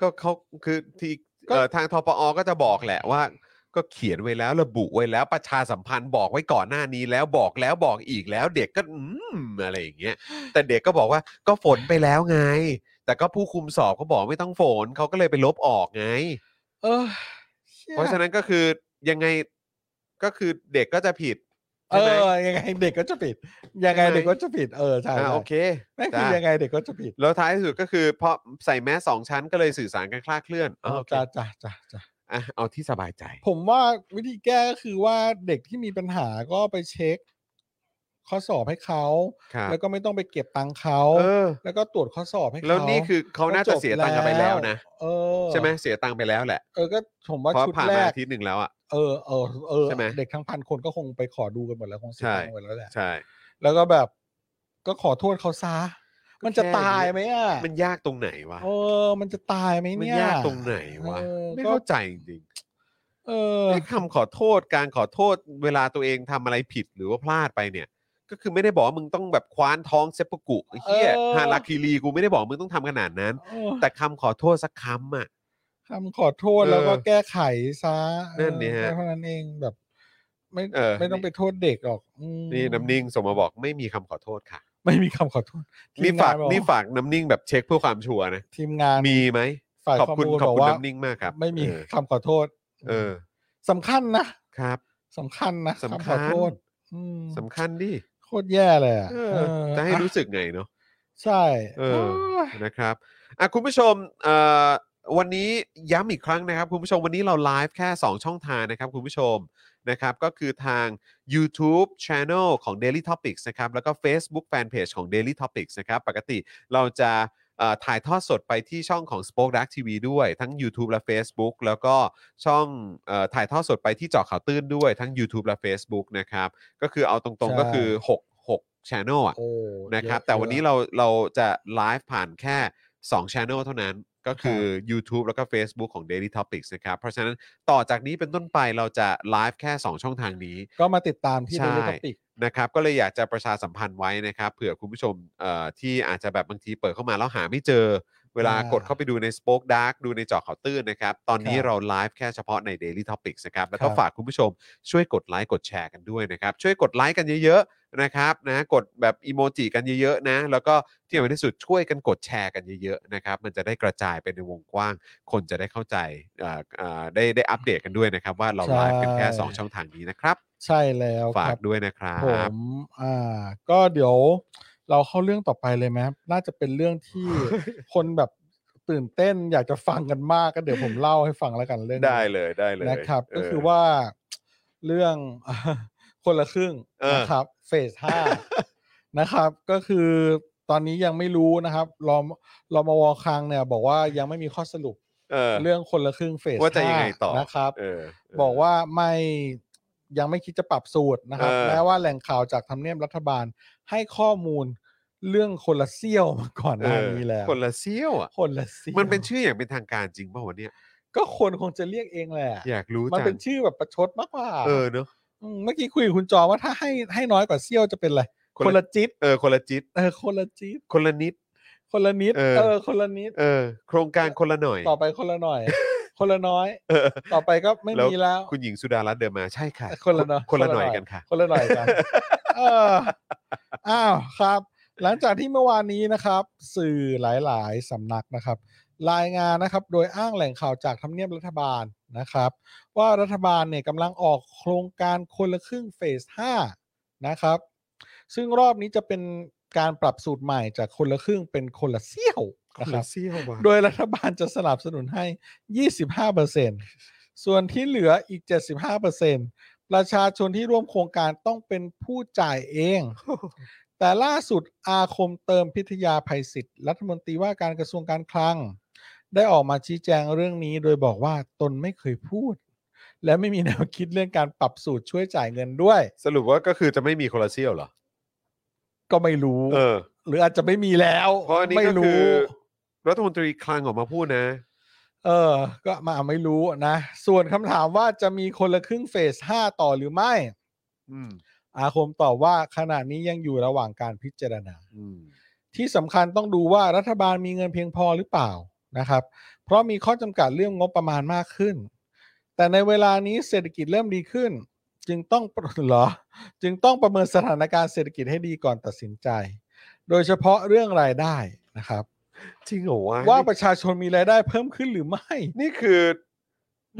ก็เขาคือที่ ก็ เอ่อทางทปอก็จะบอกแหละว่า ก็เขียนไว้แล้วระบุไว้แล้วประชาสัมพันธ์บอกไว้ก่อนหน้านี้แล้วบอกแล้วบอกอีกแล้ว เด็กก็อืมอะไรอย่างเงี้ยแต่เด็กก็บอกว่าก็ฝนไปแล้วไง แต่ก็ผู้คุมสอบเขาบอกไม่ต้องฝนเขาก็เลยไปลบออกไง เออชี่ย เพราะฉะนั้นก็คือยังไงก็คือเด็กก็จะผิด เอ ใช่ไหม อยังไงเด็กก็จะผิด ยังไง ใช่ไหม เด็กก็จะผิดเออใช่ อ่า ใช่ โอเค แม่งคื จ้า อยังไงเด็กก็จะผิด แล้วท้ายที่สุดก็คือพอใส่แมสสองชั้นก็เลยสื่อสารกันคลาดเคลื่อนอ๋อโอเค จ้าจ้าจ้าจ้า อ่ะเอาที่สบายใจ ผมว่าวิธีแก้ก็คือว่าเด็กที่มีปัญหาก็ไปเช็ค ข้อสอบให้เขา ครับ แล้วก็ไม่ต้องไปเก็บตังค์เขา เออ แล้วก็ตรวจข้อสอบให้เขา แล้วนี่คือเขาน่าจะเสียตังค์กันไปแล้วนะ เออ ใช่ไหมเสียตังค์ไปแล้วแหละ เออก็ผมว่า เพราะ ชุด ผ่าน แร มาก อาทิตย์หนึ่งแล้วอ่ะ เออเออเออ ใช่ไหม เด็กทั้งพันคนก็คงไปขอดูกันหมดแล้วคงเสีย ใช่ ตังค์หมดแล้วแหละ ใช่ แล้วก็แบบก็ขอโทษเขาซะมันจะตายไหมอ่ะ มันยากตรงไหนวะ เออ มันจะตายไหม มัน เนี่ย ยากตรงไหนวะ เออ ไม่ ก็ เข้าใจจริง เอ ๆ อ ไอ้คำขอโทษการขอโทษเวลาตัวเองทำอะไรผิดหรือว่าพลาดไปเนี่ย ก็คือไม่ได้บอกว่ามึงต้องแบบคว้านท้องเซปปะกุเฮีย เออ ฮาราคิรีกูไม่ได้บอกมึงต้องทำขนาดนั้น เออ แต่คำขอโทษสักคำอ่ะ คำขอโทษแล้วก็ เออ แก้ไขซะ นั่นเนี่ยฮะ เท่านั้นเองแบบ ไม่ เออ ไม่ต้อง นี่ ไปโทษเด็กหรอกอืม นี่น้ำนิ่งส่งมาบอกไม่มีคำขอโทษค่ะ ไม่มีคำขอโทษที นี่ ม ฝาก งบอก นี่ฝากน้ำนิ่งแบบเช็คเพื่อความชัวร์นะ ทีมงาน มีไหม ฝ่าย ขอบคุณ ข้มูล ขอบคุณ ว่า น้ำนิ่งมากครับ ไม่มี เออ คำขอโทษ เออ สำคัญนะครับ สำคัญนะ สำขอคัญ โทษอืม สำคัญดิ โคตรแย่เลยอ่ะ เออ เออ จะให้ อ่ รู้สึกไงเนาะ ใช่ เออ โย นะครับอ่ะคุณผู้ชมเอ่อวันนี้ย้ำอีกครั้งนะครับ คุณผู้ชมวันนี้เราไลฟ์แค่ 2 ช่องทางนะครับ คุณผู้ชมนะครับ ก็คือทาง YouTube Channel ของ Daily Topics นะครับ แล้วก็ Facebook Fanpage ของ Daily Topics นะครับ ปกติเราจะเอ่อถ่ายทอดสดไปที่ช่องของ Spoke Dark TV ด้วยทั้ง YouTube และ Facebook แล้วก็ช่องเอ่อถ่ายทอดสดไปที่เจอข่าวตื้นด้วยทั้ง YouTube และ Facebook นะครับ ก็คือเอาตรงๆก็คือ6ก Channel อ่ะ โอ้ นะครับ เยอ แต่วันนี้ ยอ เราเราจะไลฟ์ผ่านแค่ 2 Channel เท่านั้นก็คือ YouTube แล้วก็ Facebook ของ Daily Topics นะครับ เพราะฉะนั้นต่อจากนี้เป็นต้นไปเราจะไลฟ์แค่ 2 ช่องทางนี้ ะก็มาติดตามที่ ใช่ เดลิทอปิก นะครับก็เลยอยากจะประชาสัมพันธ์ไว้นะครับเผื่อคุณผู้ชมเอ่อที่อาจจะแบบบางทีเปิดเข้ามาแล้วหาไม่เจอ เวลา อ่าก กดเข้าไปดูใน Spoke Dark ดูในเจอข่าวตื้นนะครับ ตอนนี้ ครับ เราไลฟ์แค่เฉพาะใน Daily Topics นะครับแล้วก็ ครับ ฝากคุณผู้ชมช่วยกดไลค์กดแชร์กันด้วยนะครับ ช่วยกดไลค์กันเยอะๆนะครับนะกดแบบอีโมจิกันเยอะๆนะ แล้วก็ที่สำคัญที่สุดช่วยกันกดแชร์กันเยอะๆนะครับมันจะได้กระจายไปในวงกว้าง คนจะได้เข้าใจเอ่อเอ่อได้ได้อัปเดตกันด้วยนะครับ ว่าเราไลฟ์กันแค่สองช่องทางนี้นะครับ ใช่แล้ว ฝา ค ก รับ ด้วยนะครับ ผมอ่า ก็เดี๋ยวเราเข้าเรื่องต่อไปเลยไหมน่าจะเป็นเรื่องที่ คนแบบตื่นเต้นอยากจะฟังกันมากก็เดี๋ยวผมเล่าให้ฟังแล้วกันเรื่องนี้ ได้เลยได้เลย นะครับ ก็คือ เ ว่าเรื่อง คนละครึ่ง เออ นะครับเฟสห้า นะครับก็คือตอนนี้ยังไม่รู้นะครับรอมรอมวคลังเนี่ย บอกว่ายังไม่มีข้อสรุป เออ เรื่องคนละครึ่งเฟส ว่าจะยังไงต่อ ห้านะครับ เออเ บอกว่าไม่ยังไม่คิดจะปรับสูตรนะครับ เออ แม้ว่าแหล่งข่าวจากทำเนียบรัฐบาลให้ข้อมูลเรื่องคนละเซี่ยวมาก่อนห เอ น้า อ นี้แล้ว คนละเซี่ยวอ่ะ คนละเซี่ยว มันเป็นชื่ออย่างเป็นทางการจริงป่าวะเนี่ย ก็คนคงจะเรียกเองแหละ อยากรู้ มัน จัง เป็นชื่อแบบประชดมากกว่า เออเนอะ มเมื่อกี้คุยกับคุณจอว่าถ้าให้ให้น้อยกว่าเซี่ยวจะเป็นอะไร คคนละนละจิต เออคนละจิต เออคนละจิต คนละนิด คนละนิด เออ เออคนละนิด เออ โครงการคนละหน่อย ต่อไปคนละหน่อย คนละน้อย เออ ต่อไปก็ไม่มีแล้ว คุณหญิงสุดารัตน์เดินมาใช่ค่ะ คนละหน่อย คนละ คนละ หน่อย หน่อย กันค่ะ คนละหน่อยกัน เอออ้าวครับ หลังจากที่เมื่อวานนี้นะครับ สื่อหลาย ๆ สำนักนะครับ รายงานนะครับ โดยอ้างแหล่งข่าวจากทำเนียบรัฐบาลนะครับ ว่ารัฐบาลเนี่ยกำลังออกโครงการคนละครึ่งเฟส 5 นะครับ ซึ่งรอบนี้จะเป็นการปรับสูตรใหม่จากคนละครึ่งเป็นคนละเซี่ยว ค นะ น ครั ละ บ เซี่ยวว่ะ โดยรัฐบาลจะสนับสนุนให้ 25%ส่วนที่เหลืออีก 75%ประชาชนที่ร่วมโครงการต้องเป็นผู้จ่ายเอง แต่ล่าสุดอาคมเติมพิทยาภัยศิษย์รัฐมนตรีว่าการกระทรวงการคลัง ได้ออกมาชี้แจงเรื่องนี้โดยบอกว่าตนไม่เคยพูด และไม่มีแนวคิดเรื่องการปรับสูตรช่วยจ่ายเงินด้วย สรุปว่าก็คือจะไม่มีโคลาเซียลเหรอ ก็ไม่รู้ เออ หรืออาจจะไม่มีแล้ว เพราะอันนี้ ไม่ ก็คื รู้ อรัฐมนตรีคลังออกมาพูดนะ เออ ก็มาไม่รู้นะ ส่วนคำถามว่าจะมีคนละครึ่งเฟส 5 ต่อหรือไม่ อืม อาคมตอบว่าขณะนี้ยังอยู่ระหว่างการพิจารณา อืม ที่สำคัญต้องดูว่ารัฐบาลมีเงินเพียงพอหรือเปล่านะครับ เพราะมีข้อจำกัดเรื่องงบประมาณมากขึ้น แต่ในเวลานี้เศรษฐกิจเริ่มดีขึ้น จึง ต้อง เหรอ จึงต้องประเมินสถานการณ์เศรษฐกิจให้ดีก่อนตัดสินใจ โดยเฉพาะเรื่องรายได้นะครับ จริงเหรอวะ ว่าป นี่ ระชาชนมีรายได้เพิ่มขึ้นหรือไม่ นี่คือ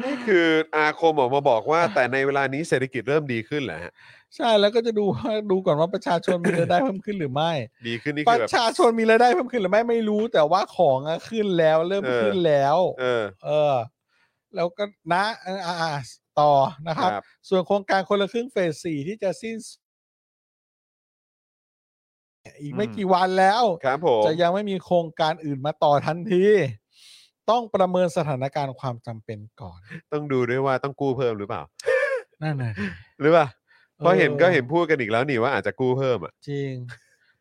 นี่คืออาคมออกมาบอก ว่า แต่ในเวลานี้เศรษฐกิจเริ่มดีขึ้นแหละ ใช่แล้วก็จะดูว่า ดูก่อนว่าประชาชนมีรายได้เพิ่มขึ้นหรือไม่ ดีขึ้นนี่ ป คือ ระ แบบ ชาชนมีรายได้เพิ่มขึ้นหรือไม่ไม่รู้ แต่ว่าของอะขึ้นแล้วเริ่ม เออ ขึ้นแล้ว เออ เออ แล้วก็นะเอออ่ะอ่ะต่อนะครับ ครับ ส่วนโครงการคนละครึ่งเฟสสี่ที่จะสิ้นสุดอีกไม่กี่วันแล้ว ครับผม จะยังไม่มีโครงการอื่นมาต่อทันที ต้องประเมินสถานการณ์ความจำเป็นก่อน ต้องดูด้วยว่าต้องกู้เพิ่มหรือเปล่า นั่นน่ะดิ หรือเปล่าเพราะเห็น ออ ก็เห็นพูดกันอีกแล้วนี่ว่าอาจจะกู้เพิ่มอ่ะ จริง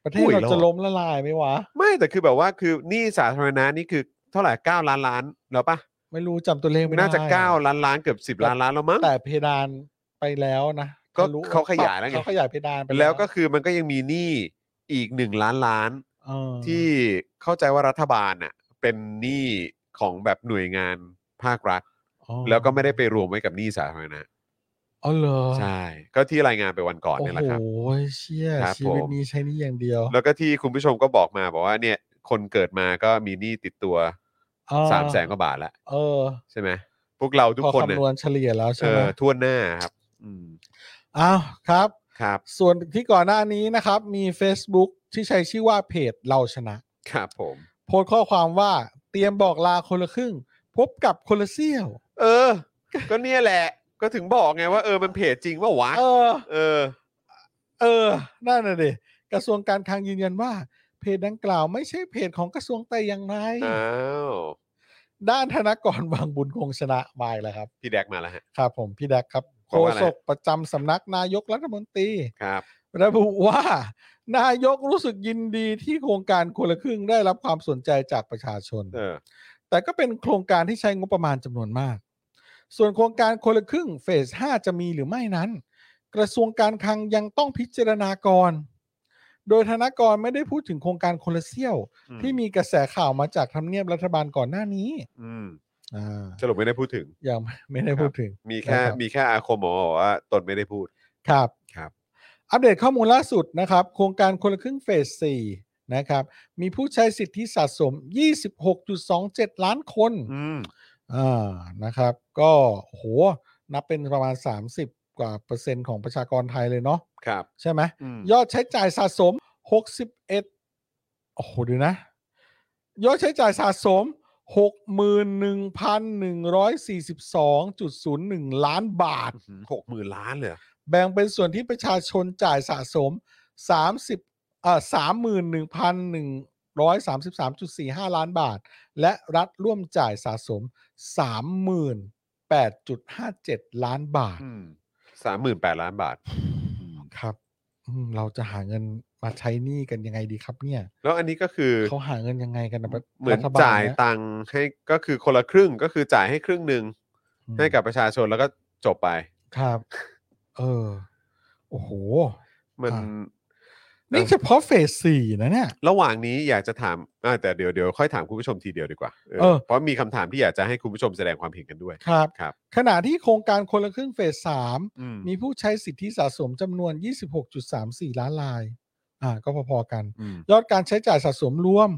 ประเทศอุ้ย เรา หรอ จะล้มละลายไหมวะ ไม่แต่คือแบบว่าคือหนี้สาธารณะนี่คือเท่าไหร่9ล้านล้านแล้วปะ ไม่รู้จำตัวเลขไม่ได้ น่าจะ อ 9ล้านล้านเกือบ 10 ล้านล้านแล้วมั้ง แต่เพดานไปแล้วนะ ก็ ทะลุ เขาขยายแล้วไง เขาขยายเพดานไป แล้วก็คือมันก็ยังมีหนี้อีก 1 ล้านล้าน เออ ที่เข้าใจว่ารัฐบาลน่ะเป็นหนี้ของแบบหน่วยงานภาครัฐ อ๋อ แล้วก็ไม่ได้ไปรวมไว้กับหนี้สาธารณะ อ๋อเหรอ ใช่ ก็ที่รายงานไปวันก่อนเนี่ยแหละครับ โอ้โหเชี่ย ครับ ชีวิต ผม นี้ใช้หนี่อย่างเดียว แล้วก็ที่คุณผู้ชมก็บอกมาบอกว่าเนี่ยคนเกิดมาก็มีหนี้ติดตัว อ่ สามแสนกว่าบาทแล้ว เออ ใช่ไหมพวกเราทุก พอ คนเนี่ย คำนวณเฉลี่ยแล้วใช่ เอ ไหม อทั่วหน้าครับ อืม อ้าวครับ ครับ ส่วนที่ก่อนหน้านี้นะครับ มี Facebook ที่ใช้ชื่อว่าเพจเราชนะ ครับผม โพสต์ข้อความว่าเตรียมบอกลาคนละครึ่ง พบกับคนละเซี่ยว เออ ก็เนี่ยแหละ ก็ถึงบอกไงว่าเออมันเพจจริงว่าวะ เออ เออ เออ นั่นน่ะดิกระทรวงการคลังยืนยันว่า เพจดังกล่าวไม่ใช่เพจของกระทรวงแต่อย่างไร อ้าว ด้านธนกรบางบุญคงชนะบายแล้วครับ พี่แดกมาแล้วฮะ ครับผมพี่แดกครับ เพ โฆ ราะว่าอะไร ษกประจำสำนักนายกรัฐมนตรี ครับ ระบุว่า นายกรู้สึกยินดีที่โครงการคนละครึ่งได้รับความสนใจจากประชาชน เออ แต่ก็เป็นโครงการที่ใช้งบประมาณจำนวนมาก ส่วนโครงการคนละครึ่งเฟส 5 จะมีหรือไม่นั้น กระทรวงการคลังยังต้องพิจารณาก่อน โดยธนากรไม่ได้พูดถึงโครงการคนละเซี่ยว อืม ที่มีกระแสข่าวมาจากทำเนียบรัฐบาลก่อนหน้านี้ อืม อ่า สรุปไม่ได้พูดถึง ยังไม่ได้พูดถึง มีแค่ นะครับ มีแค่อาคมบอกว่าตนไม่ได้พูด ครับ ครับ อัปเดตข้อมูลล่าสุดนะครับ โครงการคนละครึ่งเฟส 4 นะครับ มีผู้ใช้สิทธิสะสม 26.27 ล้านคน อืม อ่า นะครับ ก็โอ้โห นับเป็นประมาณ 30 กว่าเปอร์เซ็นต์ของประชากรไทยเลยเนาะ ครับ ใช่ไหม ม ยอดใช้จ่ายสะสม 61 โอ้โหดูนะ ยอดใช้จ่ายสะสม 61,142.01 ล้านบาท หกหมื่นล้านเลยเหรอ แบ่งเป็นส่วนที่ประชาชนจ่ายสะสม 30เอ่อ31,133.45 ล้านบาท และรัฐร่วมจ่ายสะสม 38.57 ล้านบาท อืมสามหมื่นแปดล้านบาท ครับอืมเราจะหาเงินมาใช้หนี้กันยังไงดีครับเนี่ย แล้วอันนี้ก็คือ เขาหาเงินยังไงกันนะ เหมือน รัฐบล จ่าย นะ ตังค์ให้ก็คือคนละครึ่งก็คือจ่ายให้ครึ่งหนึ่ง อืม ให้กับประชาชนแล้วก็จบไป ครับ เออ โอ้โห มัน อ่า นี่เฉพาะเฟสสี่นะเนี่ย ระหว่างนี้อยากจะถามอ่าแต่เดี๋ยวเดี๋ยวค่อยถามคุณผู้ชมทีเดียวดีกว่าเออ เออ เพราะมีคำถามที่อยากจะให้คุณผู้ชมแสดงความเห็นกันด้วย ครับ ครับ ขณะที่โครงการคนละครึ่งเฟสสาม อืม มีผู้ใช้สิทธิสะสมจำนวน 26.34 ล้านราย อ่า ก็พอๆกัน อืม ยอดการใช้จ่ายสะสมรวม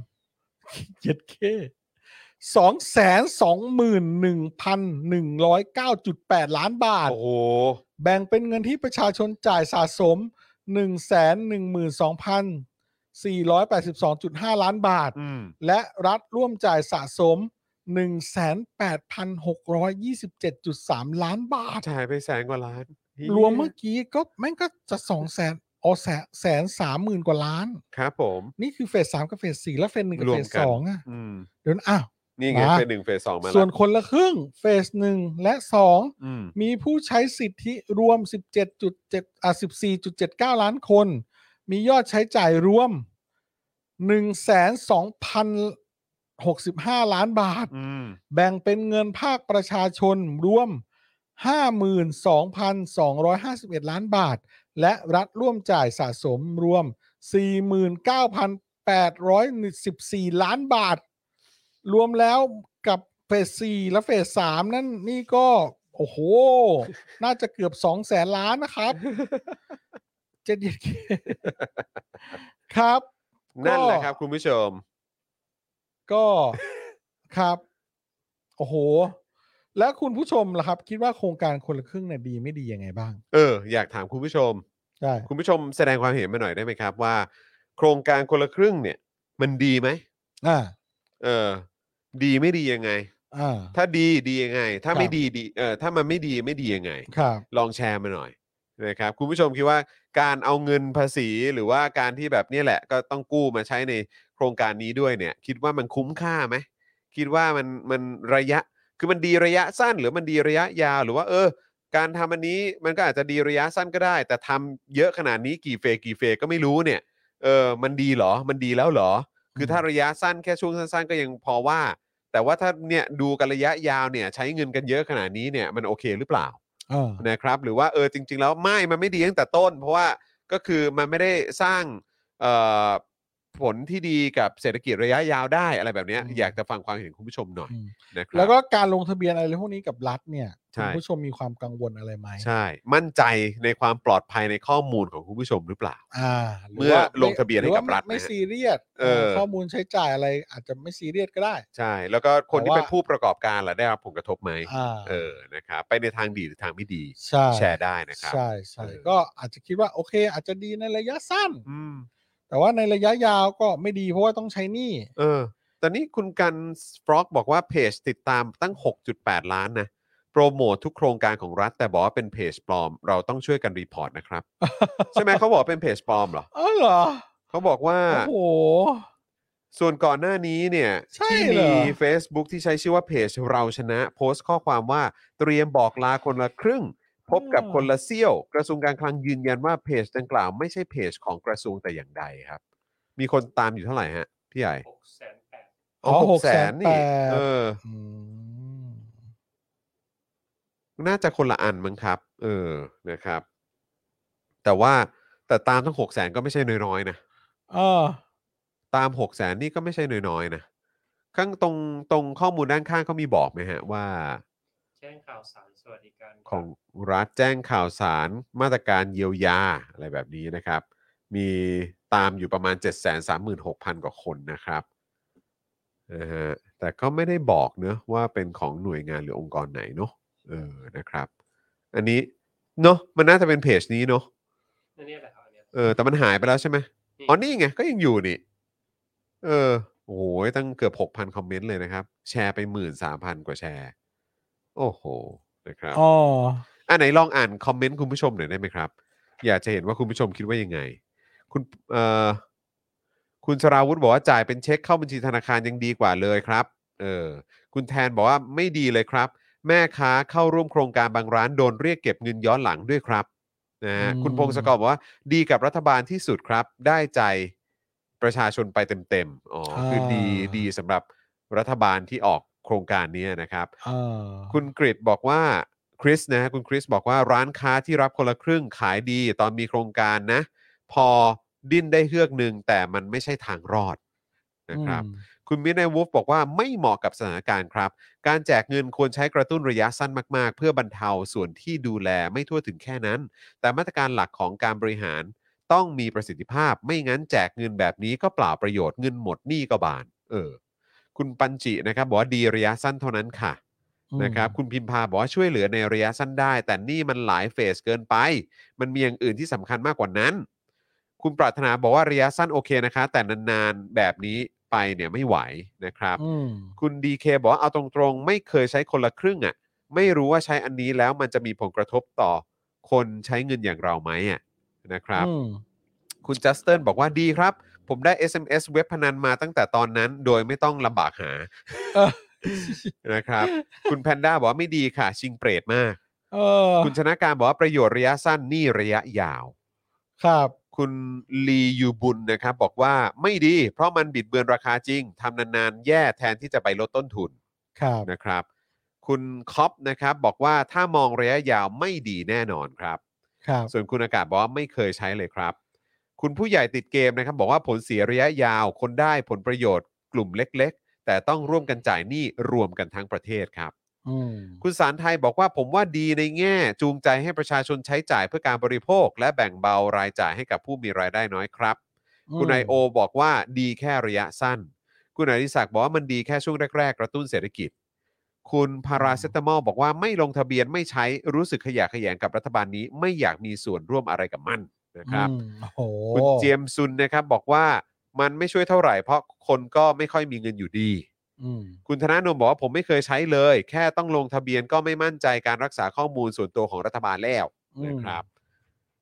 เจ็ดเคสองแสนสองหมื่นหนึ่งพันหนึ่งร้อยเก้าจุดแปดล้านบาท โอ้โห แบ่งเป็นเงินที่ประชาชนจ่ายสะสมหนึ่งแสนหนึ่งหมื่นสองพันสี่ร้อยแปดสิบสองจุดห้าล้านบาท อืม และรัฐร่วมจ่ายสะสมหนึ่งแสนแปดพันหกร้อยยี่สิบเจ็ดจุดสามล้านบาท จ่ายไปแสนกว่าล้าน รวมเมื่อกี้ก็แม่งก็จะสองแสนอ๋อแสนแสนสามหมื่นกว่าล้าน ครับผม นี่คือเฟสสามกับเฟสสี่แล้วเฟสหนึ่งกับ รว เฟ ม ส กัน สองอ่ะ อืม เดี๋ยวนะอ้าว นี่ไง มา เฟสหนึ่งเฟสสองมา ส่ แล้ว วน คนละครึ่งเฟสหนึ่งและสอง อืม มีผู้ใช้สิทธิรวม 17.7อ่ะ14.79 ล้านคน มียอดใช้จ่ายรวม 12,065 ล้านบาท อืม แบ่งเป็นเงินภาคประชาชนรวม 52,251 ล้านบาท และรัฐร่วมจ่ายสะสมรวม 49,814 ล้านบาท รวมแล้วกับเฟส4และเฟส3นั่นนี่ก็ โอ้โห น่าจะเกือบ 2 แสนล้านนะครับ เจ็ดเย็น ครับ นั่นแหละครับคุณผู้ชม ก็ครับ โอ้โห แล้วคุณผู้ชมล่ะครับ คิดว่าโครงการคนละครึ่งเนี่ยดีไม่ดียังไงบ้าง เออ อยากถามคุณผู้ชม ใช่ คุณผู้ชมแสดงความเห็นมาหน่อยได้ไหมครับว่า โครงการคนละครึ่งเนี่ย มันดีไหม อ่า เออ ดีไม่ดียังไง อ่า ถ้าดีดียังไง ถ้าคไม่รับ ดีดีเออถ้ามันไม่ดีไม่ดียังไง ครับ ลองแชร์มาหน่อยนะครับคุณผู้ชมคิดว่าการเอาเงินภาษีหรือว่าการที่แบบเนี่ยแหละก็ต้องกู้มาใช้ในโครงการนี้ด้วยเนี่ย คิดว่ามันคุ้มค่าไหมคิดว่ามันมันระยะคือมันดีระยะสั้น หรือมันดีระยะยาวหรือว่า เออ การทำอันนี้มันก็อาจจะดีระยะสั้นก็ได้ แต่ทำเยอะขนาดนี้กี่เฟสกี่เฟสก็ไม่รู้เนี่ยเออมันดีเหรอมันดีแล้วเหรอ คือถ้าระยะสั้นแค่ช่วงสั้น ๆ ก็ยังพอว่า แต่ว่าถ้าเนี่ยดูกันระยะยาวเนี่ยใช้เงินกันเยอะขนาดนี้เนี่ยมันโอเคหรือเปล่า เออ นะครับหรือว่าเออจริง ๆ แล้วไม่มันไม่ดีตั้งแต่ต้น เพราะว่าก็คือมันไม่ได้สร้างเอ่อผลที่ดีกับเศรษฐกิจระยะยาวได้อะไรแบบเนี้ย อืม อยากจะฟังความเห็นคุณผู้ชมหน่อย อืม นะครับ แล้วก็การลงทะเบียนอะไรพวกนี้กับรัฐเนี่ย ใช่ คุณผู้ชมมีความกังวลอะไรไหม ใช่ มั่นใจในความปลอดภัยในข้อมูลของคุณผู้ชมหรือเปล่า อ่าหรื เมื่อ ว่า ลงทะเบียนให้กับ อว่า รัฐ ไม่ นะฮะ ซีเรียส เออ ข้อมูลใช้จ่ายอะไรอาจจะไม่ซีเรียสก็ได้ ใช่ แล้วก็คนที่ แต่ว่า เป็นผู้ประกอบการล่ะได้รับผลกระทบไหม อ่า เออนะครับไปในทางดีหรือทางไม่ดี ใช่ แชร์ได้นะครับ ใช่ใช่ เออ ก็อาจจะคิดว่าโอเค อาจจะดีในระยะสั้น อืม แต่ว่าในระยะยาวก็ไม่ดีเพราะว่าต้องใช้หนี้ เออตอนนี้คุณกันฟรอกบอกว่าเพจติดตามตั้ง 6.8 ล้านนะ โปรโมททุกโครงการของรัฐแต่บอกว่าเป็นเพจปลอม เราต้องช่วยกันรีพอร์ต นะครับ ใช่ไหมเขาบอกเป็นเพจปลอมเหรอ อ๋อเหรอ เขาบอกว่า โอ้โห ส่วนก่อนหน้านี้เนี่ย ใช่ ที่ เหร มี อ Facebook ที่ใช้ชื่อว่าเพจเราชนะ โพสต์ข้อความว่าเตรียมบอกลาคนละครึ่ง พบกับ อ่า คนละเซี่ยว กระทรวงการคลังยืนยันว่าเพจดังกล่าวไม่ใช่เพจของกระทรวงแต่อย่างใดครับ มีคนตามอยู่เท่าไหร่ฮะพี่ใหญ่ หกแสนแปด อ๋อ อ๋ ห อก แสนนี่ 600,800 เออ อืม น่าจะคนละอันมั้งครับ เออนะครับ แต่ว่าแต่ตามทั้งหกแสนก็ไม่ใช่น้อยๆนะ เออ ตามหกแสนนี่ก็ไม่ใช่น้อยๆนะข้างตรงตรงข้อมูลด้านข้างเขามีบอกไหมฮะว่า แจ้งข่าวสารสวัสดิการ ของรัฐแจ้งข่าวสารมาตรการเยียวยาอะไรแบบนี้นะครับ มีตามอยู่ประมาณ 736,000 กว่าคนนะครับนะฮะแต่ก็ไม่ได้บอกเนอะว่าเป็นของหน่วยงานหรือองค์กรไหนเนอะเออนะครับ อันนี้เนอะมันน่าจะเป็นเพจนี้เนอะ นั่นเนี่ยแหละครับอันเนี้ย เออแต่มันหายไปแล้วใช่ไหมอ๋อนี่ไงก็ยังอยู่นี่ เออโอ้ยตั้งเกือบ 6,000 คอมเมนต์เลยนะครับ แชร์ไป 13,000 กว่าแชร์ โอ้โหนะครับ อ๋อ อ่ะไหนลองอ่านคอมเมนต์คุณผู้ชมหน่อยได้ไหมครับ อยากจะเห็นว่าคุณผู้ชมคิดว่ายังไง คุณเอ่อคุณสราวุธบอกว่าจ่ายเป็นเช็คเข้าบัญชีธนาคารยังดีกว่าเลยครับ เออคุณแทนบอกว่าไม่ดีเลยครับ แม่ค้าเข้าร่วมโครงการบางร้านโดนเรียกเก็บเงินย้อนหลังด้วยครับนะฮะคุณพงศกรบอกว่าดีกับรัฐบาลที่สุดครับ ได้ใจประชาชนไปเต็มๆอ๋อคือดีดีสำหรับรัฐบาลที่ออกโครงการนี้นะครับ เออ คุณกริดบอกว่าคริสนะฮะคุณคริสบอกว่าร้านค้าที่รับคนละครึ่งขายดี ตอนมีโครงการนะ พอดิ้นได้เฮือกหนึ่งแต่มันไม่ใช่ทางรอดนะครับ อืม คุณมิเนวูฟบอกว่าไม่เหมาะกับสถานการณ์ครับ การแจกเงินควรใช้กระตุ้นระยะสั้นมากๆ เพื่อบรรเทาส่วนที่ดูแลไม่ทั่วถึงแค่นั้น แต่มาตรการหลักของการบริหารต้องมีประสิทธิภาพ ไม่งั้นแจกเงินแบบนี้ก็เปล่าประโยชน์เงินหมดหนี้ก็บาน เออ คุณปัญจินะครับบอกว่าดีระยะสั้นเท่านั้นค่ะ นะครับคุณพิมพาบอกว่าช่วยเหลือในระยะสั้นได้ แต่นี่มันหลายเฟสเกินไป มันมีอย่างอื่นที่สำคัญมากกว่านั้น คุณปรารถนาบอกว่าระยะสั้นโอเคนะคะ แต่นานๆแบบนี้ไปเนี่ยไม่ไหวนะครับ อืม คุณดีเคบอกว่าเอาตรงๆ ไม่เคยใช้คนละครึ่งอะ่ะไม่รู้ว่าใช้อันนี้แล้วมันจะมีผลกระทบต่อคนใช้เงินอย่างเราไหมอะ่ะนะครับ อืม คุณจัสตินบอกว่าดีครับ ผมได้ SMS เว็บพนันมาตั้งแต่ตอนนั้น โดยไม่ต้องลำบากหา เออ นะครับ คุณแพนด้าบอกว่าไม่ดีค่ะ ชิงเปรตมาก เออ คุณชนะการบอกว่าประโยชน์ระยะสั้นหนี่ระยะยาว ครับ คุณลียูบุญนะครับ บอกว่าไม่ดี เพราะมันบิดเบือนราคาจริงทำนานๆ แย่แทนที่จะไปลดต้นทุน ครับ นะครับ คุณคอปนะครับบอกว่าถ้ามองระยะยาวไม่ดีแน่นอนครับ ครับ ส่วนคุณอากาศบอกว่าไม่เคยใช้เลยครับ คุณผู้ใหญ่ติดเกมนะครับ บอกว่าผลเสียระยะยาวคนได้ผลประโยชน์กลุ่มเล็ก ๆ แต่ต้องร่วมกันจ่ายหนี้รวมกันทั้งประเทศครับ อืม คุณสารไทยบอกว่าผมว่าดีในแง่ จูงใจให้ประชาชนใช้จ่ายเพื่อการบริโภค และแบ่งเบารายจ่ายให้กับผู้มีรายได้น้อยครับ คุณไอโอบอกว่าดีแค่ระยะสั้น คุณอริศักดิ์บอกว่ามันดีแค่ช่วงแรก ๆ กระตุ้นเศรษฐกิจ คุณพาราเซตามอลบอกว่าไม่ลงทะเบียนไม่ใช้รู้สึกขยะแขยงกับรัฐบาลนี้ไม่อยากมีส่วนร่วมอะไรกับมันนะครับ อืมโอ้โห คุณเจยมซุนนะครับบอกว่ามันไม่ช่วยเท่าไหร่ เพราะคนก็ไม่ค่อยมีเงินอยู่ดี อืม คุณธนาโนมบอกว่าผมไม่เคยใช้เลย แค่ต้องลงทะเบียนก็ไม่มั่นใจการรักษาข้อมูลส่วนตัวของรัฐบาลแล้ว อืม นะครับ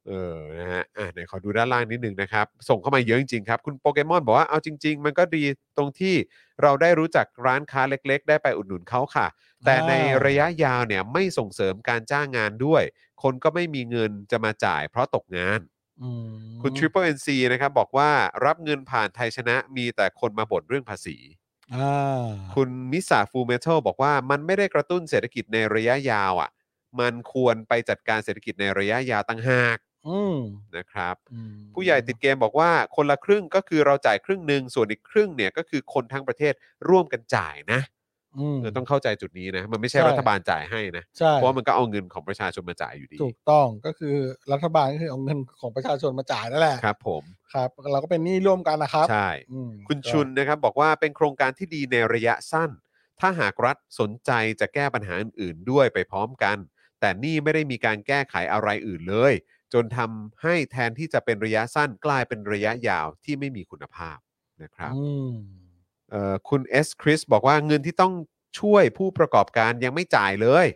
เออนะฮะอ่ะไหนขอดูด้านล่างนิดนึงนะครับ ส่งเข้ามาเยอะจริงๆครับ คุณโปเกมอนบอกว่าเอาจริง ๆ มันก็ดีตรงที่เราได้รู้จักร้านค้าเล็ก ๆ ได้ไปอุดหนุนเขาค่ะ แต่ในระยะยาวเนี่ยไม่ส่งเสริมการจ้างงานด้วย คนก็ไม่มีเงินจะมาจ่ายเพราะตกงาน อืม คุณ Triple NC นะครับบอกว่ารับเงินผ่านไทยชนะมีแต่คนมาบ่นเรื่องภาษี อ่า คุณมิสาฟูเมทัลบอกว่ามันไม่ได้กระตุ้นเศรษฐกิจในระยะยาวอ่ะ มันควรไปจัดการเศรษฐกิจในระยะยาวตั้งหาก อืม นะครับ อืม ผู้ใหญ่ติดเกมบอกว่าคนละครึ่งก็คือเราจ่ายครึ่งหนึ่งส่วนอีกครึ่งเนี่ยก็คือคนทั้งประเทศร่วมกันจ่ายนะ อืม เราต้องเข้าใจจุดนี้นะ มันไม่ใช่ ใช่ รัฐบาลจ่ายให้นะ ใช่ เพราะมันก็เอาเงินของประชาชนมาจ่ายอยู่ดี ถูกต้องก็คือรัฐบาลก็คือเอาเงินของประชาชนมาจ่ายนั่นแหละ ครับ ผม ครับ เราก็เป็นหนี้ร่วมกันนะครับ ใช่ อืม คุณชุนนะครับบอกว่าเป็นโครงการที่ดีในระยะสั้น ถ้าหากรัฐสนใจจะแก้ปัญหาอื่นๆด้วยไปพร้อมกัน แต่นี่ไม่ได้มีการแก้ไขอะไรอื่นเลย จนทำให้แทนที่จะเป็นระยะสั้นกลายเป็นระยะยาวที่ไม่มีคุณภาพนะครับ อืม เอ่อคุณ S คริสบอกว่าเงินที่ต้องช่วยผู้ประกอบการยังไม่จ่ายเลย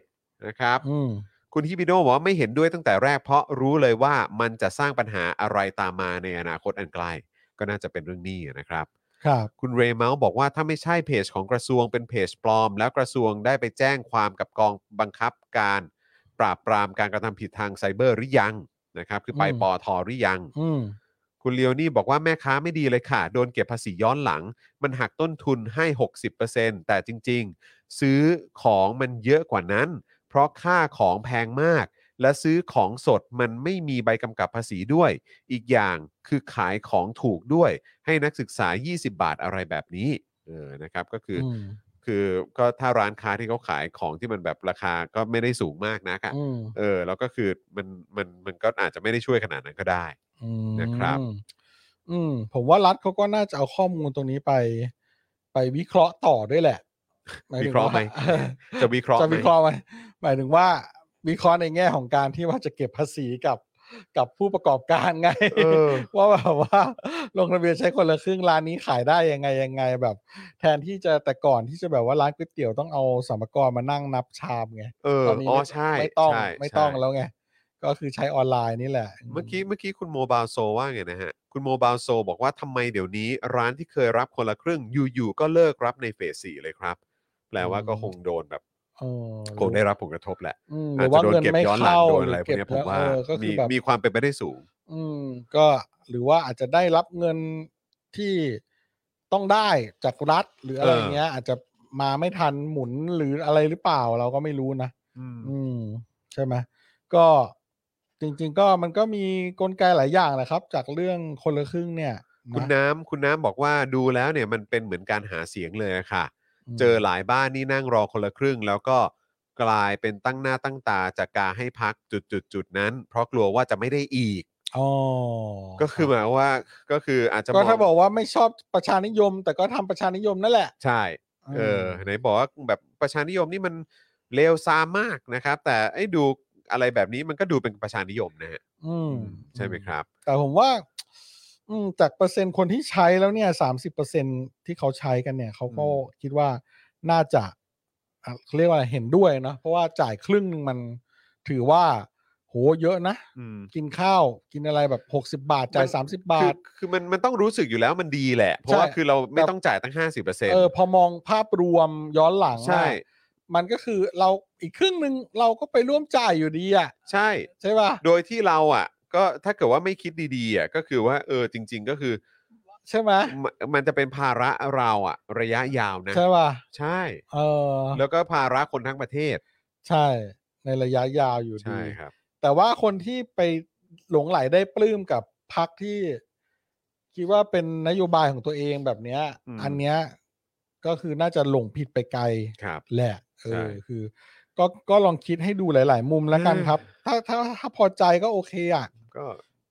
นะครับ อืม คุณฮิบิโดบอกว่าไม่เห็นด้วยตั้งแต่แรกเพราะรู้เลยว่ามันจะสร้างปัญหาอะไรตามมาในอนาคตอันใกล้ก็น่าจะเป็นเรื่องหนี้นะครับ ครับ คุณเรเมาส์บอกว่าถ้าไม่ใช่เพจของกระทรวงเป็นเพจปลอม แล้วกระทรวงได้ไปแจ้งความกับกองบังคับการ ปราบปรามการกระทำผิดทางไซเบอร์หรือยังนะครับคือไป อืม ปอทอหรือยัง อืม คุณเลียวนี่บอกว่าแม่ค้าไม่ดีเลยค่ะ โดนเก็บภาษีย้อนหลัง มันหักต้นทุนให้ 60%แต่จริงๆ ซื้อของมันเยอะกว่านั้น เพราะค่าของแพงมาก และซื้อของสดมันไม่มีใบกำกับภาษีด้วย อีกอย่างคือขายของถูกด้วย ให้นักศึกษา 20 บาทอะไรแบบนี้เออนะครับก็คืออ ม คือก็ถ้าร้านค้าที่เขาขายของที่มันแบบราคาก็ไม่ได้สูงมากนักอะ อืม เออแล้วก็คือมันมันมันก็อาจจะไม่ได้ช่วยขนาดนั้นก็ได้ อืม นะครับ อืม ผมว่ารัฐเขาก็น่าจะเอาข้อมูลตรงนี้ไป ไปวิเคราะห์ต่อด้วยแหละหย วิ ถึง เคราะห์ไหม จะวิเคราะห์ จะ ไหม วิเคราะห์ไห มหมายถึงว่า วิเคราะห์ในแง่ของการที่ว่าจะเก็บภาษีกับ กับผู้ประกอบการไง เออ ว่าแบบว่าลงทะเบียนใช้คนละครึ่งร้านนี้ขายได้ยังไงยังไงแบบ แทนที่จะแต่ก่อนที่จะแบบว่าร้านก๋วยเตี๋ยวต้องเอาสัมภาระมานั่งนับชามไง เออ ตอนนี้ อ๋อ ไม่ ใช่ ไม่ต้อง ใช่ ไม่ต้อง ใช่ แล้วไง ก็คือใช้ออนไลน์นี่แหละ เมื่อกี้เมื่อกี้คุณโมบายโซว่าไงนะฮะ คุณโมบายโซบอกว่าทำไมเดี๋ยวนี้ร้านที่เคยรับคนละครึ่งอยู่ๆก็เลิกรับในเฟสสี่เลยครับ แปลว่าก็คงโดนแบบ เออ คงได้รับผลกระทบแหละ อืมห อา รือจว่าจะโดน เงิน เก็บ ไม่ ย้อนหลัง เข้า โดหนอะไร รือ พวก เก็บ เนี้ยผ แล้ ม ว ว่า เออก็คื มี อแบบ มีความเป็นไปได้สูง อืมก็หรือว่าอาจจะได้รับเงินที่ต้องได้จากรัฐหรืออะไร เออ เงี้ย อาจจะมาไม่ทันหมุนหรืออะไรหรือเปล่าเราก็ไม่รู้นะ อืม อืมใช่ไหมก็จริง ๆ ก็มันก็มีกลไกหลายอย่างแหละครับ จากเรื่องคนละครึ่งเนี่ย คุณ นะ น้ำคุณน้ำบอกว่าดูแล้วเนี่ยมันเป็นเหมือนการหาเสียงเลยอะค่ะ ม เจอหลายบ้านนี่นั่งรอคนละครึ่ง แล้วก็กลายเป็นตั้งหน้าตั้งตาจากการให้พักจุดๆๆนั้น เพราะกลัวว่าจะไม่ได้อีก อ๋อ ก็คือหมายความว่าก็คืออาจจะ ก็ มง ถ้าบอกว่าไม่ชอบประชานิยม แต่ก็ทำประชานิยมนั่นแหละ ใช่ เออ ม ไหนบอกว่าแบบประชานิยมนี่มันเลวซามมากนะครับ แต่ไอ้ดูอะไรแบบนี้มันก็ดูเป็นประชานิยมนะฮะ อืม ใช่ไหมครับ แต่ผมว่า อืมจากเปอร์เซ็นต์คนที่ใช้แล้วเนี่ยสามสิบเปอร์เซ็นที่เขาใช้กันเนี่ยเขาก็ อื คิดว่าน่าจะอ่ะเรียกว่าอะไรเห็นด้วยเนาะเพราะว่าจ่ายครึ่งหนึ่งมันถือว่า โหเยอะนะ อืม กินข้าวกินอะไรแบบหกสิบาท จ่าย มัน สามสิบา คือ ท คือมันมันต้องรู้สึกอยู่แล้วมันดีแหละ เพราะว่าคือเราไม่ต้องจ่ายตั้ง 50%เ เออ พอมองภาพรวมย้อนหลังอะ ใช่ มันก็คือเราอีกครึ่งหนึ่งเราก็ไปร่วมจ่ายอยู่ดีอ่ะ ใช่ ใช่ป่ะ โดยที่เราอ่ะ ก็ถ้าเกิดว่าไม่คิดดีๆอ่ะก็คือว่าเออจริง ๆ ก็คือ ใช่ไหม มมันจะเป็นภาระเราอ่ะ ระยะยาวนะ ใช่ป่ะ ใช่ เออ แล้วก็ภาระคนทั้งประเทศ ใช่ในระยะยาวอยู่ ใช่ ดี ครับ แต่ว่าคนที่ไปหลงไหลได้ปลื้มกับพักที่ คิดว่าเป็นนโยบายของตัวเองแบบเนี้ย อืม อันเนี้ยก็คือน่าจะหลงผิดไปไกล ครับ แหละเอ ใช่ อคือ ก็ก็ลองคิดให้ดูหลาย ๆ มุมแล้วกัน เออ ครับ ถ้าถ้าถ้าพอใจก็โอเคอ่ะ ก็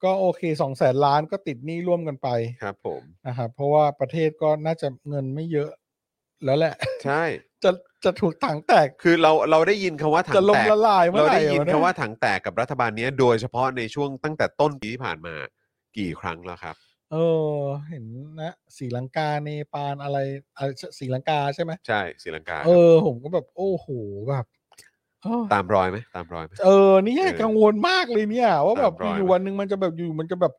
ก็โอเคสองแสนล้านก็ติดหนี้ร่วมกันไป ครับผม นะครับเพราะว่าประเทศก็น่าจะเงินไม่เยอะ แล้วแหละ ใช่ จะจะถูกถังแตก คือเราเราได้ยินคำว่าถัง จะล แต ม ก ละลายเมื่อ เรา ไหร่ ได้ยิน วะเย คำว่าถังแตกกับรัฐบาลเนี้ยโดยเฉพาะในช่วงตั้งแต่ต้นปีที่ผ่านมากี่ครั้งแล้วครับ เออ เห็นนะสีลังกาเนปาลอะไรอะไรสีลังกาใช่ไหม ใช่ศรีลังกาครับ เออ ผมก็แบบ โอ้โหแบบเออ ตามรอยไหมตามรอยไหม เออนี่ไง เออ กังวลมากเลยเนี่ย ว่าแบบ ตามรอย อยู่ มัน วันหนึ่งมันจะแบบอยู่มันจะแบบ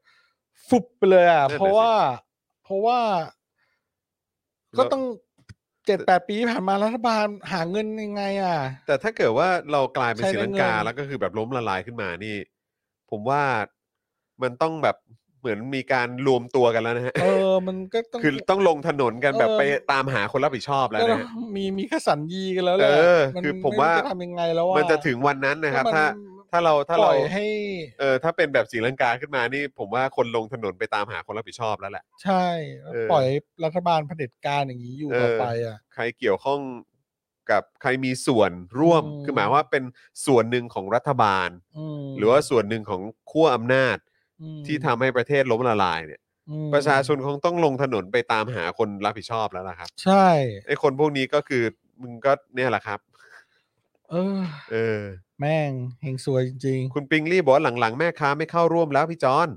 ฟุบไปเลยอ่ะ นั่นน่ะ เพราะว่า เพราะว่า แล้ว ก็ต้องเจ็ดแปดปีที่ผ่านมารัฐบาลหาเงินยังไง อ่ะ แต่ถ้าเกิดว่าเรากลายเป็น ใช้ ศรี ได้ ลังกา เงิน แล้วก็คือแบบล้มละลายขึ้นมานี่ ผมว่ามันต้องแบบเหมือนมีการรวมตัวกันแล้วนะฮะ เออ มันก็ต้อง คือต้องลงถนนกันแบบ เออ ไปตามหาคนรับผิดชอบแล้ว ก็ นะฮะ มีมีแค่สัญญีกันแล้วแหละ เออ มัน คือผม ไรู้ ว่า จะทำยังไงแล้วอ่ะ มันจะถึงวันนั้นนะครับ แล้วมั ถ้า ถ้าเราถ้า ป เรา ล่อยให้ เออถ้าเป็นแบบศรีลังกาขึ้นมานี่ ผมว่าคนลงถนนไปตามหาคนรับผิดชอบแล้วแหละ ใช่แล้ว เออ ปล่อยรัฐบาลเผด็จการอย่างนี้อยู่ เออ ต่อไปอ่ะ ใครเกี่ยวข้องกับใครมีส่วนร่วม อืม คือหมายว่าเป็นส่วนหนึ่งของรัฐบาล ม หรือว่าส่วนหนึ่งของขั้วอำนาจ อืม ที่ทำให้ประเทศล้มละลายเนี่ย อืม ประชาชนคงต้องลงถนนไปตามหาคนรับผิดชอบแล้วล่ะครับ ใช่ ไอ้คนพวกนี้ก็คือมึงก็เนี่ยแหละครับ เออ เออ แม่งเฮงซวยจริง คุณปิงลี่บอกว่าหลังๆ แม่ค้าไม่เข้าร่วมแล้วพี่จอน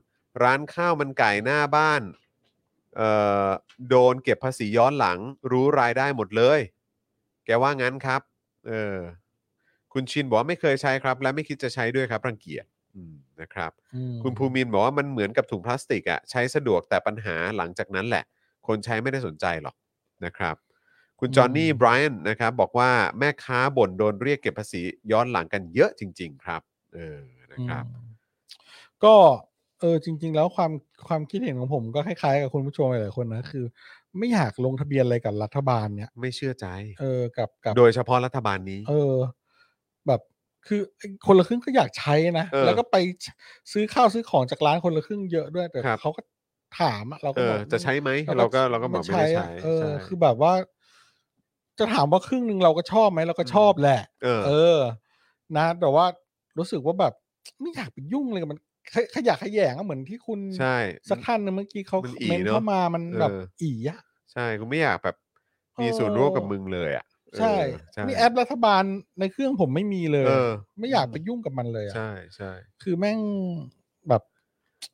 ร้านข้าวมันไก่หน้าบ้านเอ่อโดนเก็บภาษีย้อนหลัง รู้รายได้หมดเลย แกว่างั้นครับ เออ คุณชินบอกว่าไม่เคยใช้ครับ และไม่คิดจะใช้ด้วยครับ รังเกียจอืมนะครับ ๆอืม คุณภูมินบอกว่ามันเหมือนกับถุงพลาสติกอะใช้สะดวกแต่ปัญหาหลังจากนั้นแหละ คนใช้ไม่ได้สนใจหรอกนะครับ คุณจอห์นนี่ไบรอันนะครับ บอกว่าแม่ค้าบ่นโดนเรียกเก็บภาษีย้อนหลังกันเยอะจริง ๆ ครับเออนะครับ อืมก็เออจริง ๆ แล้วความความคิดเห็นของผมก็คล้ายๆกับคุณผู้ชมหลายๆคนนะคือ ไม่อยากลงทะเบียนอะไรกับรัฐบาลเนี่ย ไม่เชื่อใจ เออกับกับ โดยเฉพาะรัฐบาลนี้ เออ แบบคือคนละครึ่งก็อยากใช้นะ เออ แล้วก็ไปซื้อข้าวซื้อของจากร้านคนละครึ่งเยอะด้วยแต่ ครับ เขาก็ถามอะเรา เอ ก็บอ อก จะใช้ไหมเราก็เราก็บอกไม่ได้ อะ ใช้ เออ ใช่ คือแบบว่า จะถามว่าครึ่งหนึ่งเราก็ชอบไหมเราก็ชอบแหละ เออ เออ นะ แต่ว่ารู้สึกว่าแบบ ไม่อยากไปยุ่งเลยกับมันขยขยะแขยงอะเหมือนที่คุณ ใช่ สักท่านหนึงเมื่อกี้เขา มันอี เม้น เนอะ เข้ามามันแบบ เอออี อีอะ ใช่กูไม่อยากแบบมีส่วนร่วมกับมึงเลยอ่ะเออ ใช่ ใช่ นี่แอปรัฐบาลในเครื่องผมไม่มีเลย เออ ไม่อยากไปยุ่งกับมันเลยอะ ใช่ใช่ คือแม่งแบบ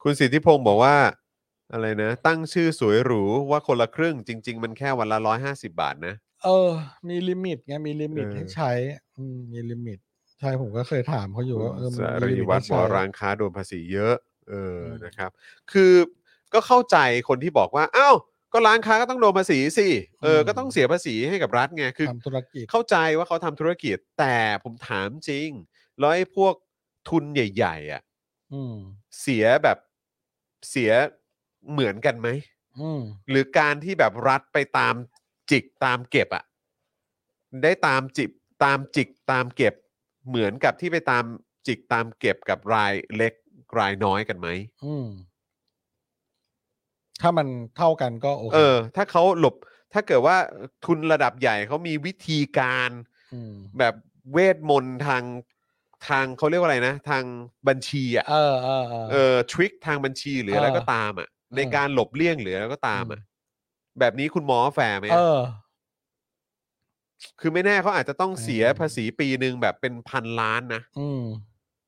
คุณสิทธิพงศ์บอกว่า อะไรนะ ตั้งชื่อสวยหรูว่าคนละครึ่งจริง ๆ มันแค่วันละร้อยห้าสิบาทนะ เออ มีลิมิตไงมีลิมิต เออ ให้ใช้อืมมีลิมิต ใช่ผมก็เคยถามเขาอยู่ว่าเออ คุณ มั ส น ร มีลิ ย มิต วัฒ ให้ น์บอ ใช้ กร้านค้าโดนภาษีเยอะ เออ เออ นะครับ คือก็เข้าใจคนที่บอกว่าอ้าวก็ร้านค้าก็ต้องโดนภาษีสิเออก็ต้องเสียภาษีให้กับรัฐไงคือ ทำธุรกิจ เข้าใจว่าเขาทำธุรกิจแต่ผมถามจริง แล้วไอ้พวกทุนใหญ่ๆอ่ะ อืม เสียแบบเสียเหมือนกันไหม อืม หรือการที่แบบรัฐไปตามจิกตามเก็บอะได้ตามจิบตามจิกตามเก็บ เหมือนกับที่ไปตามจิกตามเก็บกับรายเล็กรายน้อยกันไหม อืม ถ้ามันเท่ากันก็โอเค เออ ถ้าเขาหลบถ้าเกิดว่าทุนระดับใหญ่เขามีวิธีการ ม แบบเวทมนต์ทางทางเขาเรียกว่าอะไรนะ ทางบัญชีอะ เออเออเออ เออทริคทางบัญชีหรืออะไร เออ ก็ตามอะใน เออ การหลบเลี่ยงหรืออะไรก็ตามอะแบบนี้คุณหมอแฟร์ไหม เอออะคือไม่แน่เขาอาจจะต้องเสีย เออ ภาษีปีหนึ่งแบบเป็นพันล้านนะ อืม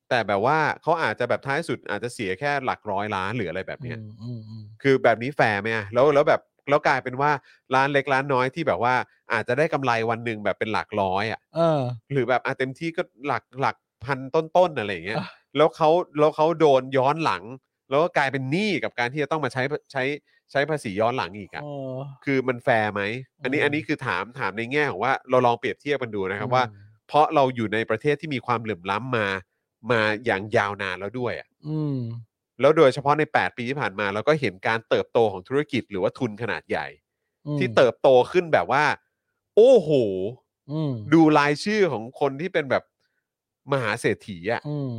แต่แบบว่าเขาอาจจะแบบท้ายสุดอาจจะเสียแค่หลักร้อยล้านหรืออะไรแบบเนี้ย อืมอืมอืม คือแบบนี้แฟร์ไหมอะแล้วแล้วแบบแล้วกลายเป็นว่าร้านเล็กร้านน้อยที่แบบว่าอาจจะได้กำไรวันหนึ่งแบบเป็นหลักร้อยอะ เออ หรือแบบอาเต็มที่ก็หลักหลักพันต้นๆอะไรอย่างเงี้ย อ่ะ แล้วเขาแล้วเขาโดนย้อนหลัง แล้วก็กลายเป็นหนี้กับการที่จะต้องมาใช้ใช้ใช้ภาษีย้อนหลังอีกอะ เออ คือมันแฟร์ไหมอันนี้ อืม อันนี้คือถามถามในแง่ของว่าเราลองเปรียบเทียบกันดูนะครับว่า เพราะเราอยู่ในประเทศที่มีความเหลื่อมล้ำมา มาอย่างยาวนานแล้วด้วยอะ อืม แล้วโดยเฉพาะใน 8 ปีที่ผ่านมาเราก็เห็นการเติบโตของธุรกิจหรือว่าทุนขนาดใหญ่ อืม ที่เติบโตขึ้นแบบว่า โอ้โห อืม ดูรายชื่อของคนที่เป็นแบบมหาเศรษฐีอะ อืม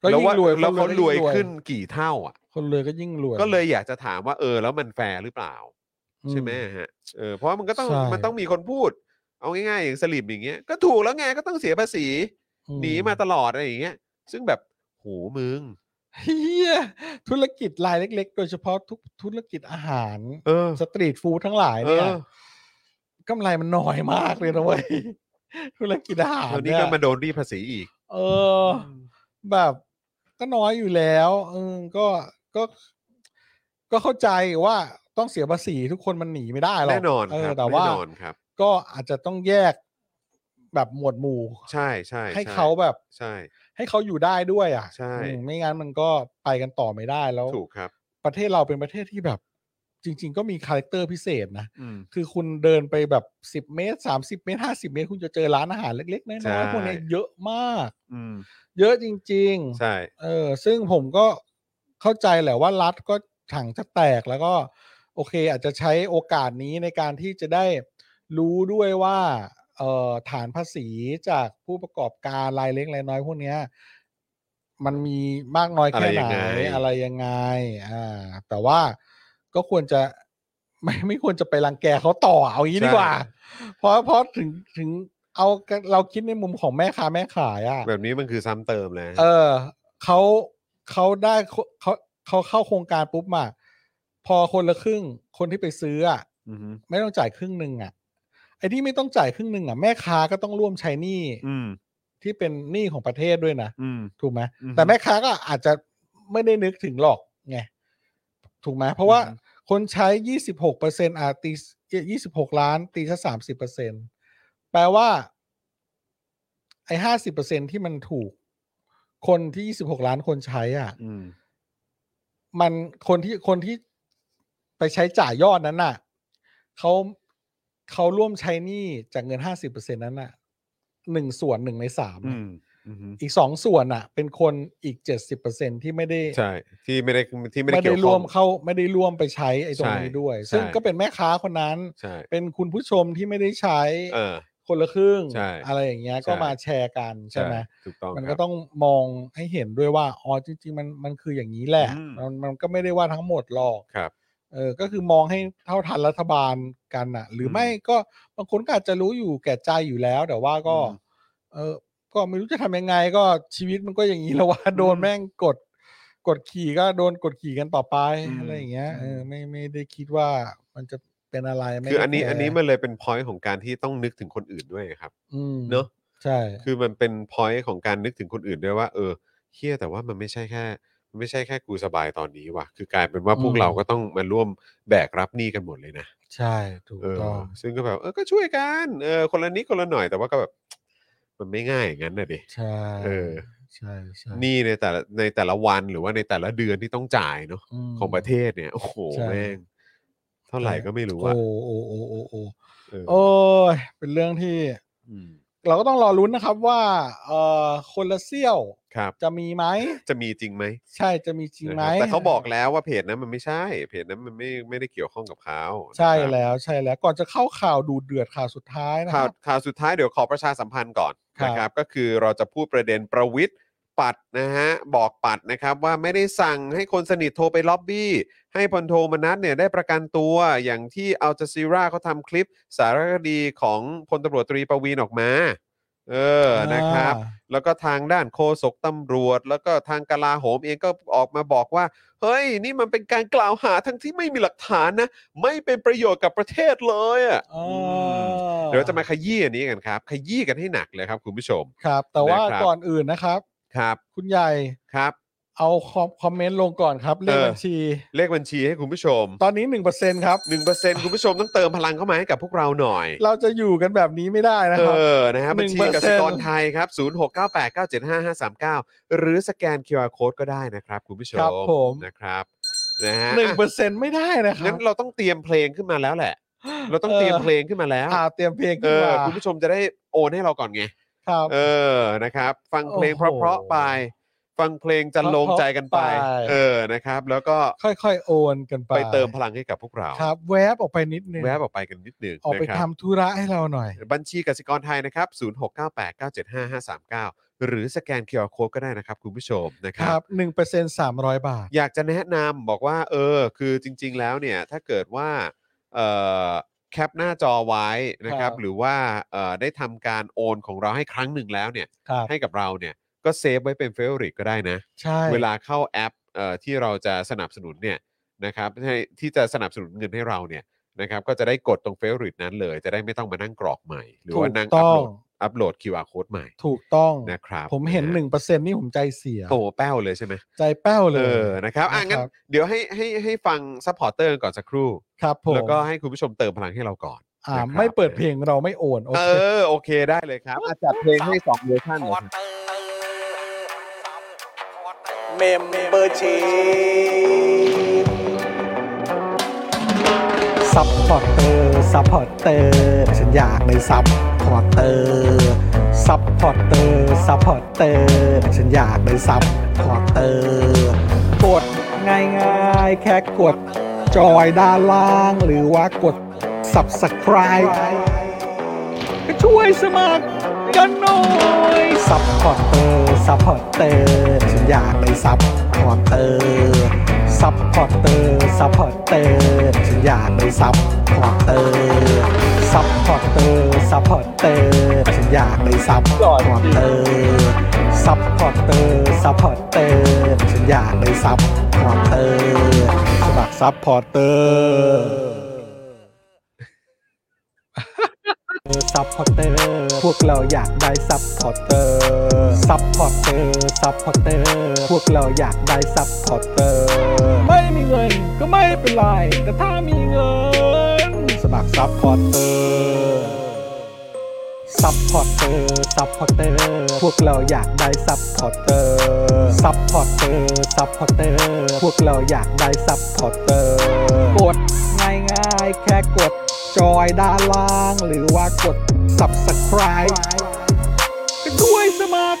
แล้วว่า คน แล้วเขารวย ก็ง ขึ้นกี่เท่าอ่ะ คนรวยก็ยิ่งรวย ก็เลยอยากจะถามว่าเออแล้วมันแฟร์หรือเปล่า อื ใช่ไหมฮะเออเพราะมันก็ต้อง ใช่ มันต้องมีคนพูด เอาง่ายๆอย่างสลิปอย่างเงี้ยก็ถูกแล้วไงก็ต้องเสียภาษี อื หนีมาตลอดอะไรอย่างเงี้ย ซึ่งแบบโหมึง เฮียธุรกิจรายเล็ก ๆ โดยเฉพาะทุกธุรกิจอาหาร เออ สตรีทฟู้ดทั้งหลายเนี่ย เออ กำไรมันน้อยมากเลยนะเว้ย ธุรกิจอาหาร แล้วนี่ เนี่ย ก็มาโดนรีดภาษีอีก เออ แบบก็น้อยอยู่แล้วเออก็ก็ ก็เข้าใจว่าต้องเสียภาษีทุกคนมันหนีไม่ได้หรอก แน่นอน เอ ค อ รับ แต่ แน่ ว่าน อนครับ ก็อาจจะต้องแยกแบบหมวดหมู่ ใช่ใช่ ให้ ช่ เขาแบบ ใช่ ให้เขาอยู่ได้ด้วยอ่ะ ใช่ อืมไม่งั้นมันก็ไปกันต่อไม่ได้แล้ว ถูกครับ ประเทศเราเป็นประเทศที่แบบ จริง ๆ ก็มีคาแรคเตอร์พิเศษนะ อืม คือคุณเดินไปแบบ 10 เมตร 30 เมตร 50 เมตร คุณจะเจอร้านอาหารเล็กๆน้ ใช่ อยๆพวกเนี้ยเยอะมาก อืม เยอะจริง ๆ ใช่ เออซึ่งผมก็เข้าใจแหละว่ารัฐก็ถังจะแตกแล้วก็ โอเค อาจจะใช้โอกาสนี้ในการที่จะได้รู้ด้วยว่าเอ่อฐานภาษีจากผู้ประกอบการรายเล็กรายน้อยพวกเนี้ยมันมีมากน้อยแค่ไหนอะไรยังไงอ่าแต่ว่าก็ควรจะ ไม่ไม่ควรจะไปรังแกเขาต่อเอางี้ดีกว่า เพราะเพราะถึงถึงเอาเราคิดในมุมของแม่ค้าแม่ขายอ่ะ แบบนี้มันคือซ้ำเติมเลยนะ เออเขาเขาได้เขาเขาเขาเข้าโครงการปุ๊บมาพอคนละครึ่ง คนที่ไปซื้ออ่ะ อหือ ไม่ต้องจ่ายครึ่งหนึ่งอ่ะไอ้ที่ไม่ต้องจ่ายครึ่งหนึ่งอ่ะแม่ค้าก็ต้องร่วมใช้หนี้ อืม ที่เป็นหนี้ของประเทศด้วยนะ อืม ถูกไหม อือฮึ แต่แม่ค้าก็อาจจะไม่ได้นึกถึงหรอกไงถูกไหมเพราะว่า อือฮึ คนใช้ยี่สิบหกเปอร์เซ็นต์อาตียี่สิบหกล้าน ตีซะสามสิบเปอร์เซ็นแปลว่า ไอ้ห้าสิบเปอร์เซ็นที่มันถูก คนที่ยี่สิบหกล้านคนใช้อ่ะ อืม มันคนที่คนที่ไปใช้จ่ายยอดนั้นน่ะเขาเขาร่วมใช้หนี้จากเงินห้าสิบเปอร์เซ็นนั้นน่ะหนึ่งส่วนหนึ่งในสาม อื น่ะ มอือหือ อีกสองส่วนน่ะ เป็นคนอีกเจ็ดสิบเปอร์เซ็นที่ไม่ได้ ใช่ที่ไม่ได้ที่ไม่ได้ ไม่ เกี่ ได้ ยว ร่ ข้ ว อ ม ง เข้าไม่ได้ร่วมไปใช้ไอ้ตรง ใช่ นี้ด้วย ซึ่ง ใช่ ก็เป็นแม่ค้าคนนั้น ใช่ เป็นคุณผู้ชมที่ไม่ได้ใช้ เออ คนละครึ่ง ใช่ อะไรอย่างเงี้ยก็ ใช่ มาแชร์กันใช่ไหม ถูกต้อง มัน ค ก็ รับ ต้องมองให้เห็นด้วยว่าอ๋อจริง ๆ มันมันคืออย่างนี้แหละ อืม มันมันก็ไม่ได้ว่าทั้งหมดหรอก ครับ เออก็คือมองให้เท่าทันรัฐบาลกันน่ะ หรืออ ม ไม่ก็บางคนก็อาจจะรู้อยู่แก่ใจอยู่แล้ว แต่ว่าก็ อืม เออก็ไม่รู้จะทำยังไง ก็ชีวิตมันก็อย่างนี้แล้วว่า โดน อืม แม่งกดกดขี่ก็โดนกดขี่กันต่อไป อืม อะไรอย่างเงี้ยเออ ม ไม่ไม่ได้คิดว่ามันจะเป็นอะไรไม่ คือ ได้ อันนี้ แร์ อันนี้มันเลยเป็นพอยต์ของการที่ต้องนึกถึงคนอื่นด้วยครับ อืม เนอะ ใช่ คือมันเป็นพอยต์ของการนึกถึงคนอื่นด้วยว่า เออเฮียแต่ว่ามันไม่ใช่แค่มันไม่ใช่แค่กูสบายตอนนี้ว่ะคือกลายเป็นว่าพวกเราก็ต้องมาร่วมแบกรับหนี้กันหมดเลยนะ ใช่ถูก เออ ต้อง ซึ่งก็แบบเออก็ช่วยกันเออคนละนิดคนละหน่อยแต่ว่าก็แบบ มันไม่ง่ายอย่างนั้นนะดิ ใช่ เออ ใช่ใช่ หนี่ในแต่ละในแต่ละวันหรือว่าในแต่ละเดือนที่ต้องจ่ายเนาะ ม ของประเทศเนี่ย โอ้โห ใช่ แม่งเท่าไหร่ก็ไม่รู้ โอ้ อะ โอ้โอ้โอ้โอ้ เออ โอ้ยเป็นเรื่องที่ อืม เราก็ต้องรอลุ้นนะครับว่าเอ่อคนละเซี่ยว ครับ จะมีไหม จะมีจริงไหม ใช่จะมีจริงไหม นะครับแต่เขาบอกแล้วว่าเพจนั้นมันไม่ใช่ เพจนั้นมันไม่ไม่ได้เกี่ยวข้องกับเขา ใช่ นะครับ แล้วใช่แล้วก่อนจะเข้าข่าวดูเดือดข่าวสุดท้ายนะค ข่าว รับ ข่าวสุดท้ายเดี๋ยวขอประชาสัมพันธ์ก่อน ครับ นะครับ ก็คือเราจะพูดประเด็นประวิทย์ปัดนะฮะบอกปัดนะครับว่าไม่ได้สั่งให้คนสนิทโทรไปล็อบบี้ ให้พลโทมนัสเนี่ยได้ประกันตัวอย่างที่อัลจซีราเขาทำคลิปสารคดีของพลตำรวจตรีประวีนออกมา เออนะครับ แล้วก็ทางด้านโฆษกตำรวจ แล้วก็ทางกลาโหมเองก็ออกมาบอกว่า เฮ้ย นี่มันเป็นการกล่าวหาทั้งที่ไม่มีหลักฐานนะ ไม่เป็นประโยชน์กับประเทศเลยอ่ะ อ่า อืมเดี๋ยวจะมาขยี้อันนี้กันครับ ขยี้กันให้หนักเลยครับคุณผู้ชม ครับ แต่ว่า นะครับ ก่อนอื่นนะครับ ครับ คุณใหญ่ ครับ เอาคอมคอมเมนต์ลงก่อนครับ เลข เออ บัญชี เลขบัญชีให้คุณผู้ชม ตอนนี้หนึ่งเปอร์เซ็นครับ 1%คุณผู้ชมต้องเติมพลังเข้ามาให้กับพวกเราหน่อย เราจะอยู่กันแบบนี้ไม่ได้นะคเอรับ อ นะฮะบัญชี 1% กสิกรไทยครับ 0698975539 หรือสแกน QR Code ก็ได้นะครับ คุณผู้ชม ครับผม นะครับนะฮะ หนึ่งเปออ่ะร์เซ็นไม่ได้นะครั งั้ บ นเราต้องเตรียมเพลงขึ้นมาแล้วแหละ เราต้องเตรียม เออ เพลงขึ้นมาแล้ว อ่าเตรียมเพลง เอ ขึ้น อ มา คุณผู้ชมจะได้โอนให้เราก่อนไง ครับ เออ นะครับ ฟังเพลง โอ้โห เพราะๆไป ฟังเพลงจันโลงใจกันไป เพราะๆไป เออ นะครับ แล้วก็ ค่อยๆ โอนกันไป ไปเติมพลังให้กับพวกเรา ครับ แวบออกไปนิดนึง แวะออกไปกันนิดหนึ่ง ออกไป นะครับ ทำธุระให้เราหน่อย บัญชีกสิกรไทยนะครับ 0698975539 หรือสแกน QR Code ก็ได้นะครับ คุณผู้ชมนะค ค รั รับ บหนึ่งเปอร์เซ็นสามร้อยบาท อยากจะแนะนำบอกว่า เออ คือจริง ๆ แล้วเนี่ย ถ้าเกิดว่าเอ่อแคปหน้าจอไว้นะครับ ครับ หรือว่าเอ่อได้ทำการโอนของเราให้ครั้งหนึ่งแล้วเนี่ย ครับ ให้กับเราเนี่ย ก็เซฟไว้เป็นเฟ v o r i t e ก็ได้นะ ใช่ เวลาเข้าแอปเอ่อที่เราจะสนับสนุนเนี่ยนะครับให้ที่จะสนับสนุนเงินให้เราเนี่ยนะครับก็จะได้กดตรงเฟร r i t นั้นเลย จะได้ไม่ต้องมานั่งกรอกใหม่ หรือ ถู ว่าก นั่งอั ต้อปโหล ง ดอัปโหลด QR code ใหม่ ถูกต้อง นะครับ ผมเห็นหนึ่งเปอร์เซ็นนี่ผมใจเสีย โตแป้วเลยใช่ไหม ใจแป้วเล เอย อนะครับอ่ะงั้น นะครับ เดี๋ยวให้ให้ให้ฟังซัพพอร์เตอร์ก่อนสักครู่ ครับผม แล้วก็ให้คุณผู้ชมเติมพลังให้เราก่อน อ่า นะครับ ไม่เปิดเพลงเราไม่โอนโอ เอ เค อโอเคได้เลยครับอ่ะจัดเพลงให้สองเวอร์ชันหน่อยครับ เมมเบอร์ชี ซัพพอร์เตอร์ซัพพอร์เตอร์ฉันอยากเป็นซัพพอร์เตอร์ซัพพอร์เตอร์ซัพพอร์เตอร์ฉันอยากเป็นซัพพอร์เตอร์กดง่ายๆ แค่กดจอยด้านล่าง หรือว่ากด subscribe ก็ช่วยสมัครกันหน่อยซัพพอร์เตอร์ซัพพอร์เตอร์ฉันอยากเป็นซัพพอร์เตอร์ซัพพอร์เตอร์ซัพพอร์เตอร์ฉันอยากเป็นซัพพอร์เตอร์ซัพพอร์เตอร์ซัพพอร์เตอร์ฉันอยากเป็นซัพพอร์เตอร์ซัพพอร์เตอร์ซัพพอร์เตอร์ฉันอยากเป็นซัพพอร์เตอร์สมัครซัพพอร์เตอร์ ซัพพอร์เตอร์ พวกเราอยากได้ซัพพอร์เตอร์ ซัพพอร์เตอร์ ซัพพอร์เตอร์ พวกเราอยากได้ซัพพอร์เตอร์ ไม่มีเงินก็ไม่เป็นไร แต่ถ้ามีเงิน สมัครซัพพอร์เตอร์ ซัพพอร์เตอร์ ซัพพอร์เตอร์ พวกเราอยากได้ซัพพอร์เตอร์ ซัพพอร์เตอร์ ซัพพอร์เตอร์ พวกเราอยากได้ซัพพอร์เตอร์ กดง่ายๆ แค่กดจอยด้านล่าง หรือว่ากด subscribe ก็ช่วยสมัคร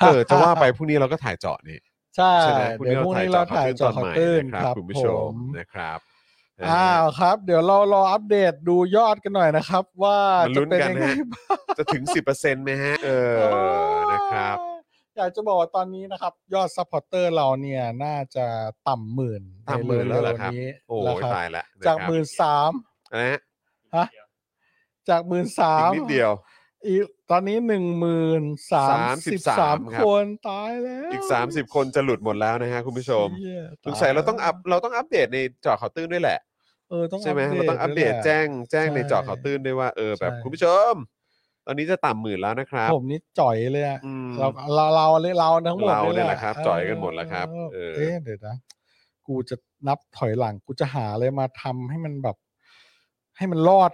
เออจะว่าไปพรุ่งนี้เราก็ถ่ายเจาะนี่ ใช่ ใช่ไหมพรุ่ง เดี๋ นี้ ยวพ เรา รุ่ง ถ่าย นี้เรา เจาะ ถ่ายจอคข่วอ ใหม่ ตื้นคนะค รั รับบ คุณผู้ ผ ชม ม นะครับนะฮะ อ้าวครับ เดี๋ยวเรารออัปเดตดูยอดกันหน่อยนะครับ ว่า มา จะ ลุ้น เป็น กัยันง นะ ไง ฮะ บ้าง จะถึง 10%ไหมฮะ เออ นะครับ อยากจะบอกว่าตอนนี้นะครับ ยอดซัพพอร์เตอร์เราเนี่ยน่าจะต่ำหมื่น ต่ำหมื่นแล้วเหรอครับ ในเร็ๆนี้ โอ้ แล้ว ย ครับ ตายละะ จาก ครับ หมื่นสาม นะฮะ นิดเดียว จากหมื่นสา อีก ม นิดเดียว อีกตอนนี้หนึ่งหมื่นสามสิบสาม 33ครับ คนตายแล้ว อีก 30 คนจะหลุดหมดแล้วนะฮะคุณผู้ชม เหี้ย สงสัยเราต้องอัพ ตย เราต้องอัปเดตในเจอข่าวตื้นด้วยแหละ เออต้อง ใช่ไหมเราต้องอัปเดด้วตยหละ แจ้งแจ้ง ใช่ ในเจอข่าวตื้นด้วยว่าเออแบบ ใช่ คุณผู้ชม ตอนนี้จะต่ำหมื่นแล้วนะครับ ผมนี่จ่อยเลยอะ อืม เราเราเราเลยเราทั้งหมด เราเนี่ยแหละครับจ่อยกันหมดแล้วครับ เออ เออ เอ๊ะเดี๋ยวนะกูจะนับถอยหลัง กูจะหาอะไรมาทำให้มันแบบ ให้มันรอด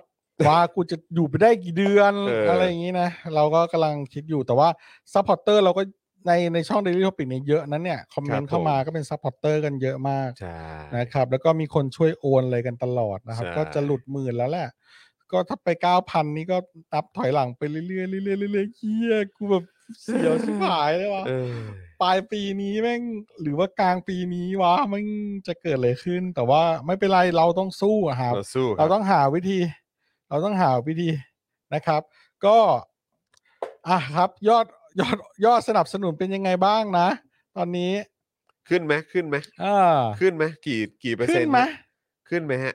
ว่ากูจะ อยู่ไปได้กี่เดือนอะไรอย่างนี้นะ เราก็กำลังคิดอยู่แต่ว่าซัพพอร์เตอร์เราก็ในในช่อง Daily Topic เนี่ยเยอะนั้นเนี่ยคอมเมนต์เข้ามาก็เป็นซัพพอร์เตอร์กันเยอะมาก ใช่ นะครับแล้วก็มีคนช่วยโอนเลยกันตลอดนะครับ ใช่ ก็จะหลุดหมื่นแล้วแหละ ก็ถ้าไปเก้าพันนี้ก็นับถอยหลังไปเรื่อยๆเรื่อยๆเรื่อยๆเฮียกูแบบเสียวชิบหายเลยวะ เออ ปลายปีนี้แม่งหรือว่ากลางปีนี้วะมันจะเกิดอะไรขึ้น แต่ว่าไม่เป็นไรเราต้องสู้อะครับ เราสู้ค เรา รับ ต้องหาวิธี เราต้องหาวิธีนะครับ ก็อ่ะครับ ยอดยอดยอดสนับสนุนเป็นยังไงบ้างนะ ตอนนี้ ขึ้นไหมขึ้นไหม เออ ขึ้นไหมกี่กี่เปอร์เซ็ ขึ้ น น ต์ ไหม ขึ้นไหมฮะ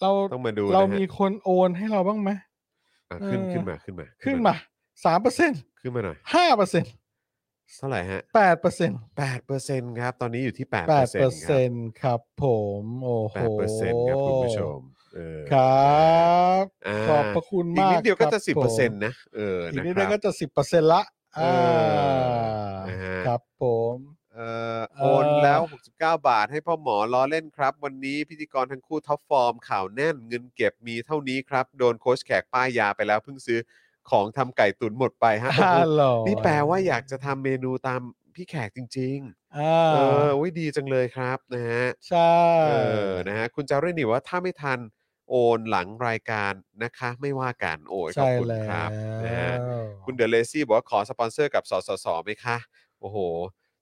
เรา ต้องมาดูนะฮะ เรามีคนโอนให้เราบ้างไหม อ่ะขึ้น เออ ขึ้นมาขึ้นมา ขึ้นมาสามเปอร์เซ็น ขึ้นมาหน่อย ห้าเปอร์เซ็น เท่าไหร่ฮะ แปดเปอร์เซ็น แปดเปอร์เซ็นต์ครับ ตอนนี้อยู่ที่แปด แป เปดอร์เซ็น เปอ ต์ ร์เซ็นครับ ผมโอ้โห แปดเปอร์เซ็นต์ครับคุณผู้ชมเออ ครับ อ่า ขอบพระคุณ อีก มาก นิดเดียวก็จะ ค สิบ รั เปอร์เซ็น ผม ต์นะเออ อีก นะ นิด ค นึง รั ก็ บ จะสิบเปอร์เซ็นต์ละ เอ อ่า อนะฮะ ครับผม เอ่อ เอ่ โอ อ นแล้ว 69 บาทให้พ่อหมอล้อเล่นครับ วันนี้พิธีกรทั้งคู่ท็อปฟอร์มข่าวแน่นเงินเก็บมีเท่านี้ครับ โดนโค้ชแขกป้ายยาไปแล้วเพิ่งซื้อของทำไก่ตุ๋นหมดไป ฮะโอ้โห ฮัลโหล นี่แปลว่าอยากจะทำเมนูตามพี่แขกจริง อ่า ๆ เอออุ้ยดีจังเลยครับนะฮะ ใช่ เออ นะฮะ คุณจารุณีว่าถ้าไม่ทันโอนหลังรายการนะคะ ไม่ว่ากันโอ้ยขอบ ใช่ คุณ แล้ ครับนะฮะ ว คุณเด e l เลซี่บอกว่าขอสปอนเซอร์กับสสสไหมคะ โอ้โห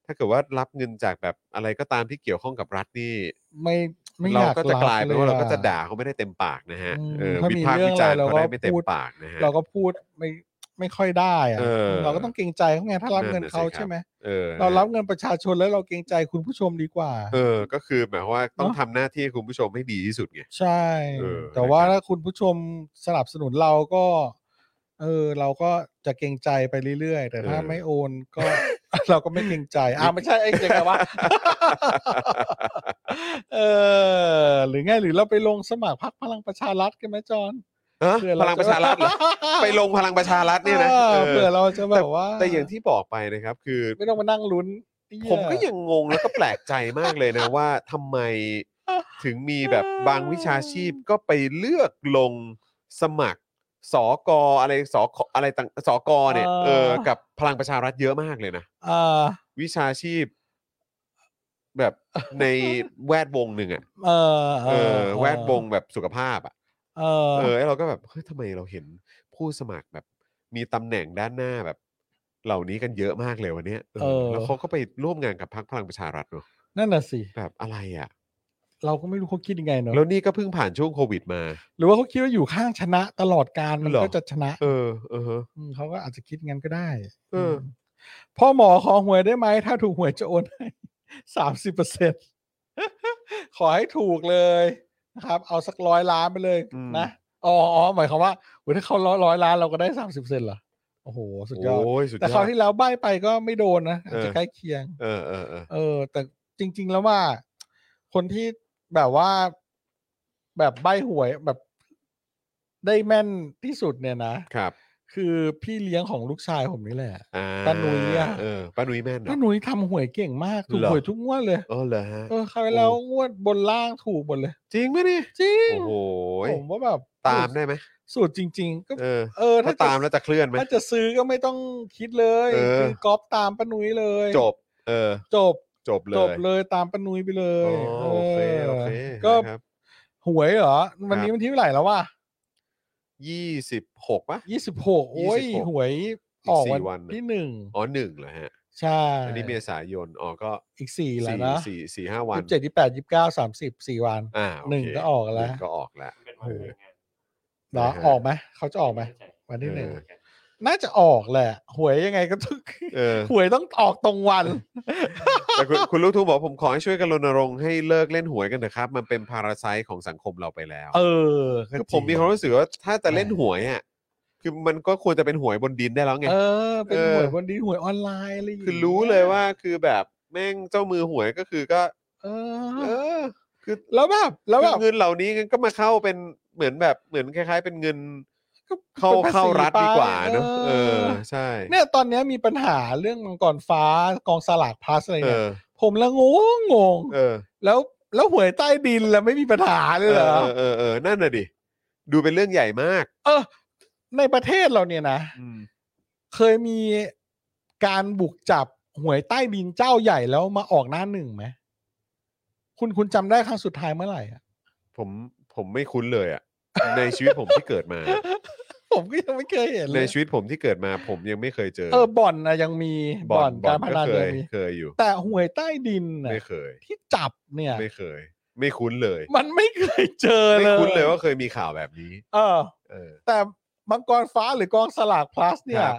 ถ้าเกิดว่ารับเงินจากแบบอะไรก็ตามที่เกี่ยวข้องกับรัฐนี่ ไม่ไม่อ เรา ยาก ก็จะกลายเป็นว่าเราก็จะ บ ด่าเขาไม่ได้เต็มปากนะฮะ อืม เออ ถ้า วิ มี พากษ์ เรื่ วิ อง จารณ์ อะไรเรา เขาได้ ก็ ไม่เต็ม พูด ปากนะฮะ เราก็พูดไม่ไม่ค่อยได้อะ เออ เราก็ต้องเกรงใจเขาไงถ้ารับ นั่นน่ะ เงินเขา สิครับ ใช่ไหม เออ เรารับเงินประชาชนแล้วเราเกรงใจคุณผู้ชมดีกว่า เออ ก็คือหมายความว่าต้อง เนอะ ทำหน้าที่ให้คุณผู้ชมให้ดีที่สุดไง ใช่ เออ แต่ว่า นะครับ ถ้าคุณผู้ชมสนับสนุนเราก็ เออ เราก็จะเกรงใจไปเรื่อยๆ แต่ถ้าไม่โอนก็ เราก็ไม่เกรงใจอ่าไม่ใช่ไอ้ยังไงวะ เออ หรือไงหรือเราไปลงสมัครพรรคพลังประชารัฐกันไหมจอน ฮะ เผื่อ พ เจ ลังประชารัฐเหรอ ไปลงพลังประชารัฐเนี่ยนะ ออ เออ เผื่อเราจะแบบว่า แต่อย่างที่บอกไปนะครับคือ ไม่ต้องมานั่งลุ้นเหี้ ผมก็ยังงงแล้วก็แปลกใจมากเลยนะ ว่าทำไมถึงมีแบบบางวิชาชีพก็ไปเลือกลงสมัครสอกออะไรสอกอะไรต่างสอกอเนี่ยเออกับพลังประชารัฐเยอะมากเลยนะ อ่า วิชาชีพ แบบในแวดวงหนึ่งอ่ะ เออ เออแวดวงแบบสุขภาพอ่ะ เออ เออเราก็แบบเฮ้ยทำไมเราเห็นผู้สมัครแบบ มีตำแหน่งด้านหน้าแบบ เหล่านี้กันเยอะมากเลยวันเนี้ยเออแล้วเขาก็ไปร่วมงานกับพรรคพลังประชารัฐเนอะ นั่นน่ะสิ แบบอะไรอ่ะ เราก็ไม่รู้เขาคิดยังไงเนอะ แล้วนี่ก็เพิ่งผ่านช่วงโควิดมา หรือว่าเขาคิดว่าอยู่ข้างชนะตลอดการมัน เหรอ ก็จะชนะ เออ เออ อืมเขาก็อาจจะคิดงั้นก็ได้ เอออื มพ่อหมอขอหวยได้ไหม ถ้าถูกหวยจะโอนให้ สามสิบเปอร์เซ็น ขอให้ถูกเลยนะครับ เอาสักร้อยล้านไปเลยนะอ๋ออ๋อหมายความว่าโหถ้าเขาร้อยร้อยล้านเราก็ได้สามสิบเซนเหรอโอ้โห สุดยอด โอ้ยสุดยอด แต่คราวที่แล้วใบ้ไปก็ไม่โดนนะอาจจะ เออ ใกล้เคียง เออเออเออ เออ แต่จริง ๆ แล้วว่า คนที่แบบว่าแบบใบหวยแบบได้แม่นที่สุดเนี่ยนะครับ คือพี่เลี้ยงของลูกชายผมนี่แหละ อ่า ป้านุ้ยอะ เออป้านุ้ยแม่นเหรอ ป้าหนุ่ยทำหวยเก่งมาก ถูก เหรอ หวยทุกงวดเลย เออเหรอฮะ เออคราวที่แล้ว โอ้ งวดบนล่างถูกหมดเลย จริงไหมเนี่ย จริง โอ้โห ผมว่าแบบ ตามได้ไหม สูตรจริง ๆ ก็ เออ เออ ถ้า จะ ตามแล้วจะเคลื่อนไหม ถ้าจะซื้อก็ไม่ต้องคิดเลย เออ คือกอบตามป้าหนุ่ยเลย จบ เออ จบ จบเลย จบเลยตามป้านุ้ยไปเล อ๋ ย อโอเคโอเค เออก็ นะครับ หวยเหรอ วัน ครั นี้ บ วันที่เท่าไหร่แล้ววะ ยี่สิบหกปะ ยี่สิบหกโอ้ย 26 หวย อีก ออก สี่ วัน วันน่ะ ที่หนึ่ง อ๋อหนึ่งเหรอฮะ ใช่ อันนี้เมษายนอ๋อก็ อีกสี่แล้ว สี่ นะ สี่สี่ห้าวัน ยี่สิบเจ็ดยี่สิบแปดยี่สิบเก้าสามสิบสี่วัน อ่าโอเค หนึ่งก็ออกแล้ว หนึ่งก็ออกแล้ว เป็นวันแรงงาน เหรอ นะฮะ ออกไหมเขาจะออกไหม วันที่หนึ่ง เออ น่าจะออกแหละ หวยยังไงก็ต้อง เออ หวยต้องออกตรงวัน แต่คุณคุณลูกทุ่งบอกผมขอให้ช่วยกันรณรงค์ให้เลิกเล่นหวยกันเถอะครับ มันเป็นพาราไซต์ของสังคมเราไปแล้ว เออ คือผมมีความรู้สึกว่าถ้าจะเล่นหวยอ่ะคือมันก็ควรจะเป็นหวยบนดินได้แล้วไง เออ เป็น เออ หวยวันนี้หวยออนไลน์อะไรอย่าง คือ เงี้ย รู้เลยว่าคือแบบแม่งเจ้ามือหวยก็คือก็ เอ เอ อ อ คือ แล้วแบบแล้วแบบ คือเงินเหล่านี้ก็มาเข้าเป็นเหมือนแบบเหมือนคล้าย ๆ เป็นเงิน ก็ เข้า ป็นภษี เข้ารัฐดีกว่า ไป เนอะเออ ใช่ เนี่ยตอนเนี้ยมีปัญหาเรื่องมังกรฟ้ากองสลากพลัสอะไร เอ เนี่ย อ ผมละงงงง เออ แล้วแล้วหวยใต้ดินแล้วไม่มีปัญหาเลยเหรอ เออเออเออนั่นน่ะดิดูเป็นเรื่องใหญ่มาก เออ ในประเทศเราเนี่ยนะ อืม เคยมีการบุกจับหวยใต้ดินเจ้าใหญ่แล้วมาออกหน้าหนึ่งไหมคุณคุณจำได้ครั้งสุดท้ายเมื่อไหร่อะ ผมผมไม่คุ้นเลยอ่ะ ในชีวิตผมที่เกิดมา ผมก็ยังไม่เคยเห็นเล ใน ย ชีวิตผมที่เกิดมาผมยังไม่เคยเจอ เออบ่อนนะยังมี บ่อนบ่ กา อ รพนก็ นัน เค ยัง ย มี เคยอยู่ แต่หวยใต้ดินน่ะ ไม่เคย ที่จับเนี่ย ไม่เคย ไม่คุ้นเลย มันไม่เคยเจอ ไม่ เลย คุ้นเลยว่าเคยมีข่าวแบบนี้ เออ เออ แต่มังกรฟ้าหรือ กองสลากพลัสเนี่ย ครับ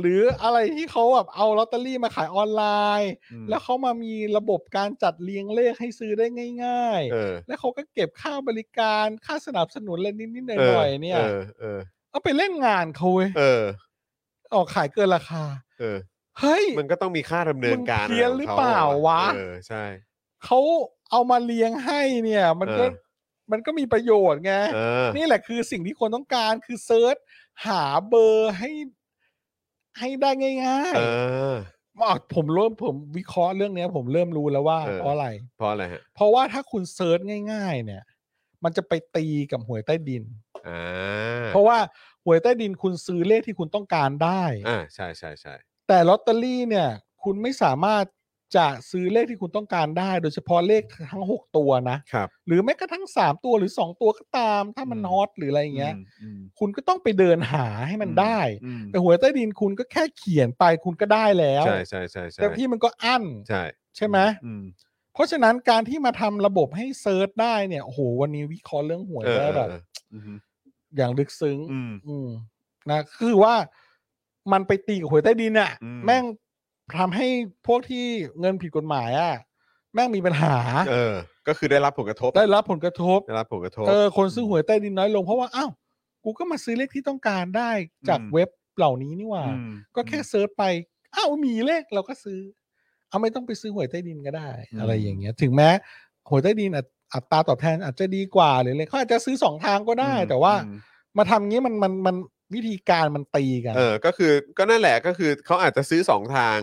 หรืออะไรที่เขาแบบเอาลอตเตอรี่มาขายออนไลน์ อืม แล้วเขามามีระบบการจัดเรียงเลขให้ซื้อได้ง่าย เออ ๆ แล้วเขาก็เก็บค่าบริการค่าสนับสนุนอะไรนิดๆหน่อยๆเนี่ย เออเออ เอาไปเล่นงานเขาเว้ย เออ ออกขายเกินราคา เออ เฮ้ย มันก็ต้องมีค่าดำเนินการ มึงเพี้ยน ขง หรือเปล่าวะ เออใช่ เขาเอามาเลี้ยงให้เนี่ย มันก็ เออ มันก็มีประโยชน์ไง เออ นี่แหละคือสิ่งที่คนต้องการคือเซิร์ชหาเบอร์ให้ ให้ได้ง่าย เออ ๆมาผมเริ่มผมวิเคราะห์เรื่องเนี้ย ผมเริ่มรู้แล้วว่า เออ เพราะอะไร เพราะอะไรฮะ เพราะว่าถ้าคุณเซิร์ชง่าย ๆ เนี่ย มันจะไปตีกับหวยใต้ดิน อ่า เพราะว่าหวยใต้ดินคุณซื้อเลขที่คุณต้องการได้ อ่าใช่ใช่ใช่ แต่ลอตเตอรี่เนี่ย คุณไม่สามารถจะซื้อเลขที่คุณต้องการได้ โดยเฉพาะเลขทั้งหกตัวนะครับ หรือแม้กระทั่งสามตัวหรือสองตัวก็ตาม ถ้ามัน อืม ฮอตหรืออะไรอย่างเงี้ย อืม คุณก็ต้องไปเดินหาให้มันได้ อืม แต่หวยใต้ดินคุณก็แค่เขียนไปคุณก็ได้แล้ว ใช่ใช่ใช่ใช่ แต่ที่มันก็อั้น ใช่ ใช่ไหม อืม เพราะฉะนั้นการที่มาทำระบบให้เซิร์ชได้เนี่ยโอ้โหวันนี้วิเคราะห์เรื่องหวย เออ ได้แบบ เออ อืม อย่างลึกซึ้ง อืม อืมนะคือว่ามันไปตีกับหวยใต้ดินอ่ะ อืม แม่งทำให้พวกที่เงินผิดกฎหมายอ่ะแม่งมีปัญหา เออ ก็คือได้รับผลกระทบ ได้รับผลกระทบ ได้รับผลกระทบ เออคนซื้อหวยใต้ดินน้อยลงเพราะว่าอ้าวกูก็มาซื้อเลขที่ต้องการได้จาก อืม เว็บเหล่านี้นี่หว่า อืม ก็แค่เซิร์ชไปอ้าวมีเลขเราก็ซื้อ เอาไม่ต้องไปซื้อหวยใต้ดินก็ได้ อะไรอย่างเงี้ย ถึงแม้หวยใต้ดินอาจอัตราตอบแทนอาจจะดีกว่าหรืออะไรเขาอาจจะซื้อสองทางก็ได้ แต่ว่า อืม มาทำงี้มันมันมันวิธีการมันตีกัน เออ ก็คือ ก็นั่นแหละ ก็คือเขาอาจจะซื้อสองทาง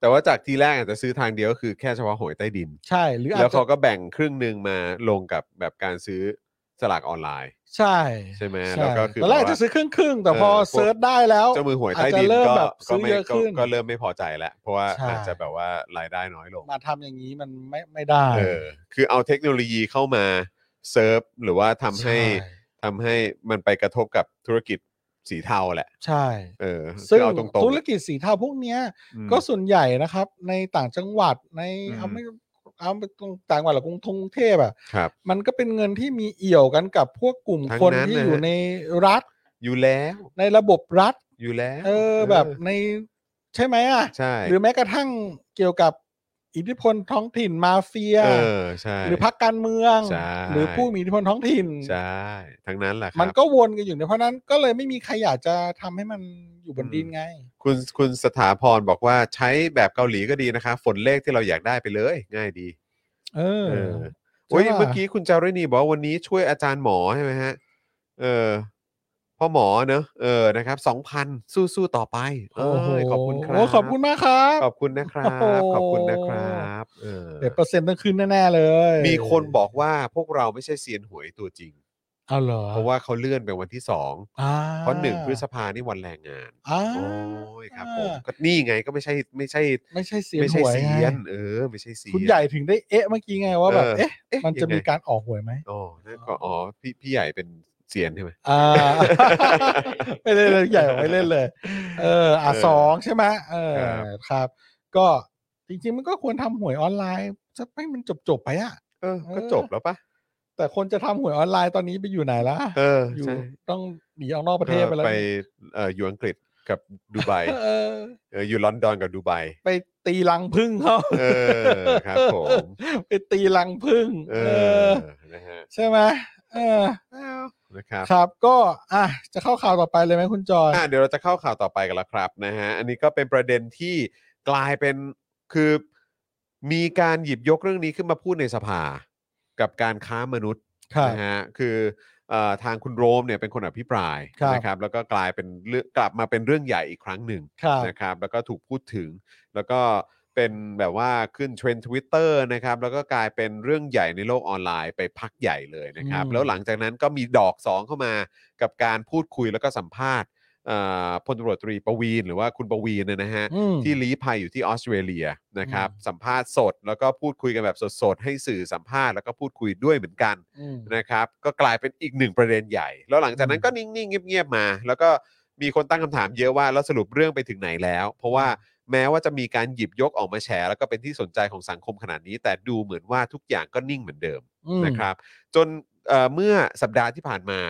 แต่ว่าจากทีแรกอาจจะซื้อทางเดียวก็คือแค่เฉพาะหวยใต้ดิน ใช่หรืออาจ แล้ว จะ เขาก็แบ่งครึ่งหนึ่งมาลงกับแบบการซื้อสลากออนไลน์ ใช่ ใช่ไหม ใช่ แล้วก็คือ ตอนแรก บบว่า จะซื้อครึ่งครึ่งๆแต่ เออ พอ พวก เซิร์ชได้แล้ว เจ้ามือหวยใต้ อาจจะ ดิน เริ่ม ก็ แบบซื้อก็ไม่ เยอะ ก็ ขึ้น ก็เริ่มไม่พอใจแล้วเพราะว่า ใช่ อาจจะแบบว่ารายได้น้อยลง มาทำอย่างนี้มันไม่ไม่ได้ เออคือเอาเทคโนโลยีเข้ามาเซิร์ฟหรือว่าทำให้ ช่ ทำให้มันไปกระทบกับธุรกิจสีเทาแหละ ใช่ เออ ซึ่ง คือเอาตรง ธุร ๆ กิจสีเทาพวกเนี้ย อืม ก็ส่วนใหญ่นะครับ ในต่างจังหวัดใน อืม เอาไม่เอาไปตรงต่างจังหวัดหรือกรุงกรุงเทพอ่ะ ครับ มันก็เป็นเงินที่มีเอี่ยวกันกับพวกกลุ่ม ทั้ง คน นั้น ที่ นะ อยู่ในรัฐ อยู่แล้ว ในระบบรัฐ อยู่แล้ว เออแบบในใช่ไหมอ่ะ ใช่ หรือแม้กระทั่งเกี่ยวกับอิทธิพลท้องถิ่นมาเฟีย เออใช่ หรือพรรคการเมือง ใช่ หรือผู้มีอิทธิพลท้องถิ่น ใช่ทั้งนั้นแหละครับ มันก็วนกันอยู่เนี่ยเพราะนั้นก็เลยไม่มีใครอยากจะทำให้มันอยู่บนดินไง คุณคุณสถาพรบอกว่าใช้แบบเกาหลีก็ดีนะคะ ฝนเลขที่เราอยากได้ไปเลย ง่ายดี เออ เออ โอ้ย ใช่ปะ เมื่อกี้คุณจาริณีบอกว่าวันนี้ช่วยอาจารย์หมอใช่ไหมฮะ เออพ่อหมอเนอะเออนะครับสองพันสู้สู้ๆต่อไปเอ้ โโห ยขอบคุณครับ โขอบคุณมากครับ ขอบคุณนะครับ โอ้โห ขอบคุณนะครับเออ เดี๋ยวเปอร์เซ็นต์ต้องขึ้นแน่ๆเลย มีคนบอกว่าพวกเราไม่ใช่เซียนหวยตัวจริง เอาเหรอ เพราะว่าเขาเลื่อนไปวันที่สอง อ่ เพราะหนึ่งพฤษภานี่วันแรงงาน อ่า โอ้ยครับผมก็นี่ไงก็ไม่ใช่ไม่ใช่ ไม่ใช่เสียง ไม่ใช่ หวย เซี ไง ยนเออไม่ใช่เซียน คุณใหญ่ถึงได้เอ๊ะเมื่อกี้ไงว่าแบบ เออ เอ๊ะ เอ๊ มันจะมี ยังไง การออกหวยไหม อ๋อนั่นก็อ๋อพี่พี่ใหญ่เป็นเซียนใช่ไหม อ่า ไม่เล่นเลยใหญ่กว่าไม่เล่นเลย เอออ่ะ เออ สองใช่ไหมเออ ครับ ครับ ก็จริงๆมันก็ควรทำหวยออนไลน์จะให้มันจบจบๆไปอะ เออก็จบแล้วปะ แต่คนจะทำหวยออนไลน์ตอนนี้ไปอยู่ไหนละ เออ อยู่ ใช่ ต้องหนีออกนอกประเทศไปแล้ว ไปเอ่ออยู่อังกฤษกับดู ไบ เออ เอออยู่ลอนดอนกับดูไบ ไปตีรังพึ่งเขา เออครับผม ไปตีรังพึ่ง เอ เอ อ อ นะฮะ ใช่ไหมเออ นะครับ ครับก็อ่ะจะเข้าข่าวต่อไปเลยไหมคุณจอย อ่ะเดี๋ยวเราจะเข้าข่าวต่อไปกันแล้วครับนะฮะอันนี้ก็เป็นประเด็นที่กลายเป็นคือมีการหยิบยกเรื่องนี้ขึ้นมาพูดในสภา กับการค้ามนุษย์ ครับ นะฮะคือเออทางคุณโรมเนี่ยเป็นคนอภิปราย ครับ นะครับแล้วก็กลายเป็นเรื่องกลับมาเป็นเรื่องใหญ่อีกครั้งหนึ่ง ครับ นะครับแล้วก็ถูกพูดถึง แล้วก็เป็นแบบว่าขึ้นเทรนด์ทวิตเตอร์นะครับแล้วก็กลายเป็นเรื่องใหญ่ในโลกออนไลน์ไปพักใหญ่เลยนะครับแล้วหลังจากนั้นก็มีดอกสองเข้ามากับการพูดคุยแล้วก็สัมภาษณ์เอ่อพลตำรวจตรีประวีนหรือว่าคุณประวีนเนยนะฮะ อืม ที่ลี้ภัยอยู่ที่ออสเตรเลียนะครับ อืม สัมภาษณ์สด แล้วก็พูดคุยกันแบบสดๆให้สื่อสัมภาษณ์แล้วก็พูดคุยด้วยเหมือนกัน อืม นะครับก็กลายเป็นอีกหนึ่งประเด็นใหญ่ แล้วหลังจากนั้น อืม ก็นิ่ง ๆ เงียบ ๆ มา แล้วก็มีคนตั้งคำถามเยอะว่าแล้วสรุปเรื่องไปถึงไหนแล้ว เพราะว่าแม้ว่าจะมีการหยิบยกออกมาแฉแล้วก็เป็นที่สนใจของสังคมขนาดนี้ แต่ดูเหมือนว่าทุกอย่างก็นิ่งเหมือนเดิม อืม นะครับ จนเอ่อเมื่อสัปดาห์ที่ผ่านมา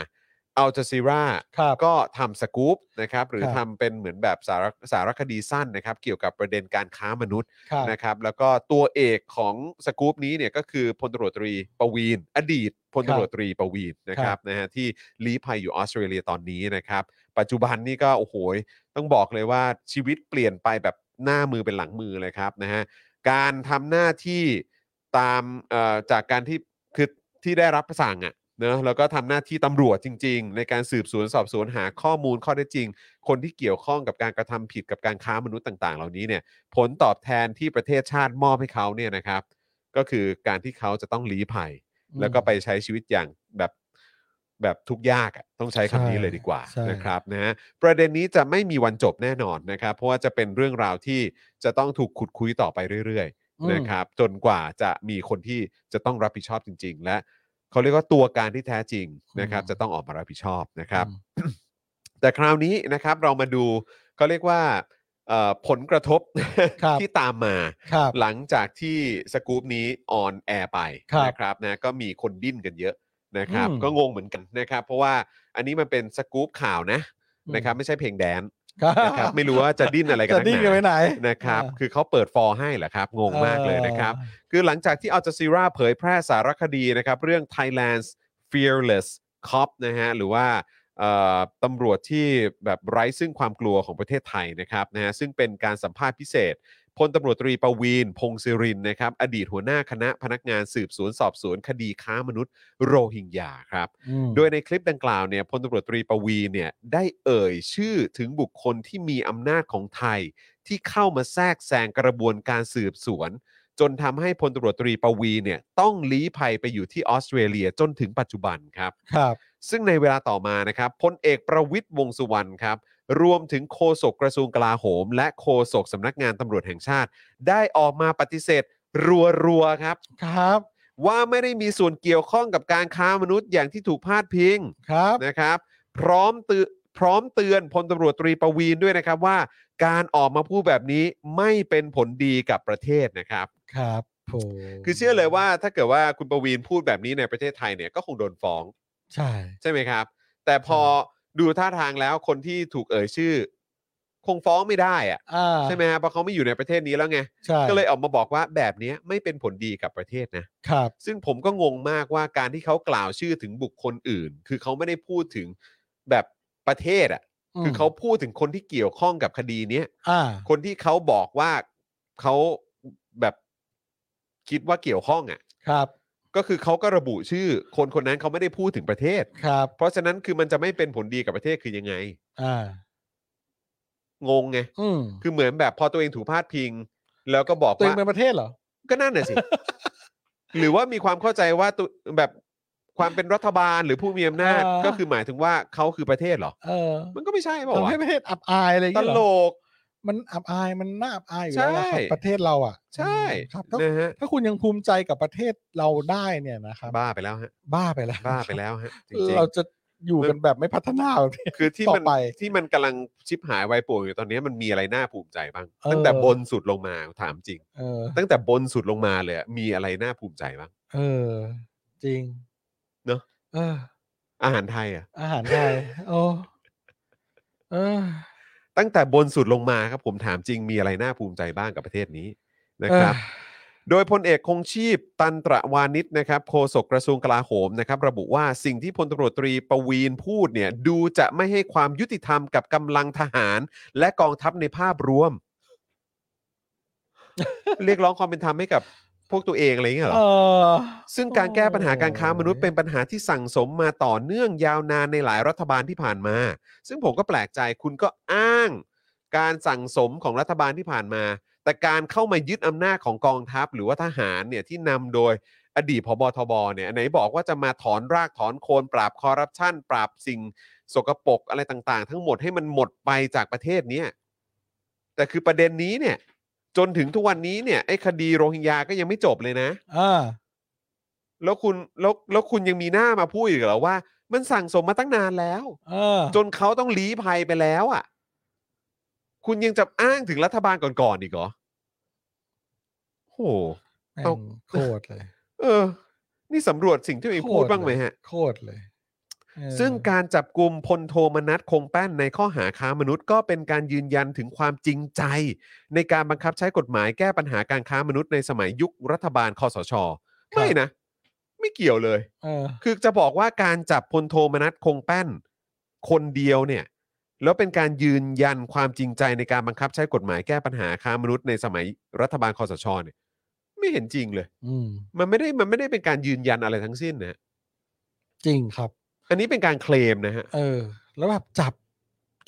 อัลจ e ซีรา ครับ ก็ทำสกู๊ปนะครับหรือ ครับ ทำเป็นเหมือนแบบสารสารคดีสั้นนะครับเกี่ยวกับประเด็นการค้ามนุษย์ ครับ นะครับแล้วก็ตัวเอกของสกู๊ปนี้เนี่ยก็คือพลตำรวจตรีประวีน อดีตพลตำรวจตรีประวีนนะครับนะฮะที่ลี้ภัยอยู่ออสเตรเลียตอนนี้นะครับ ปัจจุบันนี่ก็โอ้โหต้องบอกเลยว่าชีวิตเปลี่ยนไปแบบหน้ามือเป็นหลังมือเลยครับนะฮะการทำหน้าที่ตามเอ่อจากการที่คือที่ได้รับสั่งอะ่ะเนอะแล้วก็ทำหน้าที่ตำรวจจริง ๆ ในการสืบสวนสอบสวนหาข้อมูลข้อเท็จจริง คนที่เกี่ยวข้องกับการกระทำผิดกับการค้ามนุษย์ต่าง ๆ เหล่านี้เนี่ยผลตอบแทนที่ประเทศชาติมอบให้เขาเนี่ยนะครับ ก็คือการที่เขาจะต้องลี้ภัย แล้วก็ไปใช้ชีวิตอย่างแบบแบบทุกข์ยากอะต้องใช้คำนี้เลยดีกว่า ใช่ นะครับนะฮะประเด็นนี้จะไม่มีวันจบแน่นอนนะครับ เพราะว่าจะเป็นเรื่องราวที่จะต้องถูกขุดคุยต่อไปเรื่อย อืม ๆนะครับจนกว่าจะมีคนที่จะต้องรับผิดชอบจริง ๆ และเขาเรียกว่าตัวการที่แท้จริงนะครับ จะต้องออกมารับผิดชอบนะครับ แต่คราวนี้นะครับเรามาดูเขาเรียกว่าเอ่อผลกระทบ ครับ ที่ตามมา ครับ หลังจากที่สกู๊ปนี้ออนแอร์ไป ครับ นะครับนะก็มีคนดิ้นกันเยอะนะครับ อืม ก็งงเหมือนกันนะครับ เพราะว่าอันนี้มันเป็นสกู๊ปข่าวนะนะครับไม่ใช่เพลงแดน ซ์นะครับไม่รู้ว่าจะดิ้นอะไรกัน จะดิ้นกันไปไหน นะครับ อ่า คือเขาเปิดฟอร์ให้เหรอครับ งงมากเลยนะครับ คือหลังจากที่อัลจ e ซีราเผยแพร่สารคดีนะครับ เรื่อง Thailand's Fearless Cop นะฮะหรือว่าเอ่อตำรวจที่แบบไร้ซึ่งความกลัวของประเทศไทยนะครับนะฮะซึ่งเป็นการสัมภาษณ์พิเศษพลตำรวจตรีประวีน พงศิรินนะครับ อดีตหัวหน้าคณะพนักงานสืบสวนสอบสวนคดีค้ามนุษย์โรฮิงญาครับ อืม โดยในคลิปดังกล่าวเนี่ยพลตำรวจตรีประวีณเนี่ยได้เอ่ยชื่อถึงบุคคลที่มีอำนาจของไทย ที่เข้ามาแทรกแซงกระบวนการสืบสวน จนทำให้พลตำรวจตรีประวีณเนี่ยต้องลี้ภัยไปอยู่ที่ออสเตรเลียจนถึงปัจจุบันครับ ครับ ซึ่งในเวลาต่อมานะครับพลเอกประวิทย์วงษ์สุวรรณครับ รวมถึงโฆษกกระทรวงกลาโหม และโฆษกสำนักงานตำรวจแห่งชาติ ได้ออกมาปฏิเสธ รัวๆครับ ครับ ว่าไม่ได้มีส่วนเกี่ยวข้องกับการค้ามนุษย์อย่างที่ถูกพาดพิง ครับ นะครับพร้อมเตือนพร้อมเตือนพลตำรวจตรีประวีนด้วยนะครับว่า การออกมาพูดแบบนี้ไม่เป็นผลดีกับประเทศนะครับ ครับผม คือเชื่อเลยว่าถ้าเกิดว่าคุณประวีนพูดแบบนี้ในประเทศไทยเนี่ยก็คงโดนฟ้อง ใช่ ใช่ไหมครับ แต่พอดูท่าทางแล้วคนที่ถูกเอ่ยชื่อ คงฟ้องไม่ได้อะ อ่า ใช่ไหมครับเพราะเขาไม่อยู่ในประเทศนี้แล้วไง ใช่ ก็เลยออกมาบอกว่าแบบนี้ไม่เป็นผลดีกับประเทศนะ ครับ ซึ่งผมก็งงมากว่าการที่เขากล่าวชื่อถึงบุคคลอื่น คือเขาไม่ได้พูดถึงแบบประเทศอ่ะ คือเขาพูดถึงคนที่เกี่ยวข้องกับคดีเนี้ย อ่า คนที่เขาบอกว่าเขาแบบคิดว่าเกี่ยวข้องอ่ะ ครับ ก็คือเขาก็ระบุชื่อ คนคนนั้นเขาไม่ได้พูดถึงประเทศ ครับ เพราะฉะนั้นคือมันจะไม่เป็นผลดีกับประเทศคือยังไง อ่า งงไง อืม คือเหมือนแบบพอตัวเองถูกพาดพิง แล้วก็บอก ตัวเอง ว่า เป็นประเทศเหรอ ก็นั่น น่ะสิ หรือว่ามีความเข้าใจว่าตัวแบบความเป็นรัฐบาลหรือผู้มีอำนาจ เออ ก็คือหมายถึงว่าเขาคือประเทศเหรอ เออ มันก็ไม่ใช่เปล่า ทำ วะ ให้ประเทศอับอายอะไรอย่าง ต เงี้ยเห ล รอก มันอับอายมันน่าอับอายอยู่แล้วนะค ใช่ รับประเทศเราอ่ะ ใช่ ครับถ้า นะฮะ ถ้าคุณยังภูมิใจกับประเทศเราได้เนี่ยนะครับ บ้าไปแล้วฮะ บ้าไปแล้ว บ้าไปแล้วฮะจริง เราจะอยู่กันแบบไม่พัฒนาแบบนี้ ๆ คือที่มัน ต่อไป ที่มันกำลังชิบหายวายป่วยอยู่ตอนนี้มันมีอะไรน่าภูมิใจบ้าง เออ ตั้งแต่บนสุดลงมาถามจริง เออ ตั้งแต่บนสุดลงมาเลยอะมีอะไรน่าภูมิใจบ้าง เออ จริง เนอะ เออ อาหารไทยอ่ะ อาหารไทย โอ้เออ ตั้งแต่บนสุดลงมาครับผมถามจริงมีอะไรน่าภูมิใจบ้างกับประเทศนี้นะครับ เอ้ย โดยพลเอกคงชีพตันตระวานิชนะครับโฆษกกระทรวงกลาโหมนะครับ ระบุว่าสิ่งที่พลตำรวจตรีประวีนพูดเนี่ย ดูจะไม่ให้ความยุติธรรมกับกำลังทหาร และกองทัพในภาพรวม เรียกร้องความเป็นธรรมให้กับพวกตัวเองอะไรอย่างเงี้ยเหร เอ อ อ ซึ่งการแก้ปัญหาการค้ามนุษย์ โอ้ย เป็นปัญหาที่สั่งสมมาต่อเนื่องยาวนานในหลายรัฐบาลที่ผ่านมา ซึ่งผมก็แปลกใจคุณก็อ้าง การสั่งสมของรัฐบาลที่ผ่านมา แต่การเข้ามายึดอำนาจของกองทัพ หรือว่าทหารเนี่ยที่นำโดยอดีตพบทบเนี่ยไหนบอกว่าจะมาถอนรากถอนโคนปราบคอร์รัปชันปราบสิ่งสกปรกอะไรต่างๆ ทั้งหมดให้มันหมดไปจากประเทศเนี้ยแต่คือประเด็นนี้เนี่ย จนถึงทุกวันนี้เนี่ยไอ้คดีโรฮิงญาก็ยังไม่จบเลยนะ อ่า แล้วคุณแล้วแล้วคุณยังมีหน้ามาพูดอีกเหรอว่า มันสั่งสมมาตั้งนานแล้ว เออ จนเขาต้องลี้ภัยไปแล้วอ่ะ คุณยังจะอ้างถึงรัฐบาลก่อนๆอีกเหรอโห แม่ง เอา โคตรเลย เออ นี่สำรวจสิ่งที่ตัวเองพูดบ้างไหมฮะ โคตรเลย เออ ซึ่งการจับกลุ่มพลโทมนัสคงแป้นในข้อหาค้ามนุษย์ ก็เป็นการยืนยันถึงความจริงใจ ในการบังคับใช้กฎหมายแก้ปัญหาการค้ามนุษย์ในสมัยยุครัฐบาลคอสช ไม่นะ ไม่เกี่ยวเลย เออ คือจะบอกว่าการจับพลโทมนัสคงแป้น คนเดียวเนี่ย แล้วเป็นการยืนยันความจริงใจในการบังคับใช้กฎหมายแก้ปัญหาค้ามนุษย์ในสมัยรัฐบาลคอสชเนี่ยไม่เห็นจริงเลย อืม มันไม่ได้มันไม่ได้เป็นการยืนยันอะไรทั้งสิ้นนะฮะ จริงครับ อันนี้เป็นการเคลมนะฮะ เออ แล้วแบบจับ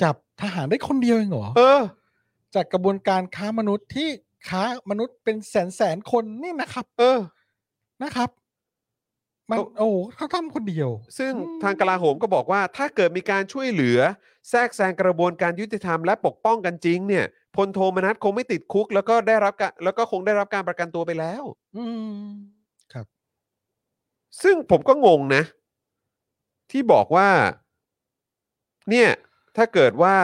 จับทหารได้คนเดียวเองเหรอ เออ จากกระบวนการค้ามนุษย์ที่ค้ามนุษย์เป็นแสนแสนคนนี่นะครับ เออ นะครับ มัน เอ้า โอ้โหเขาทำคนเดียว ซึ่ง อืม ทางกลาโหมก็บอกว่า ถ้าเกิดมีการช่วยเหลือ แทรกแซงกระบวนการยุติธรรมและปกป้องกันจริงเนี่ยพลโทมนัสคงไม่ติดคุก แล้วก็ได้รับการแล้วก็คงได้รับการประกันตัวไปแล้ว อืม ซึ่งผมก็งงนะ ที่บอกว่า เนี่ยถ้าเกิดว่า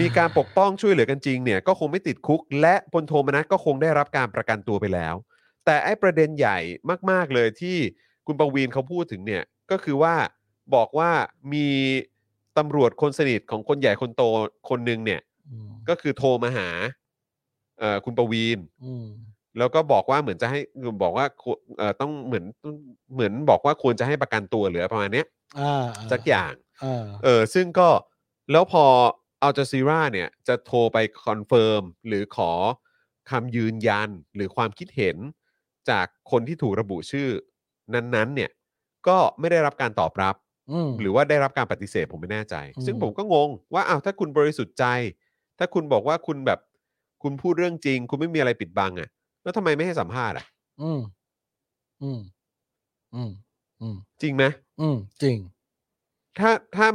มีการปกป้องช่วยเหลือกันจริงเนี่ยก็คงไม่ติดคุก และพลโทมนัสก็คงได้รับการประกันตัวไปแล้ว แต่ไอ้ประเด็นใหญ่มาก ๆ เลยที่คุณประวีนเขาพูดถึงเนี่ย ก็คือว่าบอกว่ามีตำรวจคนสนิทของคนใหญ่คนโตคนหนึ่งเนี่ย อืม ก็คือโทรมาหาเอ่อคุณประวีน อืม แล้วก็บอกว่าเหมือนจะให้บอกว่าควเอ่อต้องเหมือนเหมือนบอกว่าควรจะให้ประกันตัวหรืออะไรประมาณเนี้ย อ่า สักอย่าง อ่า เออซึ่งก็แล้วพออัลจ z ซีราเนี่ย จะโทรไปคอนเฟิร์มหรือขอคำยืนยันหรือความคิดเห็นจากคนที่ถูกระบุชื่อนั้นๆ เนี่ย ก็ไม่ได้รับการตอบรับ อืม หรือว่าได้รับการปฏิเสธผมไม่แน่ใจ อืม ซึ่งผมก็งงว่าอ้าวถ้าคุณบริสุทธิ์ใจ ถ้าคุณบอกว่าคุณแบบคุณพูดเรื่องจริง คุณไม่มีอะไรปิดบังอะ่ะ แล้วทำไมไม่ให้สัมภาษณ์อ่ะ อืม อืม อืม อืม จริงไหม อืม จริง ถ้าถ้า จ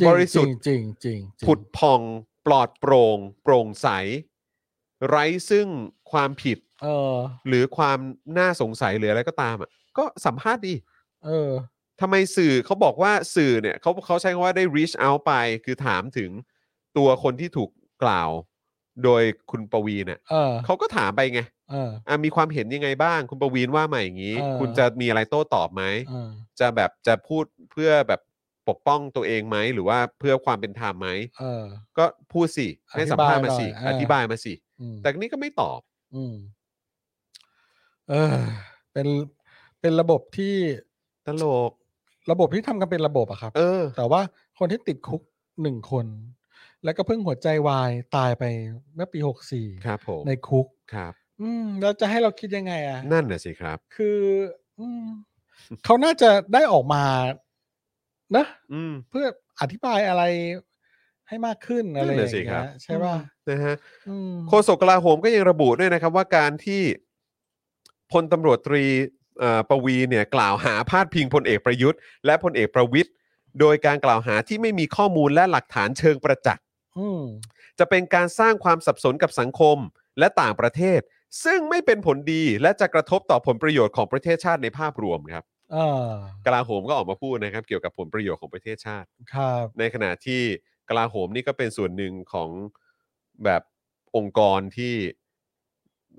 ริง บริสุทธิ์ จริงจริงจริงจริง ผุดผ่องปลอดโปร่ง โปร่งใส ไร้ซึ่งความผิด เออ หรือความน่าสงสัยหรืออะไรก็ตามอ่ะก็สัมภาษณ์ดี เออ ทำไมสื่อเขาบอกว่าสื่อเนี่ยเขาเขาใช้คำว่าได้ reach out ไป คือถามถึงตัวคนที่ถูกกล่าว โดยคุณประวีนเน่ะ เออ เขาก็ถามไปไง เออ อ่ะมีความเห็นยังไงบ้าง คุณประวีนว่ามาอย่างนี้ เออ คุณจะมีอะไรโต้ตอบไหม เออ จะแบบจะพูดเพื่อแบบปกป้องตัวเองไหมหรือว่าเพื่อความเป็นธรรมไหม เออ ก็พูดสิ ให้สัมภาษณ์มาสิ อธิบายหน่อยอ่า อธิบายมาสิ อืม แต่นี่ก็ไม่ตอบ อืม เออ เป็น เป็นระบบที่ ตลก ระบบที่ทำกันเป็นระบบอะครับ เออ แต่ว่าคนที่ติดคุกหนึ่งคน แล้วก็เพิ่งหัวใจวายตายไปเมื่อปีหกสี่ ครับผม ในคุก ครับ อืม แล้วจะให้เราคิดยังไงอะ นั่นน่ะสิครับ คือ อืม เขาน่าจะได้ออกมา นะ อืม เพื่ออธิบายอะไรให้มากขึ้นอะไรอย่าง นั่นน่ะสิครั เงี้ บ ยใช่ป่ะ นะฮะ อืม โฆษกกลาโหมก็ยังระบุด้วยนะครับ ว่าการที่พลตำรวจตรีเอ่อประวีเนี่ยกล่าวหาพาดพิงพลเอกประยุทธ์และพลเอกประวิทย์โดยการกล่าวหาที่ไม่มีข้อมูลและหลักฐานเชิงประจักษ์ อืม จะเป็นการสร้างความสับสนกับสังคมและต่างประเทศ ซึ่งไม่เป็นผลดีและจะกระทบต่อผลประโยชน์ของประเทศชาติในภาพรวมครับ เออก ลาโหมก็ออกมาพูดนะครับ เกี่ยวกับผลประโยชน์ของประเทศชาติ ครับ ในขณะที่กลาโหมนี่ก็เป็นส่วนหนึ่งของแบบองค์กรที่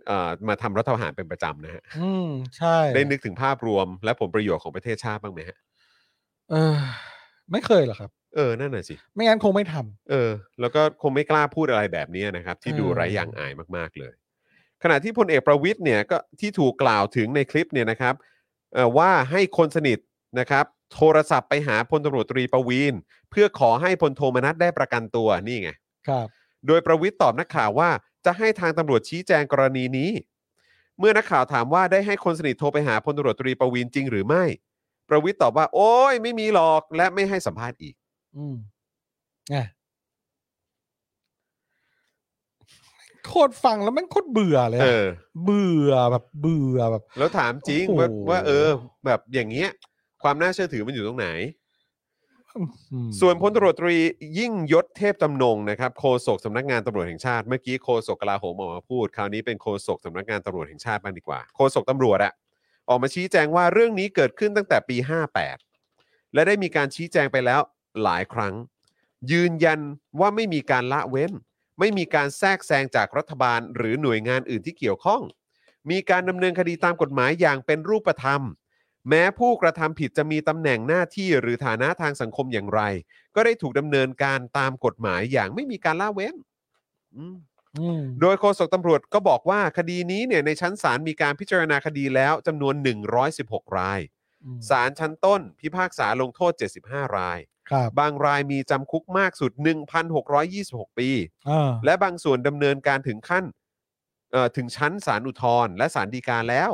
เอ่อมาทำรัฐประหารเป็นประจำนะฮะ อืม ใช่ ได้นึกถึงภาพรวม และผลประโยชน์ของประเทศชาติบ้างไหมฮะ เออ ไม่เคยหรอกครับ เออนั่นน่ะสิ ไม่งั้นคงไม่ทำ เออ แล้วก็คงไม่กล้าพูดอะไรแบบนี้นะครับ ที่ดู เออ ไร้ยางอายมากๆเลย ขณะที่พลเอกประวิทย์เนี่ยก็ที่ถูกกล่าวถึงในคลิปเนี่ยนะครับเอ่อว่าให้คนสนิทนะครับ โทรศัพท์ไปหาพลตำรวจตรีประวีนเพื่อขอให้พลโทมนัสได้ประกันตัวนี่ไง ครับ โดยประวิทย์ตอบนักข่าวว่าจะให้ทางตำรวจชี้แจงกรณีนี้ เมื่อนักข่าวถามว่าได้ให้คนสนิทโทรไปหาพลตำรวจตรีประวินจริงหรือไม่ ประวิทย์ตอบว่า โอ้ยไม่มีหรอกและไม่ให้สัมภาษณ์อีก อืมไงโคตรฟังแล้วมันโคตรเบื่อเลย เอ อะ อ เบื่อแบบเบื่อแบบ แล้วถามจริง โอ้โห ว่าว่าเออ แบบอย่างเงี้ย ความน่าเชื่อถือมันอยู่ตรงไหน อืม ส่วนพลตำรวจตรียิ่งยศเทพจำนงนะครับโฆษกสำนักงานตำรวจแห่งชาติเมื่อกี้โฆษกกลาโหมออกมาพูด คราวนี้เป็นโฆษกสำนักงานตำรวจแห่งชาติบ้างดีกว่าโฆษกตำรวจอะออกมาชี้แจงว่าเรื่องนี้เกิดขึ้นตั้งแต่ปี 58 และได้มีการชี้แจงไปแล้วหลายครั้ง ยืนยันว่าไม่มีการละเว้น ไม่มีการแทรกแซงจากรัฐบาล หรือหน่วยงานอื่นที่เกี่ยวข้อง มีการดำเนินคดีตามกฎหมายอย่างเป็นรูปธรรม แม้ผู้กระทำผิดจะมีตำแหน่งหน้าที่หรือฐานะทางสังคมอย่างไร ก็ได้ถูกดำเนินการตามกฎหมายอย่างไม่มีการล่าเว้นอืม อืม โดยโฆษกตำรวจก็บอกว่าคดีนี้เนี่ยในชั้นศาลมีการพิจารณาคดีแล้วจำนวน 116 ราย ศาลชั้นต้นพิพากษาลงโทษ 75 ราย ครับ บางรายมีจำคุกมากสุด 1,626 ปี เออ และบางส่วนดำเนินการถึงขั้นเอ่อถึงชั้นศาลอุทธรณ์และศาลฎีกาแล้ว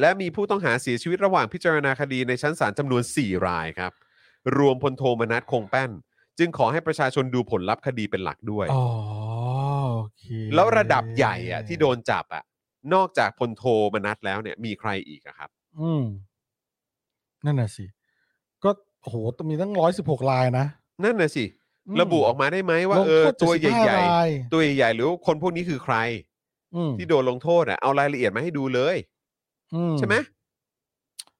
และมีผู้ต้องหาเสียชีวิตระหว่างพิจารณาคดีในชั้นศาลจำนวน 4 รายครับ รวมพลโทมนัสคงแป้น จึงขอให้ประชาชนดูผลลัพธ์คดีเป็นหลักด้วย อ๋อโอเค แล้วระดับใหญ่อะที่โดนจับอะนอกจากพลโทมนัสแล้วเนี่ยมีใครอีกอะครับ อืมนั่นน่ะสิ ก็โอ้โหมีตั้งร้อยสิบหกลายนะ นั่นน่ะสิ อืม ระบุออกมาได้ไหมว่า ลง เออ โทษ ตัว75ใหญ่ ราย ๆ ตัวใหญ่ๆหรือว่าคนพวกนี้คือใคร อืม ที่โดนลงโทษอะเอารายละเอียดมาให้ดูเลย อื ใช่ไหม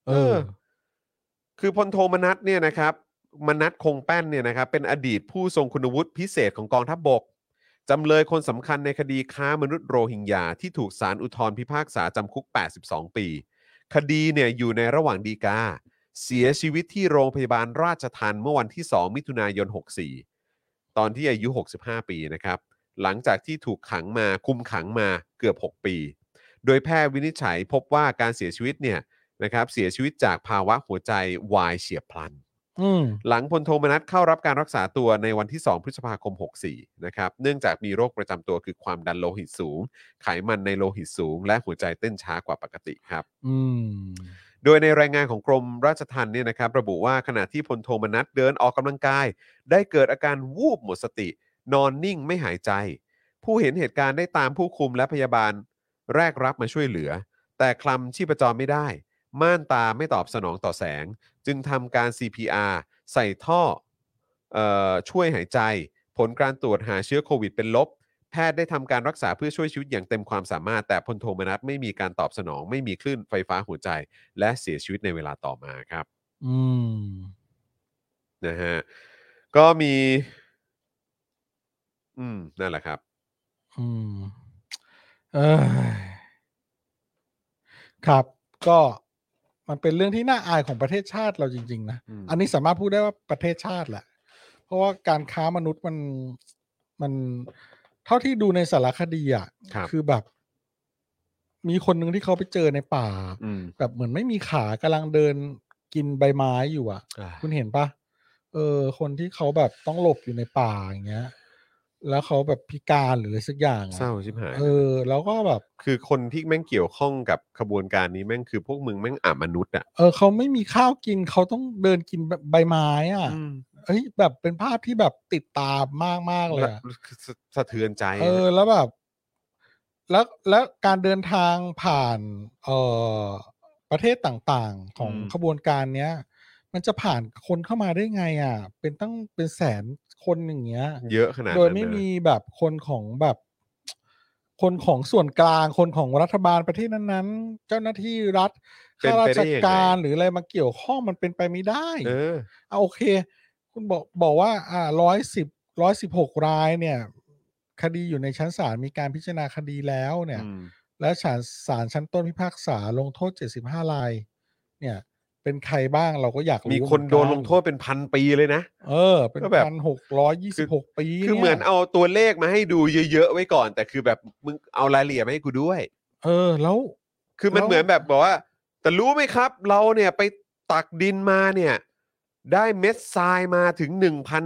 เออ คือพลโทมนัสเนี่ยนะครับมนัสคงแป้นเนี่ยนะครับเป็นอดีตผู้ทรงคุณวุฒิพิเศษของกองทัพบกจำเลยคนสำคัญในคดีค้ามนุษย์โรฮิงญาที่ถูกศาลอุทธรพิพากษาจำคุก 82 ปี คดีเนี่ยอยู่ในระหว่างดีกา เสียชีวิตที่โรงพยาบาลราชทันเมื่อวันที่ 2 มิถุนายน 64 ตอนที่อายุ 65 ปีนะครับ หลังจากที่ถูกขังมาคุมขังมาเกือบ 6 ปี โดยแพทย์วินิจฉัยพบว่าการเสียชีวิตเนี่ย นะครับเสียชีวิตจากภาวะหัวใจวายเฉียบพลัน อืม หลังพลโทมนัสเข้ารับการรักษาตัวในวันที่ 2 พฤษภาคม 64 นะครับ เนื่องจากมีโรคประจำตัวคือความดันโลหิตสูง ไขมันในโลหิตสูง และหัวใจเต้นช้ากว่าปกติครับ อืม โดยในรายงานของกรมราชทัณฑ์เนี่ยนะครับ ระบุว่าขณะที่พลโทมนัสเดินออกกำลังกาย ได้เกิดอาการวูบหมดสติ นอนนิ่งไม่หายใจ ผู้เห็นเหตุการณ์ได้ตามผู้คุมและพยาบาล แรกรับมาช่วยเหลือ แต่คลำชีพจรไม่ได้ ม่านตาไม่ตอบสนองต่อแสง จึงทำการ CPR ใส่ท่อเออช่วยหายใจ ผลการตรวจหาเชื้อโควิดเป็นลบ แพทย์ได้ทำการรักษาเพื่อช่วยชีวิตอย่างเต็มความสามารถ แต่พลโทมนัสไม่มีการตอบสนอง ไม่มีคลื่นไฟฟ้าหัวใจ และเสียชีวิตในเวลาต่อมาครับ อืม นะฮะก็มี อืมนั่นแหละครับ อืมเอยครับ ก็มันเป็นเรื่องที่น่าอายของประเทศชาติเราจริง ๆ นะ อืม อันนี้สามารถพูดได้ว่าประเทศชาติแหละ เพราะว่าการค้ามนุษย์มันมันเท่าที่ดูในสารคดีอ่ะ ครับ อแบบ มีคนหนึ่งที่เขาไปเจอในป่า อืม แบบเหมือนไม่มีขากำลังเดินกินใบไม้อยู่อ่ะ อ่า คุณเห็นปะเออ คนที่เขาแบบต้องหลบอยู่ในป่าอย่างเงี้ย แล้วเขาแบบพิการหรืออะไรสักอย่างอะ เศร้าชิบหาย เออ แล้วก็แบบ คือคนที่แม่งเกี่ยวข้องกับขบวนการนี้แม่งคือพวกมึงแม่งอ่ามนุษย์อ่ะ เออเขาไม่มีข้าวกินเขาต้องเดินกินแบบใบไม้อ่ะ เอ้ยแบบเป็นภาพที่แบบติดตามากมากๆเลยอะ สะสะเทือนใจ เอออะแล้วแบบ แล้วแล้วการเดินทางผ่านเอ่อประเทศต่างๆ ของขบวนการเนี้ย มันจะผ่านคนเข้ามาได้ไง อ่ะ เป็นตั้งเป็นแสนคนอย่างเงี้ย เยอะขนาดนั้น โดยไม่ นะ มีแบบคนของแบบ คนของส่วนกลาง คนของรัฐบาลประเทศนั้นๆ เจ้าหน้าที่รัฐ เป็น ข้ารา ไป ช ได้ยังไง การหรืออะไรมาเกี่ยวข้องมันเป็นไปไม่ได้ เออ เอาโอเค คุณบอกบอกว่า อ่าร้อยสิบร้อยสิบหกรายเนี่ย คดีอยู่ในชั้นศาลมีการพิจารณาคดีแล้วเนี่ย อืม และศาลศาลชั้นต้นพิพากษาลงโทษเจ็ดสิบห้าราย เนี่ย เป็นใครบ้างเราก็อยากรู้ มีคน เหอกั โดนลงโทษเป็นพันปีเลยนะ เออ เป็น ก็แบบ พันหกร้อยยี่สิบหกปี คือเหมือน ย เอาตัวเลขมาให้ดูเยอะ ๆ ไว้ก่อน แต่คือแบบมึงเอารายละเอียดมาให้กูด้วย เออ แล้ว คือมัน แล้ว เหมือนแบบบอกว่า แต่รู้ไหมครับ เราเนี่ยไปตักดินมาเนี่ย ได้เม็ดทรายมาถึง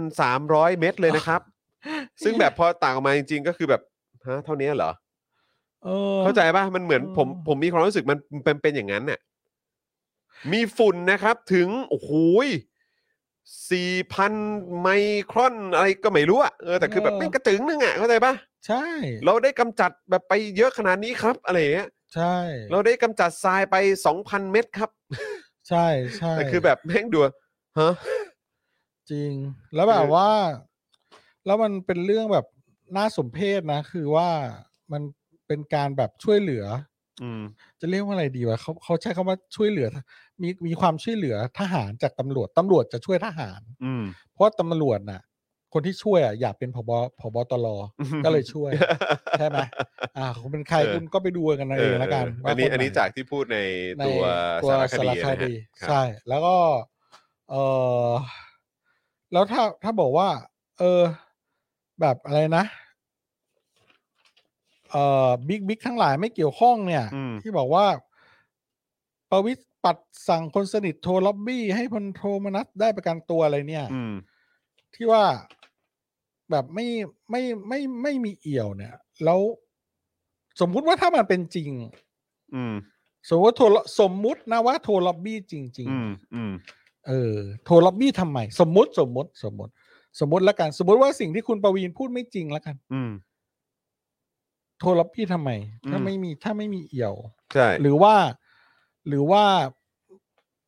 1,300 เม็ดเลยนะครับ ซึ่งแบบพอต่างออกมาจริงๆ ก็คือแบบฮะเท่านี้เหรอ เออ เข้าใจป่ะ มันเหมือนผม เออ ผมมีความรู้สึกมันเป็นเป็นอย่างนั้นน่ะมีฝุ่นนะครับถึง โอ้โหสี่พันไมครอนอะไรก็ไม่รู้อะเออแต่คือแบบไม่งกระจึงนึงอะเข้าใจป่ะ ใช่ เราได้กำจัดแบบไปเยอะขนาดนี้ครับ อะไรอย่างเงี้ย ใช่ เราได้กำจัดทรายไป 2,000 เม็ดครับ ใช่ใช่ แต่คือแบบแม่งดูฮะ จริง แล้วแบ คื บ อ ว่า แล้วมันเป็นเรื่องแบบน่าสมเพชนะ คือว่ามันเป็นการแบบช่วยเหลือ อืม จะเรียกว่าอะไรดีวะเขาเขาใช้คำว่าช่วยเหลือ มีมีความช่วยเหลือทหารจากตำรวจตำรวจจะช่วยทหาร อืม เพราะตำรวจน่ะ คนที่ช่วยอ่ะอยากเป็นผบผบตรก็ เลยช่วย ใช่ไหมอ่าคุณเป็นใคร เออ คุณก็ไปดูกันเอาเองแล้วกัน เออ ว่า อันนี้ คไห อันนี้จากที่พูดใน ใน ตัว ตัว สารค สาร ดี ค นะฮะ ดี ครับ ใช่ แล้วก็เออแล้วถ้าถ้าบอกว่า เออ แบบอะไรนะเออบิ๊กบิ๊กทั้งหลายไม่เกี่ยวข้องเนี่ย อืม ที่บอกว่า ประวิตรปัดสั่งคนสนิทโทรล็อบบี้ให้พลโทมนัสได้ประกันตัวอะไรเนี่ย อืม ที่ว่าแบบไม่ไม่ไม่ไม่มีเอี่ยวเนี่ย แล้วสมมุติว่าถ้ามันเป็นจริง อืม สมมติว่าโทรสมมุตินะว่าโทรล็อบบี้จริง อืม อืม ๆ เออ โทรล็อบบี้ทำไมสมมติสมมติสมมติ สมมติแล้วกัน สมมติว่าสิ่งที่คุณประวีนพูดไม่จริงแล้วกัน อืม โทรล็อบบี้ทำไม ถ้า อืม ไม่มีถ้าไม่มีเอี่ยว ใช่ หรือว่าหรือว่า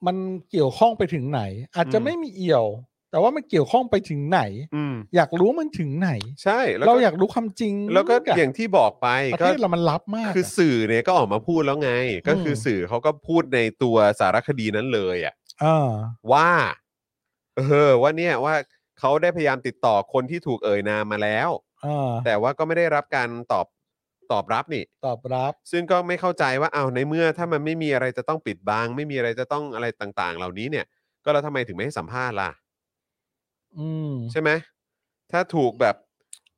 มันเกี่ยวข้องไปถึงไหน อาจจะไม่มีเอี่ยว แต่ว่ามันเกี่ยวข้องไปถึงไหน อืม อยากรู้มันถึงไหน ใช่แล้ว เราอยากรู้ความจริง แล้วก็ อยาก อย่างที่บอกไป ประ ก็ เทศเรามันลับมาก คือ อะ สื่อเนี่ยก็ออกมาพูดแล้วไง ก็คืออ ม สื่อเขาก็พูดในตัวสารคดีนั้นเลยอ่ะ อ่า ว่า เออ ว่าเนี่ยว่าเขาได้พยายามติดต่อคนที่ถูกเอ่ยนามมาแล้ว อ่า แต่ว่าก็ไม่ได้รับการตอบตอบรับนี่ ตอบรับ ซึ่งก็ไม่เข้าใจว่าเอาวในเมื่อถ้ามันไม่มีอะไรจะต้องปิดบัง ไม่มีอะไรจะต้องอะไรต่างๆ เหล่านี้เนี่ย ก็แล้วทำไมถึงไม่ให้สัมภาษณ์ล่ะ อืม ใช่ไหมถ้าถูกแบบ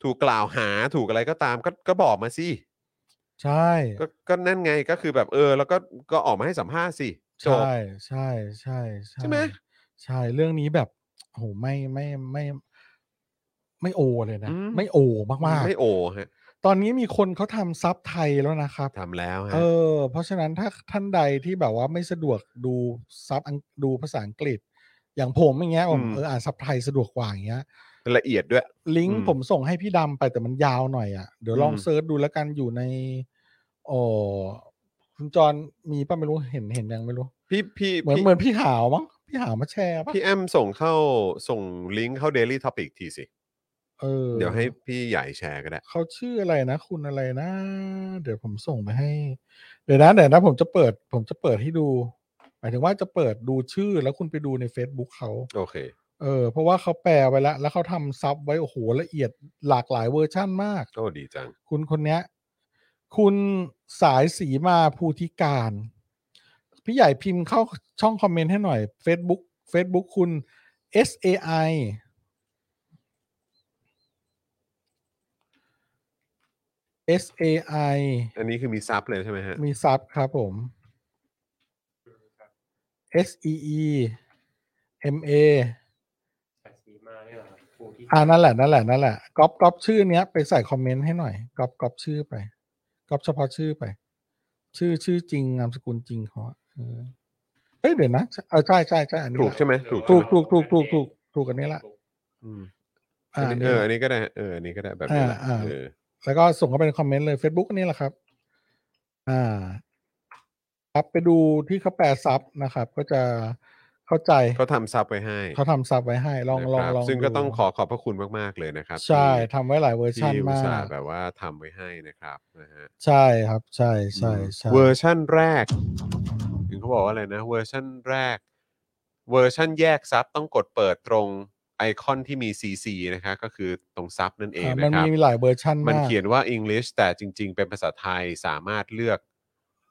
ถูกกล่าวหาถูกอะไรก็ตามก็ก็บอกมาสิ ใช่ ก็ก็นั่นไงก็คือแบบเออ แล้วก็ก็ออกมาให้สัมภาษณ์สิจบ ใช่ใช่ใช่ ใช่ไหม ใช่เรื่องนี้แบบโอ้โหไม่ไม่ไม่ ไม่โอเลยนะ อืม ไม่โอมาก ไม่โอฮะ ๆตอนนี้มีคนเขาทำซับไทยแล้วนะครับ ทำแล้วฮะ เออ เพราะฉะนั้นถ้าท่านใดที่แบบว่าไม่สะดวกดูซับอังดูภาษาอังกฤษ อย่างผมอย่างเงี้ยผมเอออ่านซับไทยสะดวกกว่าอย่างเงี้ย ละเอียดด้วย ลิง อื ก์ ม ผมส่งให้พี่ดำไปแต่มันยาวหน่อยอะ่ะ เดี๋ยวลอง อืม เซิร์ชดูแล้วกันอยู่ในโอ้คุณจอนมีป่ะไม่รู้เห็นเห็นยังไม่รู้ พี่พี่ เหมือน พี่ เหมือนพี่หาวมั้งพี่หาวมาแชร์ป่ะ พี่แอมส่งเข้าส่งลิงก์เข้า Daily Topic ทีสิ เออ เดี๋ยวให้พี่ใหญ่แชร์ก็ได้ เขาชื่ออะไรนะ คุณอะไรนะ เดี๋ยวผมส่งไปให้ เดี๋ยวนะเดี๋ยวนะผมจะเปิด ผมจะเปิดให้ดู หมายถึงว่าจะเปิดดูชื่อแล้วคุณไปดูใน Facebook เขา โอเค เออ เพราะว่าเขาแปลไว้แล้ว แล้วเขาทำซับไว้โอ้โหละเอียดหลากหลายเวอร์ชั่นมาก โอ้ดีจัง คุณคนเนี้ย คุณสายสีมาภูธิการ พี่ใหญ่พิมพ์เข้าช่องคอมเมนต์ให้หน่อย Facebook Facebook คุณ SAI อันนี้คือมีซับเลยใช่ไหมฮะ มีซับครับผม ครับ S E E M A สายสีมาเนี่ยเหรอครับปู่ที่ อ่านั่นแหละนั่นแหละนั่นแหละก๊อปก๊อปชื่อเนี้ยไปใส่คอมเมนต์ให้หน่อยก๊อปก๊อปชื่อไปก๊อปเฉพาะชื่อไป ชื่อชื่อจริงนามสกุลจริงเขาอะเออเอ้ยเดี๋ยวนะเออใช่ใช่ใช่อันนี้ ถูก ละ ใช่ไหมถูก ถูก ใช่ไหม ถูกถูกถูกถูกถูกอันนี้ละ อืม อ่า อันนี้เอ นี่ละออันนี้ก็ได้ฮะเออ อันนี้ก็ได้แบบนี้แหละ อ่าอ่า เออ แล้วก็ส่งเข้าไปในคอมเมนต์เลย Facebook อันนี้แหละครับ อ่า ครับไปดูที่เขาแปลซับนะครับ ก็จะเข้าใจ เขาทำซับไว้ให้ เขาทำซับไว้ให้ลองลอง นะครับ ลอง ซึ่งก็ ดู ต้องขอขอบพระคุณมาก ๆ เลยนะครับ ใช่ ที่ ทำไว้หลายเวอร์ชัน ที่อุต มา ส่าห์ ก แบบว่าทำไว้ให้นะครับนะฮะ ใช่ครับ ใช่ใช่ใช่ เวอร์ชั่นแรกถึงเขาบอกว่าอะไรนะ เวอร์ชั่นแรก เวอร์ชั่นแยกซับต้องกดเปิดตรงไอคอนที่มี CC นะคะ ก็คือตรงซับนั่นเอง อ่า นะครับ มันมีหลายเวอร์ชัน มัน มาก เขียนว่า English แต่จริง ๆ เป็นภาษาไทยสามารถเลือก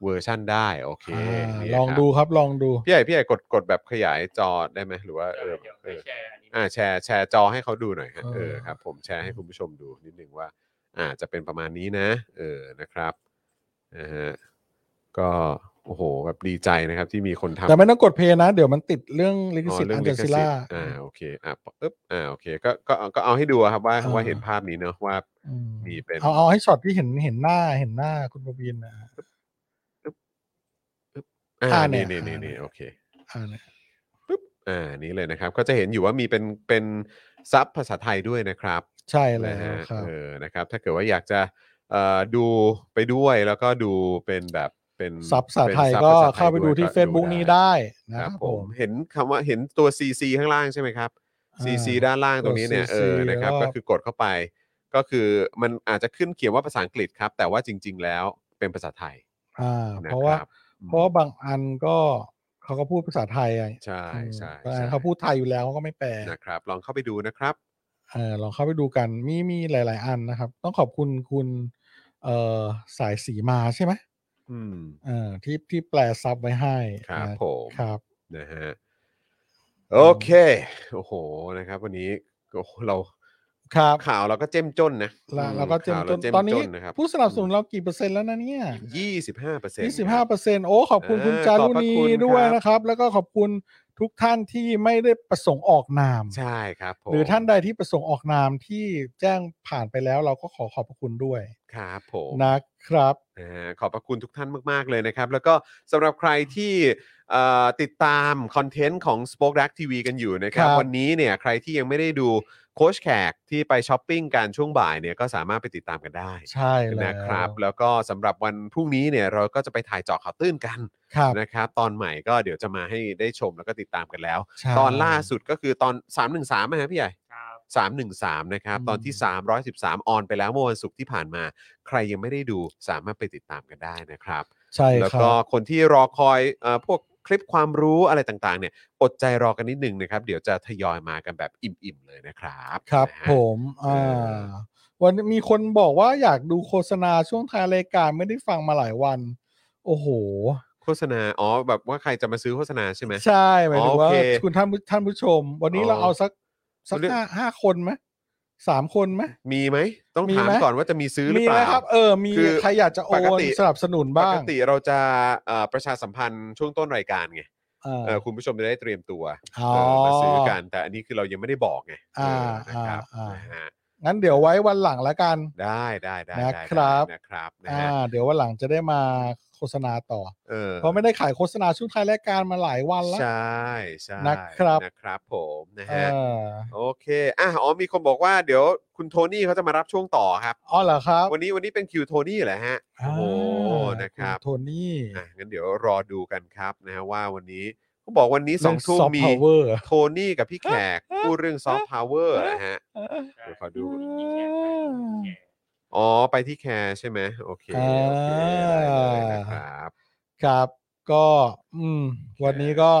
เวอร์ชั่นได้ โอเค อ่า นี่ ลอง ครับ ดูครับลองดู พี่ใหญ่พี่ใหญ่กดกดแบบขยายจอได้ไหมหรือว่าเออ เดี๋ยว เอ ไป อ แชร์อันนี้ อ่าแชร์แชร์จอให้เขาดูหน่อยฮะ เออ เออครับ ผมแชร์ให้คุณผู้ชมดูนิดนึงว่า อ่าจะเป็นประมาณนี้นะ เออนะครับนะฮะก็โอ้โหแบบดีใจนะครับที่มีคนทำ แต่ไม่ต้องกดเพลย์นะ เดี๋ยวมันติดเรื่องลิข อ๋อ สิทธิ์ เรื่ อั อนง เดอลิข ร์ สิ ซิ ท ล่า ธิ์อ่าโอเคอ่ะปึ๊บอ่าโอเคก็ก็ก็เอาให้ดูครับว่า อ่า ว่าเห็นภาพนี้เนอะว่า มีเป็น เอาเอาให้ช็อตที่เห็นเห็นหน้าเห็นหน้าคุณประวินนะ อ่า อ่าเนี่ นี่ ย นี่นี่ อ่าเนี่ยนี่โอเค อ่าเนี่ย อ่านี้เลยนะครับ ก็จะเห็นอยู่ว่ามีเป็นเป็นซับภาษาไทยด้วยนะครับ ใช่แล้ นะ ว ฮะ ครับ เออนะครับ ถ้าเกิดว่าอยากจะเอ่อดูไปด้วยแล้วก็ดูเป็นแบบเป็น ซับภาษา เป็น ไทย ซับ ก็ ภษ เข้าไปดู วย ที่ ก็ Facebook นี้ได้นะ ค ค รั รั บบ ผ ผม ม เห็นคำว่าเห็นตัว CC ข้างล่างใช่ไหมครับ อ่า CC ด้านล่างตรงนี้เนี่ย ตัว CC เออนะครับ แล้วก็ ก็คือกดเข้าไป ก็คือมันอาจจะขึ้นเขียนว่าภาษาอังกฤษครับ แต่ว่าจริง ๆ แล้วเป็นภาษาไทย อ่า นะ เพราะ ค ว่า รับ เพราะว่าบางอันก็เขาก็พูดภาษาไทยไง ใช่ใช่ อืมบางอั ใช่ นเขาพูดไทยอยู่แล้วเขาก็ไม่แปล นะครับ ลองเข้าไปดูนะครับ เออลองเข้าไปดูกันมีมีหลาย ๆ อันนะครับ ต้องขอบคุณคุณเอ่อสายสีมาใช่ไหม อืม เออที่ที่แปลซับไว้ให้ ครับ นะ ผม ครับ นะฮะโอเค โอ้โหนะครับ วันนี้ก็ เรา ครับ ข่าวเราก็เจ้มจนนะ แล้ว อื เราก็เจม ข่าว จน รา ตอนนี้ นะครับ ผู้สนับสนุนเรากี่เปอร์เซ็นต์แล้วนะเนี่ย ยี่สิบห้าเปอร์เซ็นต์ ยี่สิบห้าเปอร์เซ็นโอ้ขอบคุณคุณ เออ จา ขอบ รุ พระ ณี คุณครับ ด้วยนะครับ แล้วก็ขอบคุณทุกท่านที่ไม่ได้ประสงค์ออกนาม ใช่ครับผม หรือท่านใดที่ประสงค์ออกนามที่แจ้งผ่านไปแล้วเราก็ขอขอบพระคุณด้วย ครับผม นะครับ นะฮะขอบพระคุณทุกท่านมาก ๆ เลยนะครับ แล้วก็สำหรับใครที่เอ่อติดตามคอนเทนต์ของ Spoke Dark TV กันอยู่นะครับ ครับ วันนี้เนี่ยใครที่ยังไม่ได้ดูโค้ชแขกที่ไปช้อปปิ้งการช่วงบ่ายเนี่ยก็สามารถไปติดตามกันได้ ใช่แล้ว นะครับแล้วก็สำหรับวันพรุ่งนี้เนี่ยเราก็จะไปถ่ายเจาะข่าวตื้นกัน ครับ นะครับตอนใหม่ก็เดี๋ยวจะมาให้ได้ชมแล้วก็ติดตามกันแล้ว ใช่ ตอนล่าสุดก็คือตอน 313นะฮะพี่ใหญ่ ครับ 313 นะครับ อืม ตอนที่ 313 ออนไปแล้วเมื่อวันศุกร์ที่ผ่านมา ใครยังไม่ได้ดูสามารถไปติดตามกันได้นะครับ ใช่ แล้ว ครั ก็ บ คนที่รอคอยเออพวกคลิปความรู้อะไรต่างๆเนี่ยอดใจรอกันนิดนึงนะครับ เดี๋ยวจะทยอยมากันแบบอิ่มๆเลยนะครับ ครับ นะฮะ ผมอ่ เออ าวันนี้มีคนบอกว่าอยากดูโฆษณาช่วงท้ายรายการไม่ได้ฟังมาหลายวัน โอ้โห โฆษณาอ๋อแบบว่าใครจะมาซื้อโฆษณาใช่ไหม ใช่หมายถึงว่า โอเค คุณท่านผู้ท่านผู้ชม วันนี้ อ๋อ เราเอาสักสัก เรื่อง ห้าห้าคนไหมสามคนไหม มีไหมต้อง มี ถาม ไหม ก่อนว่าจะมีซื้อหรือ มี เป ไหม ล่า ครับ เออ มี คือ ใครอยากจะโอ ปก น ติ สนับสนุน ป บ้าก ง ติเราจะเอ่อประชาสัมพันธ์ช่วงต้นรายการไง เออ เออคุณผู้ชมจะได้เตรียมตัว อ๋อ เออมาซื้อกัน แต่อันนี้คือเรายังไม่ได้บอกไงเออนะครับ อ่าอ่า นะฮะ งั้นเดี๋ยวไว้วันหลังละกัน ได้ได้ได้ได้ นะครับ ได้นะครับนะ อ่า ฮะ เดี๋ยววันหลังจะได้มาโฆษณาต่อ เออ เพราะไม่ได้ขายโฆษณาช่วงท้ายรายการมาหลายวันแล้ว ใช่ใช่ นะครับ นะครับผมนะ เอ ฮะ อ โอเคอ่ะอ๋อมีคนบอกว่าเดี๋ยวคุณโทนี่เขาจะมารับช่วงต่อครับ อ๋อเหรอครับ วันนี้วันนี้เป็นคิวโทนี่แหละฮะโอ้โห า นะครับ ณโทนี่ อ่ะงั้นเดี๋ยวรอดูกันครับนะฮะว่าวันนี้เขาบอกวันนี้สองทุ่มมี ซอฟต์พาวเวอร์ โทนี่กับพี่แขกพูดเรื่องซอฟต์พาวเวอร์นะฮะ เดี๋ยวขอดู อ๋อ ไปที่แคร์ใช่ไหมโอเค อ่า โอเคได้เลยนะครับ ครับ ก็อืม วันนี้ก็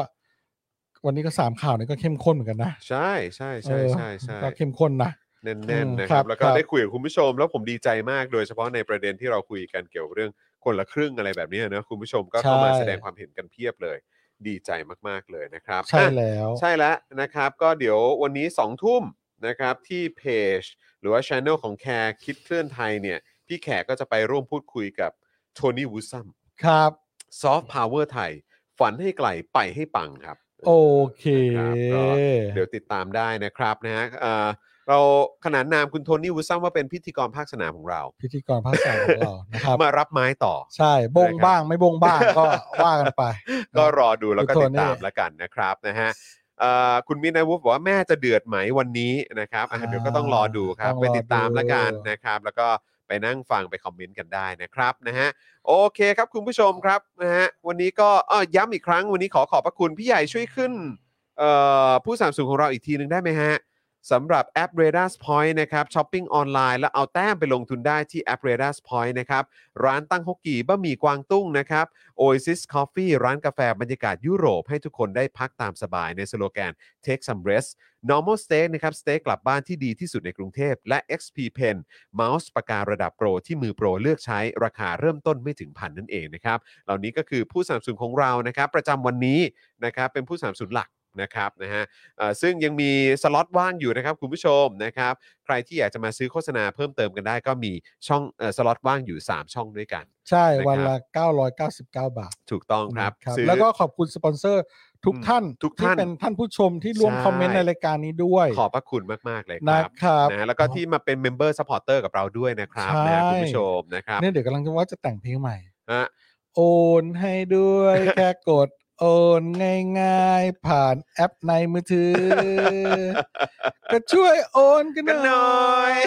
วันนี้ก็สามข่าวนี้ก็เข้มข้นเหมือนกันนะ ใช่ใช่ใช่ใช่ใช่ เออก็เข้มข้นนะ แน่นๆนะค ครั รับบ แล้วก็ ครับ ได้คุยกับคุณผู้ชม แล้วผมดีใจมากโดยเฉพาะในประเด็นที่เราคุยกันเกี่ยวกับเรื่องคนละครึ่งอะไรแบบเนี้ยนะคุณผู้ชมก็เข้ามาแสดงความเห็นกันเพียบเลย ดีใจมากๆเลยนะครับ ใช่ อ่ะ แล้ว ใช่แล้วนะครับก็เดี๋ยววันนี้ 2 ทุ่มนะครับที่เพจ หรือว่าช anel ของแคร์คิดเคลื่อนไทยเนี่ย พี่แขกก็จะไปร่วมพูดคุยกับโทนี่วูซัม ครับ ซอฟต์พาวเวอร์ไทย ฝันให้ไกลไปให้ปังครับ โอเค นะครับก็เดี๋ยวติดตามได้นะครับนะฮะเอ่อเราขนานนามคุณโทนี่วูซัมว่าเป็นพิธีกรภาคสนามของเรา พิธีกรภาคสามของเรานะครับ มารับไม้ต่อ ใช่บงบ้างไม่บง บ้างก็ว่ากันไป ก็รอดูแล้วก็ คุณโท ติ นี่ ดตามแล้วกันนะครับนะฮะเอ่อคุณมินายวุฒิบอกว่าแม่จะเดือดไหมวันนี้นะครับอ่ะเดี๋ยวก็ต้องรอดูครับ ต้อง ไป รอ ติดตามแล้วกัน ดู นะครับ แล้วก็ไปนั่งฟังไปคอมเมนต์กันได้นะครับนะฮะโอเคครับคุณผู้ชมครับนะฮะวันนี้ก็เอ้อย้ำอีกครั้งวันนี้ขอขอบพระคุณพี่ใหญ่ช่วยขึ้นเอ่อผู้สามสูงของเราอีกทีหนึ่งได้ไหมฮะสำหรับแอป r a d a r Point นะครับช้อปปิ้งออนไลน์แล้วเอาแต้มไปลงทุนได้ที่แอป r a d a r Point นะครับร้านตั้งฮกกีบะหมี่กวางตุ้งนะครับ Oasis Coffee ร้านกาแฟบรรยากาศยุโรปให้ทุกคนได้พักตามสบายในสโลแกน Take some rest Normal Steak นะครับสเต็กกลับบ้านที่ดีที่สุดในกรุงเทพ และ XP Pen เมาส์ปากการะดับโปรที่มือโปรเลือกใช้ราคาเริ่มต้นไม่ถึงพันนั่นเองนะครับ เหล่านี้ก็คือผู้สนับสนุนของเรานะครับ ประจำวันนี้นะครับ เป็นผู้สนับสนุนหลักนะครับนะฮะเอ่อซึ่งยังมีสล็อตว่างอยู่นะครับคุณผู้ชมนะครับ ใครที่อยากจะมาซื้อโฆษณาเพิ่มเติมกันได้ก็มีช่องเอ่อสล็อตว่างอยู่สามช่องด้วยกัน ใช่ นะครับ วันละ 999 บาท ถูกต้องครับซื้อ แล้วก็ขอบคุณสปอนเซอร์ทุก อืม ท่าน ทุกท่าน เป็นท่านผู้ชมที่ร่วม ใช่ คอมเมนต์ในรายการนี้ด้วย ขอบพระคุณมาก ๆ เลยค นะ รับ ครับ นะฮะแล้วก็ที่มาเป็นเมมเบอร์ซัพพอร์เตอร์กับเราด้วยนะครับ ใช่ นะฮะคุณผู้ชมนะครับ เนี่ยเดี๋ยวกำลังจะว่าจะแต่งเพลงใหม่ ฮะ โอนให้ด้วยแค่กดโอนง่ายๆ ผ่านแอปในมือถือ ก็ช่วยโอนกัน กัน ห ห น่ น่ อ อย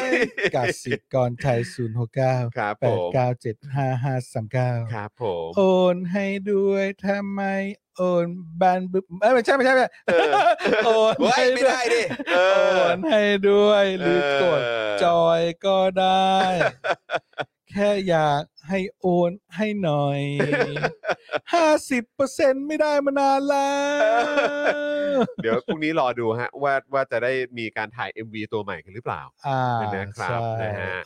ย กสิกรไทย 0 6 9 ครับผม 8 9 7 5 5 3 ค 9 รับผม โอนให้ด้วยถ้าไม่โอนบานบึบเอ้ยไม่ใช่ไม่ใช่ไม่ใช่ เออ โอน เว้ย ให้ ไม่ ด้วย ได้ดิเออ โอนให้ด้วยหรือกด เ จอยก็ได้ แค่อยาก ให้โอนให้หน่อยห้าสิบเปอร์เซ็นไม่ได้มานานแล้ว เดี๋ยวพรุ่งนี้รอดูฮะว่าว่าจะได้มีการถ่าย MV ตัวใหม่กันหรือเปล่า อ่า นะครับ ใช่ นะฮะ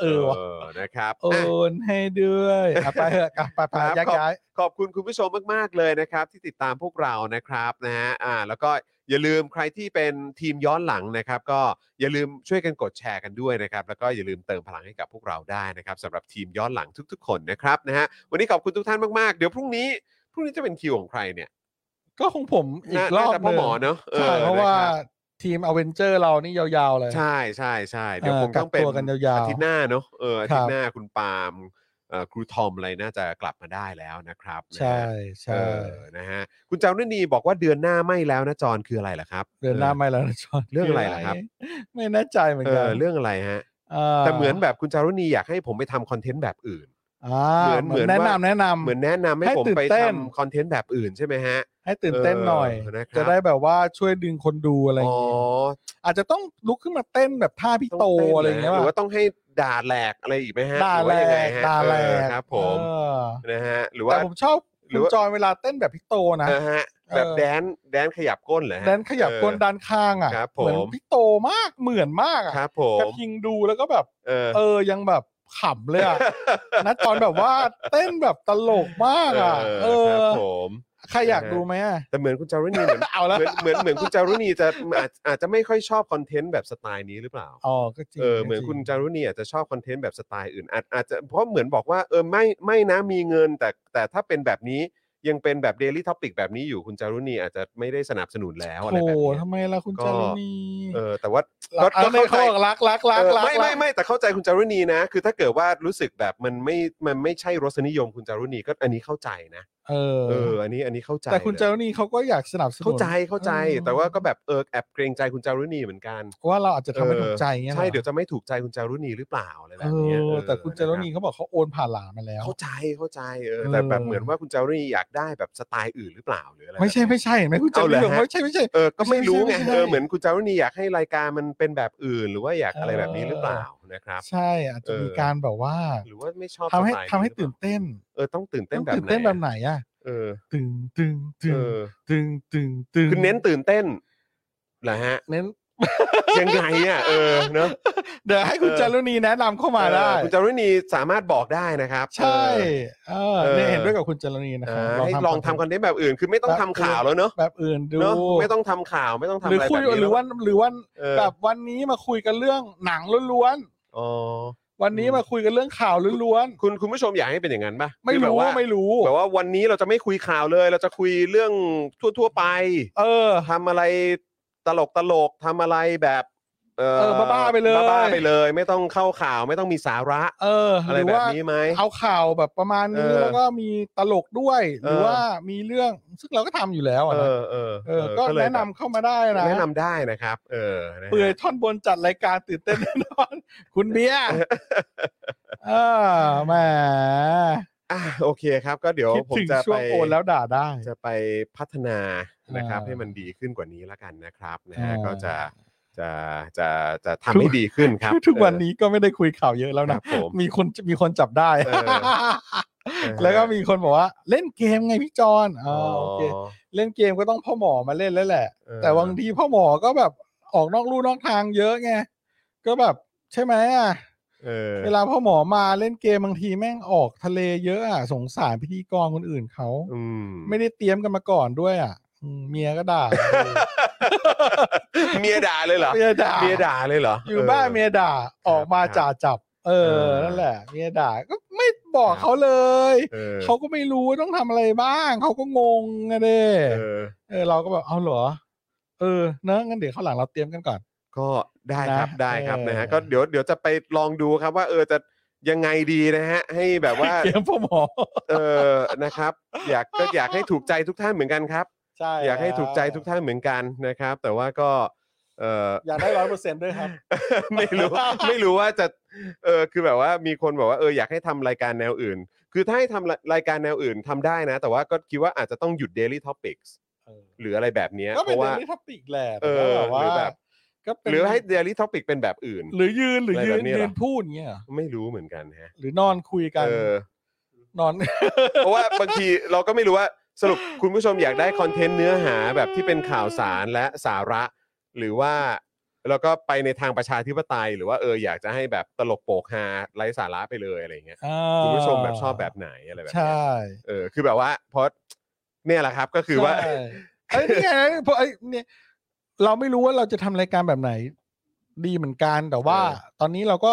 เออว่ะ นะครับ โอ อ่ะ นให้ด้วย อ่ะไปเถอะอ่ะไปไป ครับ ย้ายย้าย ขอบคุณคุณผู้ชมมาก ๆ เลยนะครับ ที่ติดตามพวกเรานะครับนะฮะอ่าแล้วก็อย่าลืมใครที่เป็นทีมย้อนหลังนะครับ ก็อย่าลืมช่วยกันกดแชร์กันด้วยนะครับ แล้วก็อย่าลืมเติมพลังให้กับพวกเราได้นะครับสำหรับทีมย้อนหลังทุก ๆ คนนะครับนะฮะวันนี้ขอบคุณทุกท่านมากๆเดี๋ยวพรุ่งนี้พรุ่งนี้จะเป็นคิวของใครเนี่ย ก็ของผมอีกรอบ น่าจะพ่อหมอเนอะออ ใช่เพราะว่า คบ ทีมอเวนเจอร์เรานี่ยาวๆเลย ใช่ใช่ใช่เดี๋ยว เอ่อ คงต้องเป็น กักตัวกันยาวๆ ทิตย์หน้าเนอะเอออาทิต ครับย์หน้าคุณปาล์มเอ่อครูทอมอะไรน่าจะกลับมาได้แล้วนะครับนะฮะ ใช่ เอ ใช่ อนะฮะคุณเจ้าเนนีบอกว่าเดือนหน้าไม่แล้วนะจอนคืออะไรล่ะครับ เดือนหน้าไม่แล้วนะจอน เรื่องอะไรล่ะครับ ไม่แน่ใจเหมือน เอ กัน อเรื่องอะไรฮะ า แต่เหมือนแบบคุณจารุณีอยากให้ผมไปทำคอนเทนต์แบบอื่น อ่า เหมือน เห เหมื มือ อน น แนะนำ ว่า แนะนำ เหมือนแนะนำให้ ให้ ผม ตื่น ไป เต้น ทำคอนเทนต์แบบอื่นใช่ไหมฮะ ให้ตื่นเต้นหน่อย เออนะครับ จะได้แบบว่าช่วยดึงคนดูอะไรอ อ๋ ย่า อง งี้อาจจะต้องลุกขึ้นมาเต้นแบบท่าพี่ ต้ โต น อะไรอย่างเงี้ย หรือ ว่ะ ว่าต้องให้ด่าแหลกอะไรอีกไหมฮะ ด่า รือ แร ว่ยังไง ก ฮะ ด่าแร เออก ครับ ผม เออ นะฮะหรือว่า แต่ผมชอบ หรื คุณอว่า จอยเวลาเต้นแบบพี่โตนะ นะฮะแบบ เออ แดนแดนขยับก้นเหรอฮะ แดนขยับก้น เออ ด้านข้างอ่ะ ครับ เหมือน ผม พี่โตมากเหมือนมากอ่ะ ครับผ กระ ม ทิงดูแล้วก็แบบ เออ เออยังแบบขำเลย อ่ะ นะตอนแบบว่าเต้นแบบตลกมากอ่ะ เอ เอ อ อ ครับผม ใครอยากดูไหมอ่ะ แต่เหมือนคุณจารุณีเหมือน เอาละ เหมือนเหมือนเหมือนคุณจารุณีจะอาจอาจจะไม่ค่อยชอบคอนเทนต์แบบสไตล์นี้หรือเปล่า อ๋อก็จริง เออเหมือน ก็จริง คุณจารุณีอาจจะชอบคอนเทนต์แบบสไตล์อื่นอาจอาจจะเพราะเหมือนบอกว่าเออไม่ไม่นะมีเงิน แต่แต่ถ้าเป็นแบบนี้ยังเป็นแบบ Daily Topic แบบนี้อยู่คุณจารุณีอาจจะไม่ได้สนับสนุนแล้วอะไร โอ้ แบบนี้ ทำไมล่ะคุณ ก็ จารุณี เออแต่ว่า ก็ รัก ก็ เอาใน เข้า ข้อ ใจ รักรักรัก เออ รัก ไม่ไม่ไม่แต่เข้าใจคุณจารุณีนะ คือถ้าเกิดว่ารู้สึกแบบมันไม่มันไม่ใช่รสนิยมคุณจารุณีก็อันนี้เข้าใจนะ เออ เออ อันนี้ อันนี้เข้าใจ แต่คุณจารุณีเขาก็อยากสนับสนุน เข้าใจ เข้าใจ เออ แต่ว่าก็แบบเออแอบเกรงใจคุณจารุณีเหมือนกัน ว่าเราอาจจะทำให้ถูกใจเงี้ยหรอ ใช่ เดี๋ยวจะไม่ถูกใจคุณจารุณีหรือเปล่าอะไรแบ เอบ เนี้ย อ เออ แต่คุณจารุณี นะ เขาบอกเขาโอนผ่านหลานมาแล้ ครั ว บเข้าใจ เข้าใจ เออ แต่ เออ แบบเหมือนว่าคุณจารุณีอยากได้แบบสไตล์อื่นหรือเปล่าหรืออะไร ไม่ใช่ แบบ ไม่ เนี้ย ใช่เห็นไหมคุณจารุณี เอาเหรบออก ฮะ ไม่ใช่ไม่ใช่ เออ ก็ไม่รู้ไง ไม่ใช่ไม่ใช่ เออ เหมือนคุณจารุณีอยากให้รายการมันเป็นแบบอื่น หรือว่าอยากอะไรแบบนี้ เออ หรือเปล่านะครับ ใช่อาจจะมีการแบบว่า หรือว่าไม่ชอบ ทำให้ สไล์ ทำให้ รือเปล่า ตื่นเต้น เออ ต้องตื่นเต้น ต้อง แบบ ตื่น ไหน เต้นแบบไหนอ่ะ เออ ตึงตึงตึ เอง อ ตึงตึงตึง คือเน้นตื่นเต้นเหรอฮะ เน้น ยังไงอ่ะ เออ เนอะ เดี๋ยวให้คุณ เออ จารุณีแนะนำเข้ามาได้ เออคุณจารุณีสามารถบอกได้นะครับ ใช่ เอเอออเออ เนี่ยเห็นด้วยกับคุณจารุณีนะค เอ รับ อให้ลองทำคอนเทนต์แบบอื่น คือไม่ต้องทำข่าวแล้วเนอะ แบบอื่นดู เนอะไม่ต้องทำข่าวไม่ต้องทำ หรือ อะไร คุย แบบนี้ หรือว่าหรือว่า เออ แบบวันนี้มาคุยกันเรื่องหนังล้วน อ๋อ ๆวันนี้ อืม มาคุยกันเรื่องข่าวล้วน คุณคุณผู้ชมอยากให้เป็นอย่างนั้นปะ ๆไม่ คือแบบ รู้ ว่า ไม่รู้ แบบว่าวันนี้เราจะไม่คุยข่าวเลย เราจะคุยเรื่องทั่ว ๆ ไป เออ ทำอะไรตลกตลกๆทำอะไรแบบเอ เออบ้าๆไปเลย บ้าๆไปเลย ไม่ต้องเข้าข่าวไม่ต้องมีสาระ เออหอะไร รือ แบบ ว่า นี้ไหม เอาข่าวแบบประมาณนี้ เออ แล้วก็มีตลกด้วย หรือ เออ ว่ามีเรื่องซึ่งเราก็ทำอยู่แล้วอะ เอ นะ อเออ เออ ก็ เลย แนะนำเข้ามาได้นะ แนะนำได้นะครับ เออนะฮะ เปื่อยท่อนบนจัดรายการตื่นเต้นแน่นอน คุณเบียร์เออแหม อ่ะโอเคครับ ก็เดี๋ยว คิด ผม ถึง จะ ช่ว ไป งโอนแล้วด่าได้ จะไปพัฒนานะครับ อ่า ให้มันดีขึ้นกว่านี้ละกันนะครับนะฮะ อ่า ก็จะจะจะจะทำให้ดีขึ้นครับ ทุกวัน เออ นี้ก็ไม่ได้คุยข่าวเยอะแล้ว ครั นะ บผม มีคนมีคนจับได้ เออ แล้วก็มีคนบอกว่า เล่นเกมไงพี่จอนอ๋ อ๋ อ อ โอเคเล่นเกมก็ต้องพ่อหมอมาเล่นแล้วแหละ เออ แต่บางทีพ่อหมอก็แบบออกนอกลู่นอกทางเยอะไงก็แบบใช่ไหมอ่ะ เออ เวลาพ่อหมอมาเล่นเกมบางทีแม่งออกทะเลเยอะอ่ะสงสารพิธีกรคนอื่นเขา อืม ไม่ได้เตรียมกันมาก่อนด้วยอ่ะอืมเมียก็ด่า เมียด่า เลยเหรอ เมียด่า เมียด่าเลยเหรอ อยู่บ้านเมียด่าออกมาจ่าจับ เออนั่นแหละ เมียด่าก็ไม่บอกเขาเลย เออ เขาก็ไม่รู้ว่าต้องทำอะไรบ้างเขาก็งงอะเด้ เออ เออเราก็แบบเอาเหรอ เออเนอะงั้นเดี๋ยวข้างหลังเราเตรียมกันก่ อน ก็ได้ครับ นะ ได้ครับ เออ นะฮะก็เดี๋ยวเดี๋ยวจะไปลองดูครับว่าเออจะยังไงดีนะฮะ ให้แบบว่า เตรียมพ่อหมอ เออนะครับ อยากก็อยากให้ถูกใจทุกท่านเหมือนกันครับ ใช่ อยากให้ถูกใจทุกท่านเหมือนกันนะครับ แต่ว่าก็เอ อ อยากได้ร้อยเปอร์เซ็นต์ด้วยครับ ไม่ รู้ ไม่รู้ว่าจะเออคือแบบว่ามีคนบอกว่าเอออยากให้ทำรายการแนวอื่น คือถ้าให้ทำรายการแนวอื่นทำได้นะ แต่ว่าก็คิดว่าอาจจะต้องหยุด Daily Topics หรืออะไรแบบเนี้ย ก็ เพ เป็น ราะว่า เรื่องท็อปิกแหละ เอ แต่ อ ว่าแบบว่า หรือแบบ ก็เป็น หรือให้เดลิทอปิกเป็นแบบอื่น หรือยืนหรือยื อะไร น แบบนี้เหรอ ยืนพูดอย่างเงี้ยเหรอ ไม่รู้เหมือนกันฮะ หรือนอนคุยกัน เออ น อน เพราะว่าบางทีเราก็ไม่รู้ว่าสรุปคุณผู้ชมอยากได้คอนเทนต์เนื้อหาแบบที่เป็นข่าวสารและสาระ หรือว่าแล้วก็ไปในทางประชาธิปไตย หรือว่าเอออยากจะให้แบบตลกโปกฮาไร้สาระไปเลยอะไรอย่างเงี้ย อ่า คุณผู้ชมแบบชอบแบบไหนอะไรแบบ ใช เนี้ย่เออคือแบบว่าเพราะเนี่ยแหละครับก็คือว่า ใช่ไอ้ยนี่ไงเพราะไอ้เนี่ยเราไม่รู้ว่าเราจะทำรายการแบบไหน ดีเหมือนกันแต่ว่า เออ ตอนนี้เราก็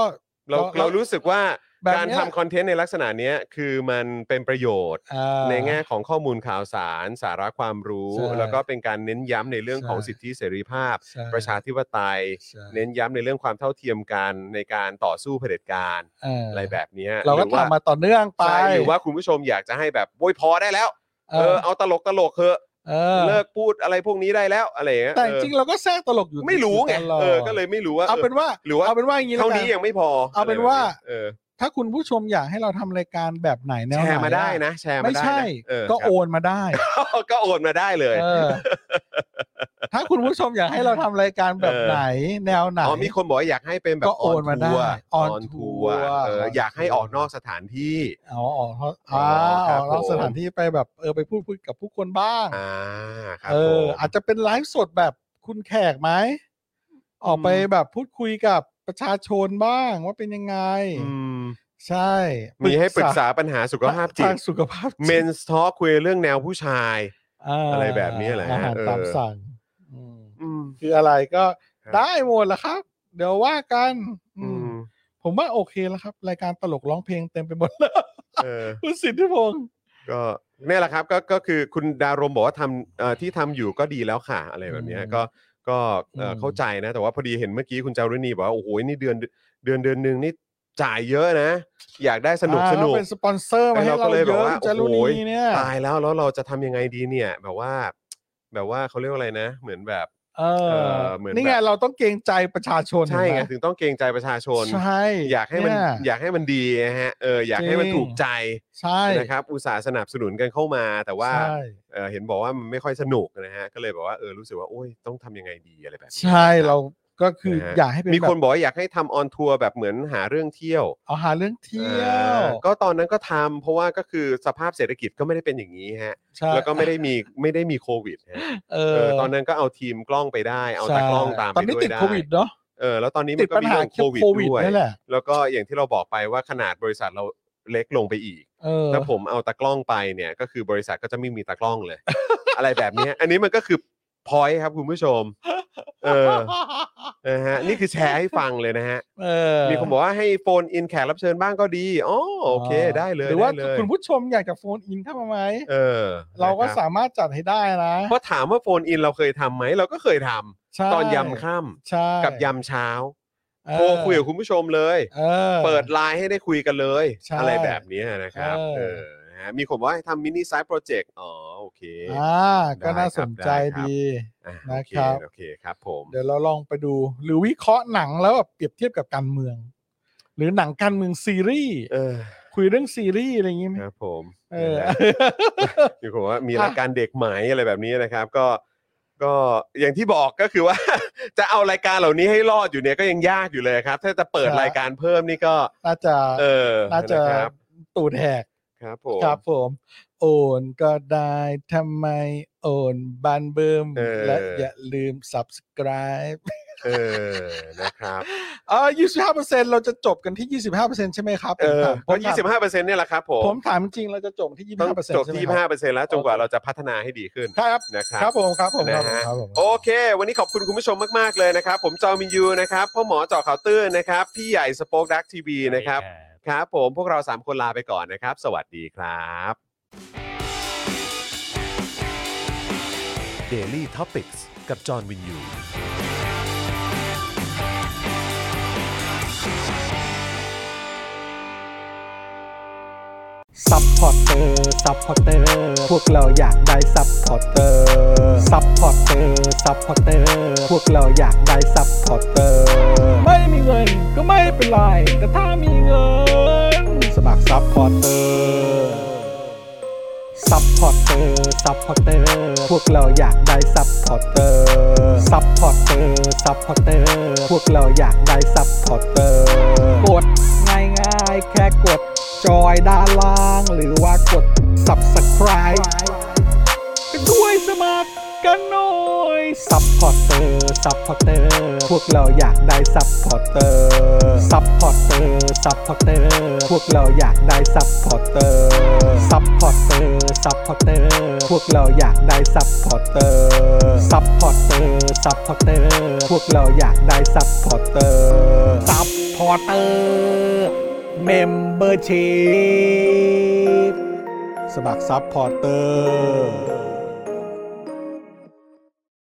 เรา เรา เรารู้สึกว่า แบบเนี้ย การทำคอนเทนต์ในลักษณะเนี้ยคือมันเป็นประโยชน์ อ่า ในแง่ของข้อมูลข่าวสาร สาระความรู้ ใช่ แล้วก็เป็นการเน้นย้ำในเรื่องของ ใช่ สิทธิเสรีภาพ ใช่ ประชาธิปไตย ใช่ เน้นย้ำในเรื่องความเท่าเทียมกันในการต่อสู้เผด็จการ เอออ อะไรแบบนี้ย เราก็ หว่ ทำมาต่อเนื่องไป ใช่หรือว่าคุณผู้ชมอยากจะให้แบบโว้ยพอได้แล้ว เอ เออ อ เอาตลกตลกเถอะ เออ เลิกพูดอะไรพวกนี้ได้แล้วอะไรอย่างเงี้ย แต่จ เออ ริงๆเราก็แทรกตลกอยู่ ไม่รู้ไง ตด เออก็เลยไม่รู้ว่า เอาเป็นว่า หรือว่า เอาเป็นว่าอย่างนี้แล้ เท่าว กั นี้ยังไม่พอ เอาเป็น อะไรแบบ ว่า เออ ถ้าคุณผู้ชมอยากให้เราทำรายการแบบไหนแนว แช ไหน ร์มาได้ อะ นะ แชร์มา ไม่ ได้นะ ใช่ เออ ก็ ครับ โอนมาได้ ก็โอนมาได้เลย เออ ถ้าคุณผู้ชมอยากให้เราทำรายการแบบ เออ ไหน แนวไหน อ๋อมีคนบอกว่าอยากให้เป็นแบ ก็ บอ โอ อน นมาได้ ทัวร์ on ออนทัว tour ร์เออ on อยากให้ tour ออกนอกสถานที่ อ๋อออกเขาอ๋อ ค อ รั อบ กนอก ผม สถานที่ไปแบบเออไปพูดคุยกับผู้คนบ้าง อ่าครับ เออ ผม อาจจะเป็นไลฟ์สดแบบคุณแขกไหมออกไปแบบพูดคุยกับประชาชนบ้างว่าเป็นยังไง ใช่ มีให้ปรึกษาปัญหาสุขภาพจิ ท ต งสุขภาพจิต เมนส์ทอคุยเรื่องแนวผู้ชาย า อะไรแบบนี้แหละฮะ อาหารตาม เออ สั่งอืม อืม คืออะไรก็ ครับ ได้หมดแหละครับ เดี๋ยวว่ากันอื อื ม ม ผมว่าโอเคแล้วครับ รายการตลกร้องเพลงเต็มไปหมดแล้ว เออ คุณสิทธิพงศ์ ก็เนี่ยแหละครับก็ก็คือคุณดารมบอกว่าทำเอ่อที่ทำอยู่ก็ดีแล้วค่ะ อะไรแบบเนี้ยก็ก็เอ่อเข้าใจนะ แต่ว่าพอดีเห็นเมื่อกี้คุณจารุณีบอกว่า โอ้โหนี่เดือนเดือนเดือนหนึ่งนี่จ่ายเยอะนะ อยากได้สนุก อ่า สนุก แล้วเป็นสปอนเซอร์มาให้ เราก็ เรา เลย เย แบบ อะ ว่า คุณจารุ โอ้ นี โห เนี่ย ตายแล้วแล้วเราจะทำยังไงดีเนี่ย แบบว่า แบบว่าเขาเรียกว่าอะไรนะ เหมือนแบบ เอ เอ อ อเหมือน นี่ไง แบบ เราต้องเกรงใจประชาชน ใช่ไง เห็นหม ถึงต้องเกรงใจประชาชน ใช่ อยากให้มัน เ อยากให้มันดีนะฮะเอออยากให้มัน จริง ถูกใจ ใช่ นะครับอุตสาห์สนับสนุนกันเข้ามาแต่ว่า ใช่ เออเห็นบอกว่ามันไม่ค่อยสนุกนะฮะก็เลยบอกว่าเออรู้สึกว่าโอ้ยต้องทำยังไงดีอะไรแบบนี้ ใช่ นะค เรา บ ก็คือ นะฮะ อยากให้เป็น มีคน แบบ บอกว่าอยากให้ทำออนทัวร์แบบเหมือนหาเรื่องเที่ยว เอาหาเรื่องเที่ย อ่ ว าก็ตอนนั้นก็ทำเพราะว่าก็คือสภาพเศรษฐกิจก็ไม่ได้เป็นอย่างนี้ฮะ ใช่ แล้วก็ไม่ได้มีไม่ได้มีโควิดฮะ เอ เอ อ อตอนนั้นก็เอาทีมกล้องไปได้ เอาตากล้องตาม ตอ ไป นนี้ ด้วย ติด ได้ โควิดเนาะ เออแล้วตอนนี้มั ติด นก็ ปัญ มี หา เรื่อง โ โควิด ควิด ด้วย นี่แหละ แล้วก็อย่างที่เราบอกไปว่าขนาดบริษัทเราเล็กลงไปอีก เออ ถ้าผมเอาตากล้องไปเนี่ย ก็คือบริษัทก็จะไม่มีตากล้อง เลย อะไรแบบเนี้ยอันนี้มันก็คือพอยครับคุณผู้ชม เออนะ ฮะนี่คือแชร์ให้ฟังเลยนะฮะ เออ มีคนบอกว่าให้โฟนอินแขกรับเชิญบ้างก็ดีอ๋อโอเค อ่า ได้เลย หรือว่า ได้เลย คุณผู้ชมอยากจะโฟนอินเข้ามาไหม เออ เราก็ นะคบ สามารถจัดให้ได้นะ เพราะถามว่าโฟนอินเราเคยทำไหมเราก็เคยท ใช่ ำตอนยำค่ ใช่ ำกับยำเช้า เออ โทรคุยกับคุณผู้ชมเลย เออ เปิดไลน์ให้ได้คุยกันเลย ใช่ อะไรแบบเนี้ยนะครับ เออ เออนะฮะมีคนบอกว่าให้ทำมินิไซต์โปรเจกต์อ๋อโอเค อ่าก็น่าสนใจ ได้ครับ ดี อ่ะ นะ โอเค ครับ โอเคครับผม เดี๋ยวเราลองไปดู หรือวิเคราะห์หนังแล้วแบบเปรียบเทียบกับการเมือง หรือหนังการเมืองซีรีส์ เออ คุยเรื่องซีรีส์อะไรอย่างงี้ไหม ครับผม เออ นะฮะมีคนบอกว่ามีรายการเด็กไหมอะไรแบบนี้นะครับ ก็ ก็อย่างที่บอกก็คือว่า จะเอารายการเหล่านี้ให้รอดอยู่เนี่ยก็ยังยากอยู่เลยครับ ถ้าจะเปิด ใช่ รายการเพิ่มนี่ก็ น่าจะ เออ น่าจะ ครับ ตูดแหก ครับผม ครับผม โอนก็ได้ทำไมโอนบันเบิม เออ และอย่าลืม subscribe เออนะครับ เอ่อ25%เราจะจบกันที่ 25%ใช่ไหมครับ เออ ผมถาม ก็ยี่สิบห้าเปอร์เซ็นต์เนี่ยแหละครับผม ผมถามจริงๆเราจะจบที่ 25% ต้องจบ ใช่ไหม ที่ ค ห้า รับ เปอร์เซ็นต์แล้วจนกว่าเราจะพัฒนาให้ดีขึ้น ครับ นะครับ ครับผมครับผมค นะ รับผม ฮะ ครับผม โอเค วันนี้ขอบคุณคุณผู้ชมมาก ๆ เลยนะครับ ผมจอมินยูนะครับพ่อหมอเจอข่าวตื้นนะครับ พี่ใหญ่สป็อคดักทีวีนะครับ ครับผมพวกเรา 3 คนลาไปก่อนนะครับ สวัสดีครับ Daily Topics กับจอห์นวินยู ซัพพอร์เตอร์ ซัพพอร์เตอร์ พวกเราอยากได้ซัพพอร์เตอร์ ซัพพอร์เตอร์ ซัพพอร์เตอร์ พวกเราอยากได้ซัพพอร์เตอร์ ไม่มีเงินก็ไม่เป็นไร แต่ถ้ามีเงิน สมัครซัพพอร์เตอร์ ซัพพอร์เตอร์ ซัพพอร์เตอร์ พวกเราอยากได้ซัพพอร์เตอร์ ซั ซัพพอร์เตอร์ ซัพพอร์เตอร์ พวกเราอยากได้ซัพพอร์เตอร์ กดง่ายง่ายๆแค่กดจอยด้านล่าง หรือว่ากด subscribe ด้วยสมัครกันหน่อย ซัพพอร์เตอร์ ซัพพอร์เตอร์ พวกเราอยากได้ซัพพอร์เตอร์ ซัพพอร์เตอร์ ซัพพอร์เตอร์ พวกเราอยากได้ซัพพอร์เตอร์ ซัพพอร์เตอร์ ซัพพอร์เตอร์ พวกเราอยากได้ซัพพอร์เตอร์ ซัพพอร์เตอร์ ซัพพอร์เตอร์ พวกเราอยากได้ซัพพอร์เตอร์ ซัพพอร์เตอร์เมมเบอร์ชีพ สมัครซับพอร์เตอร์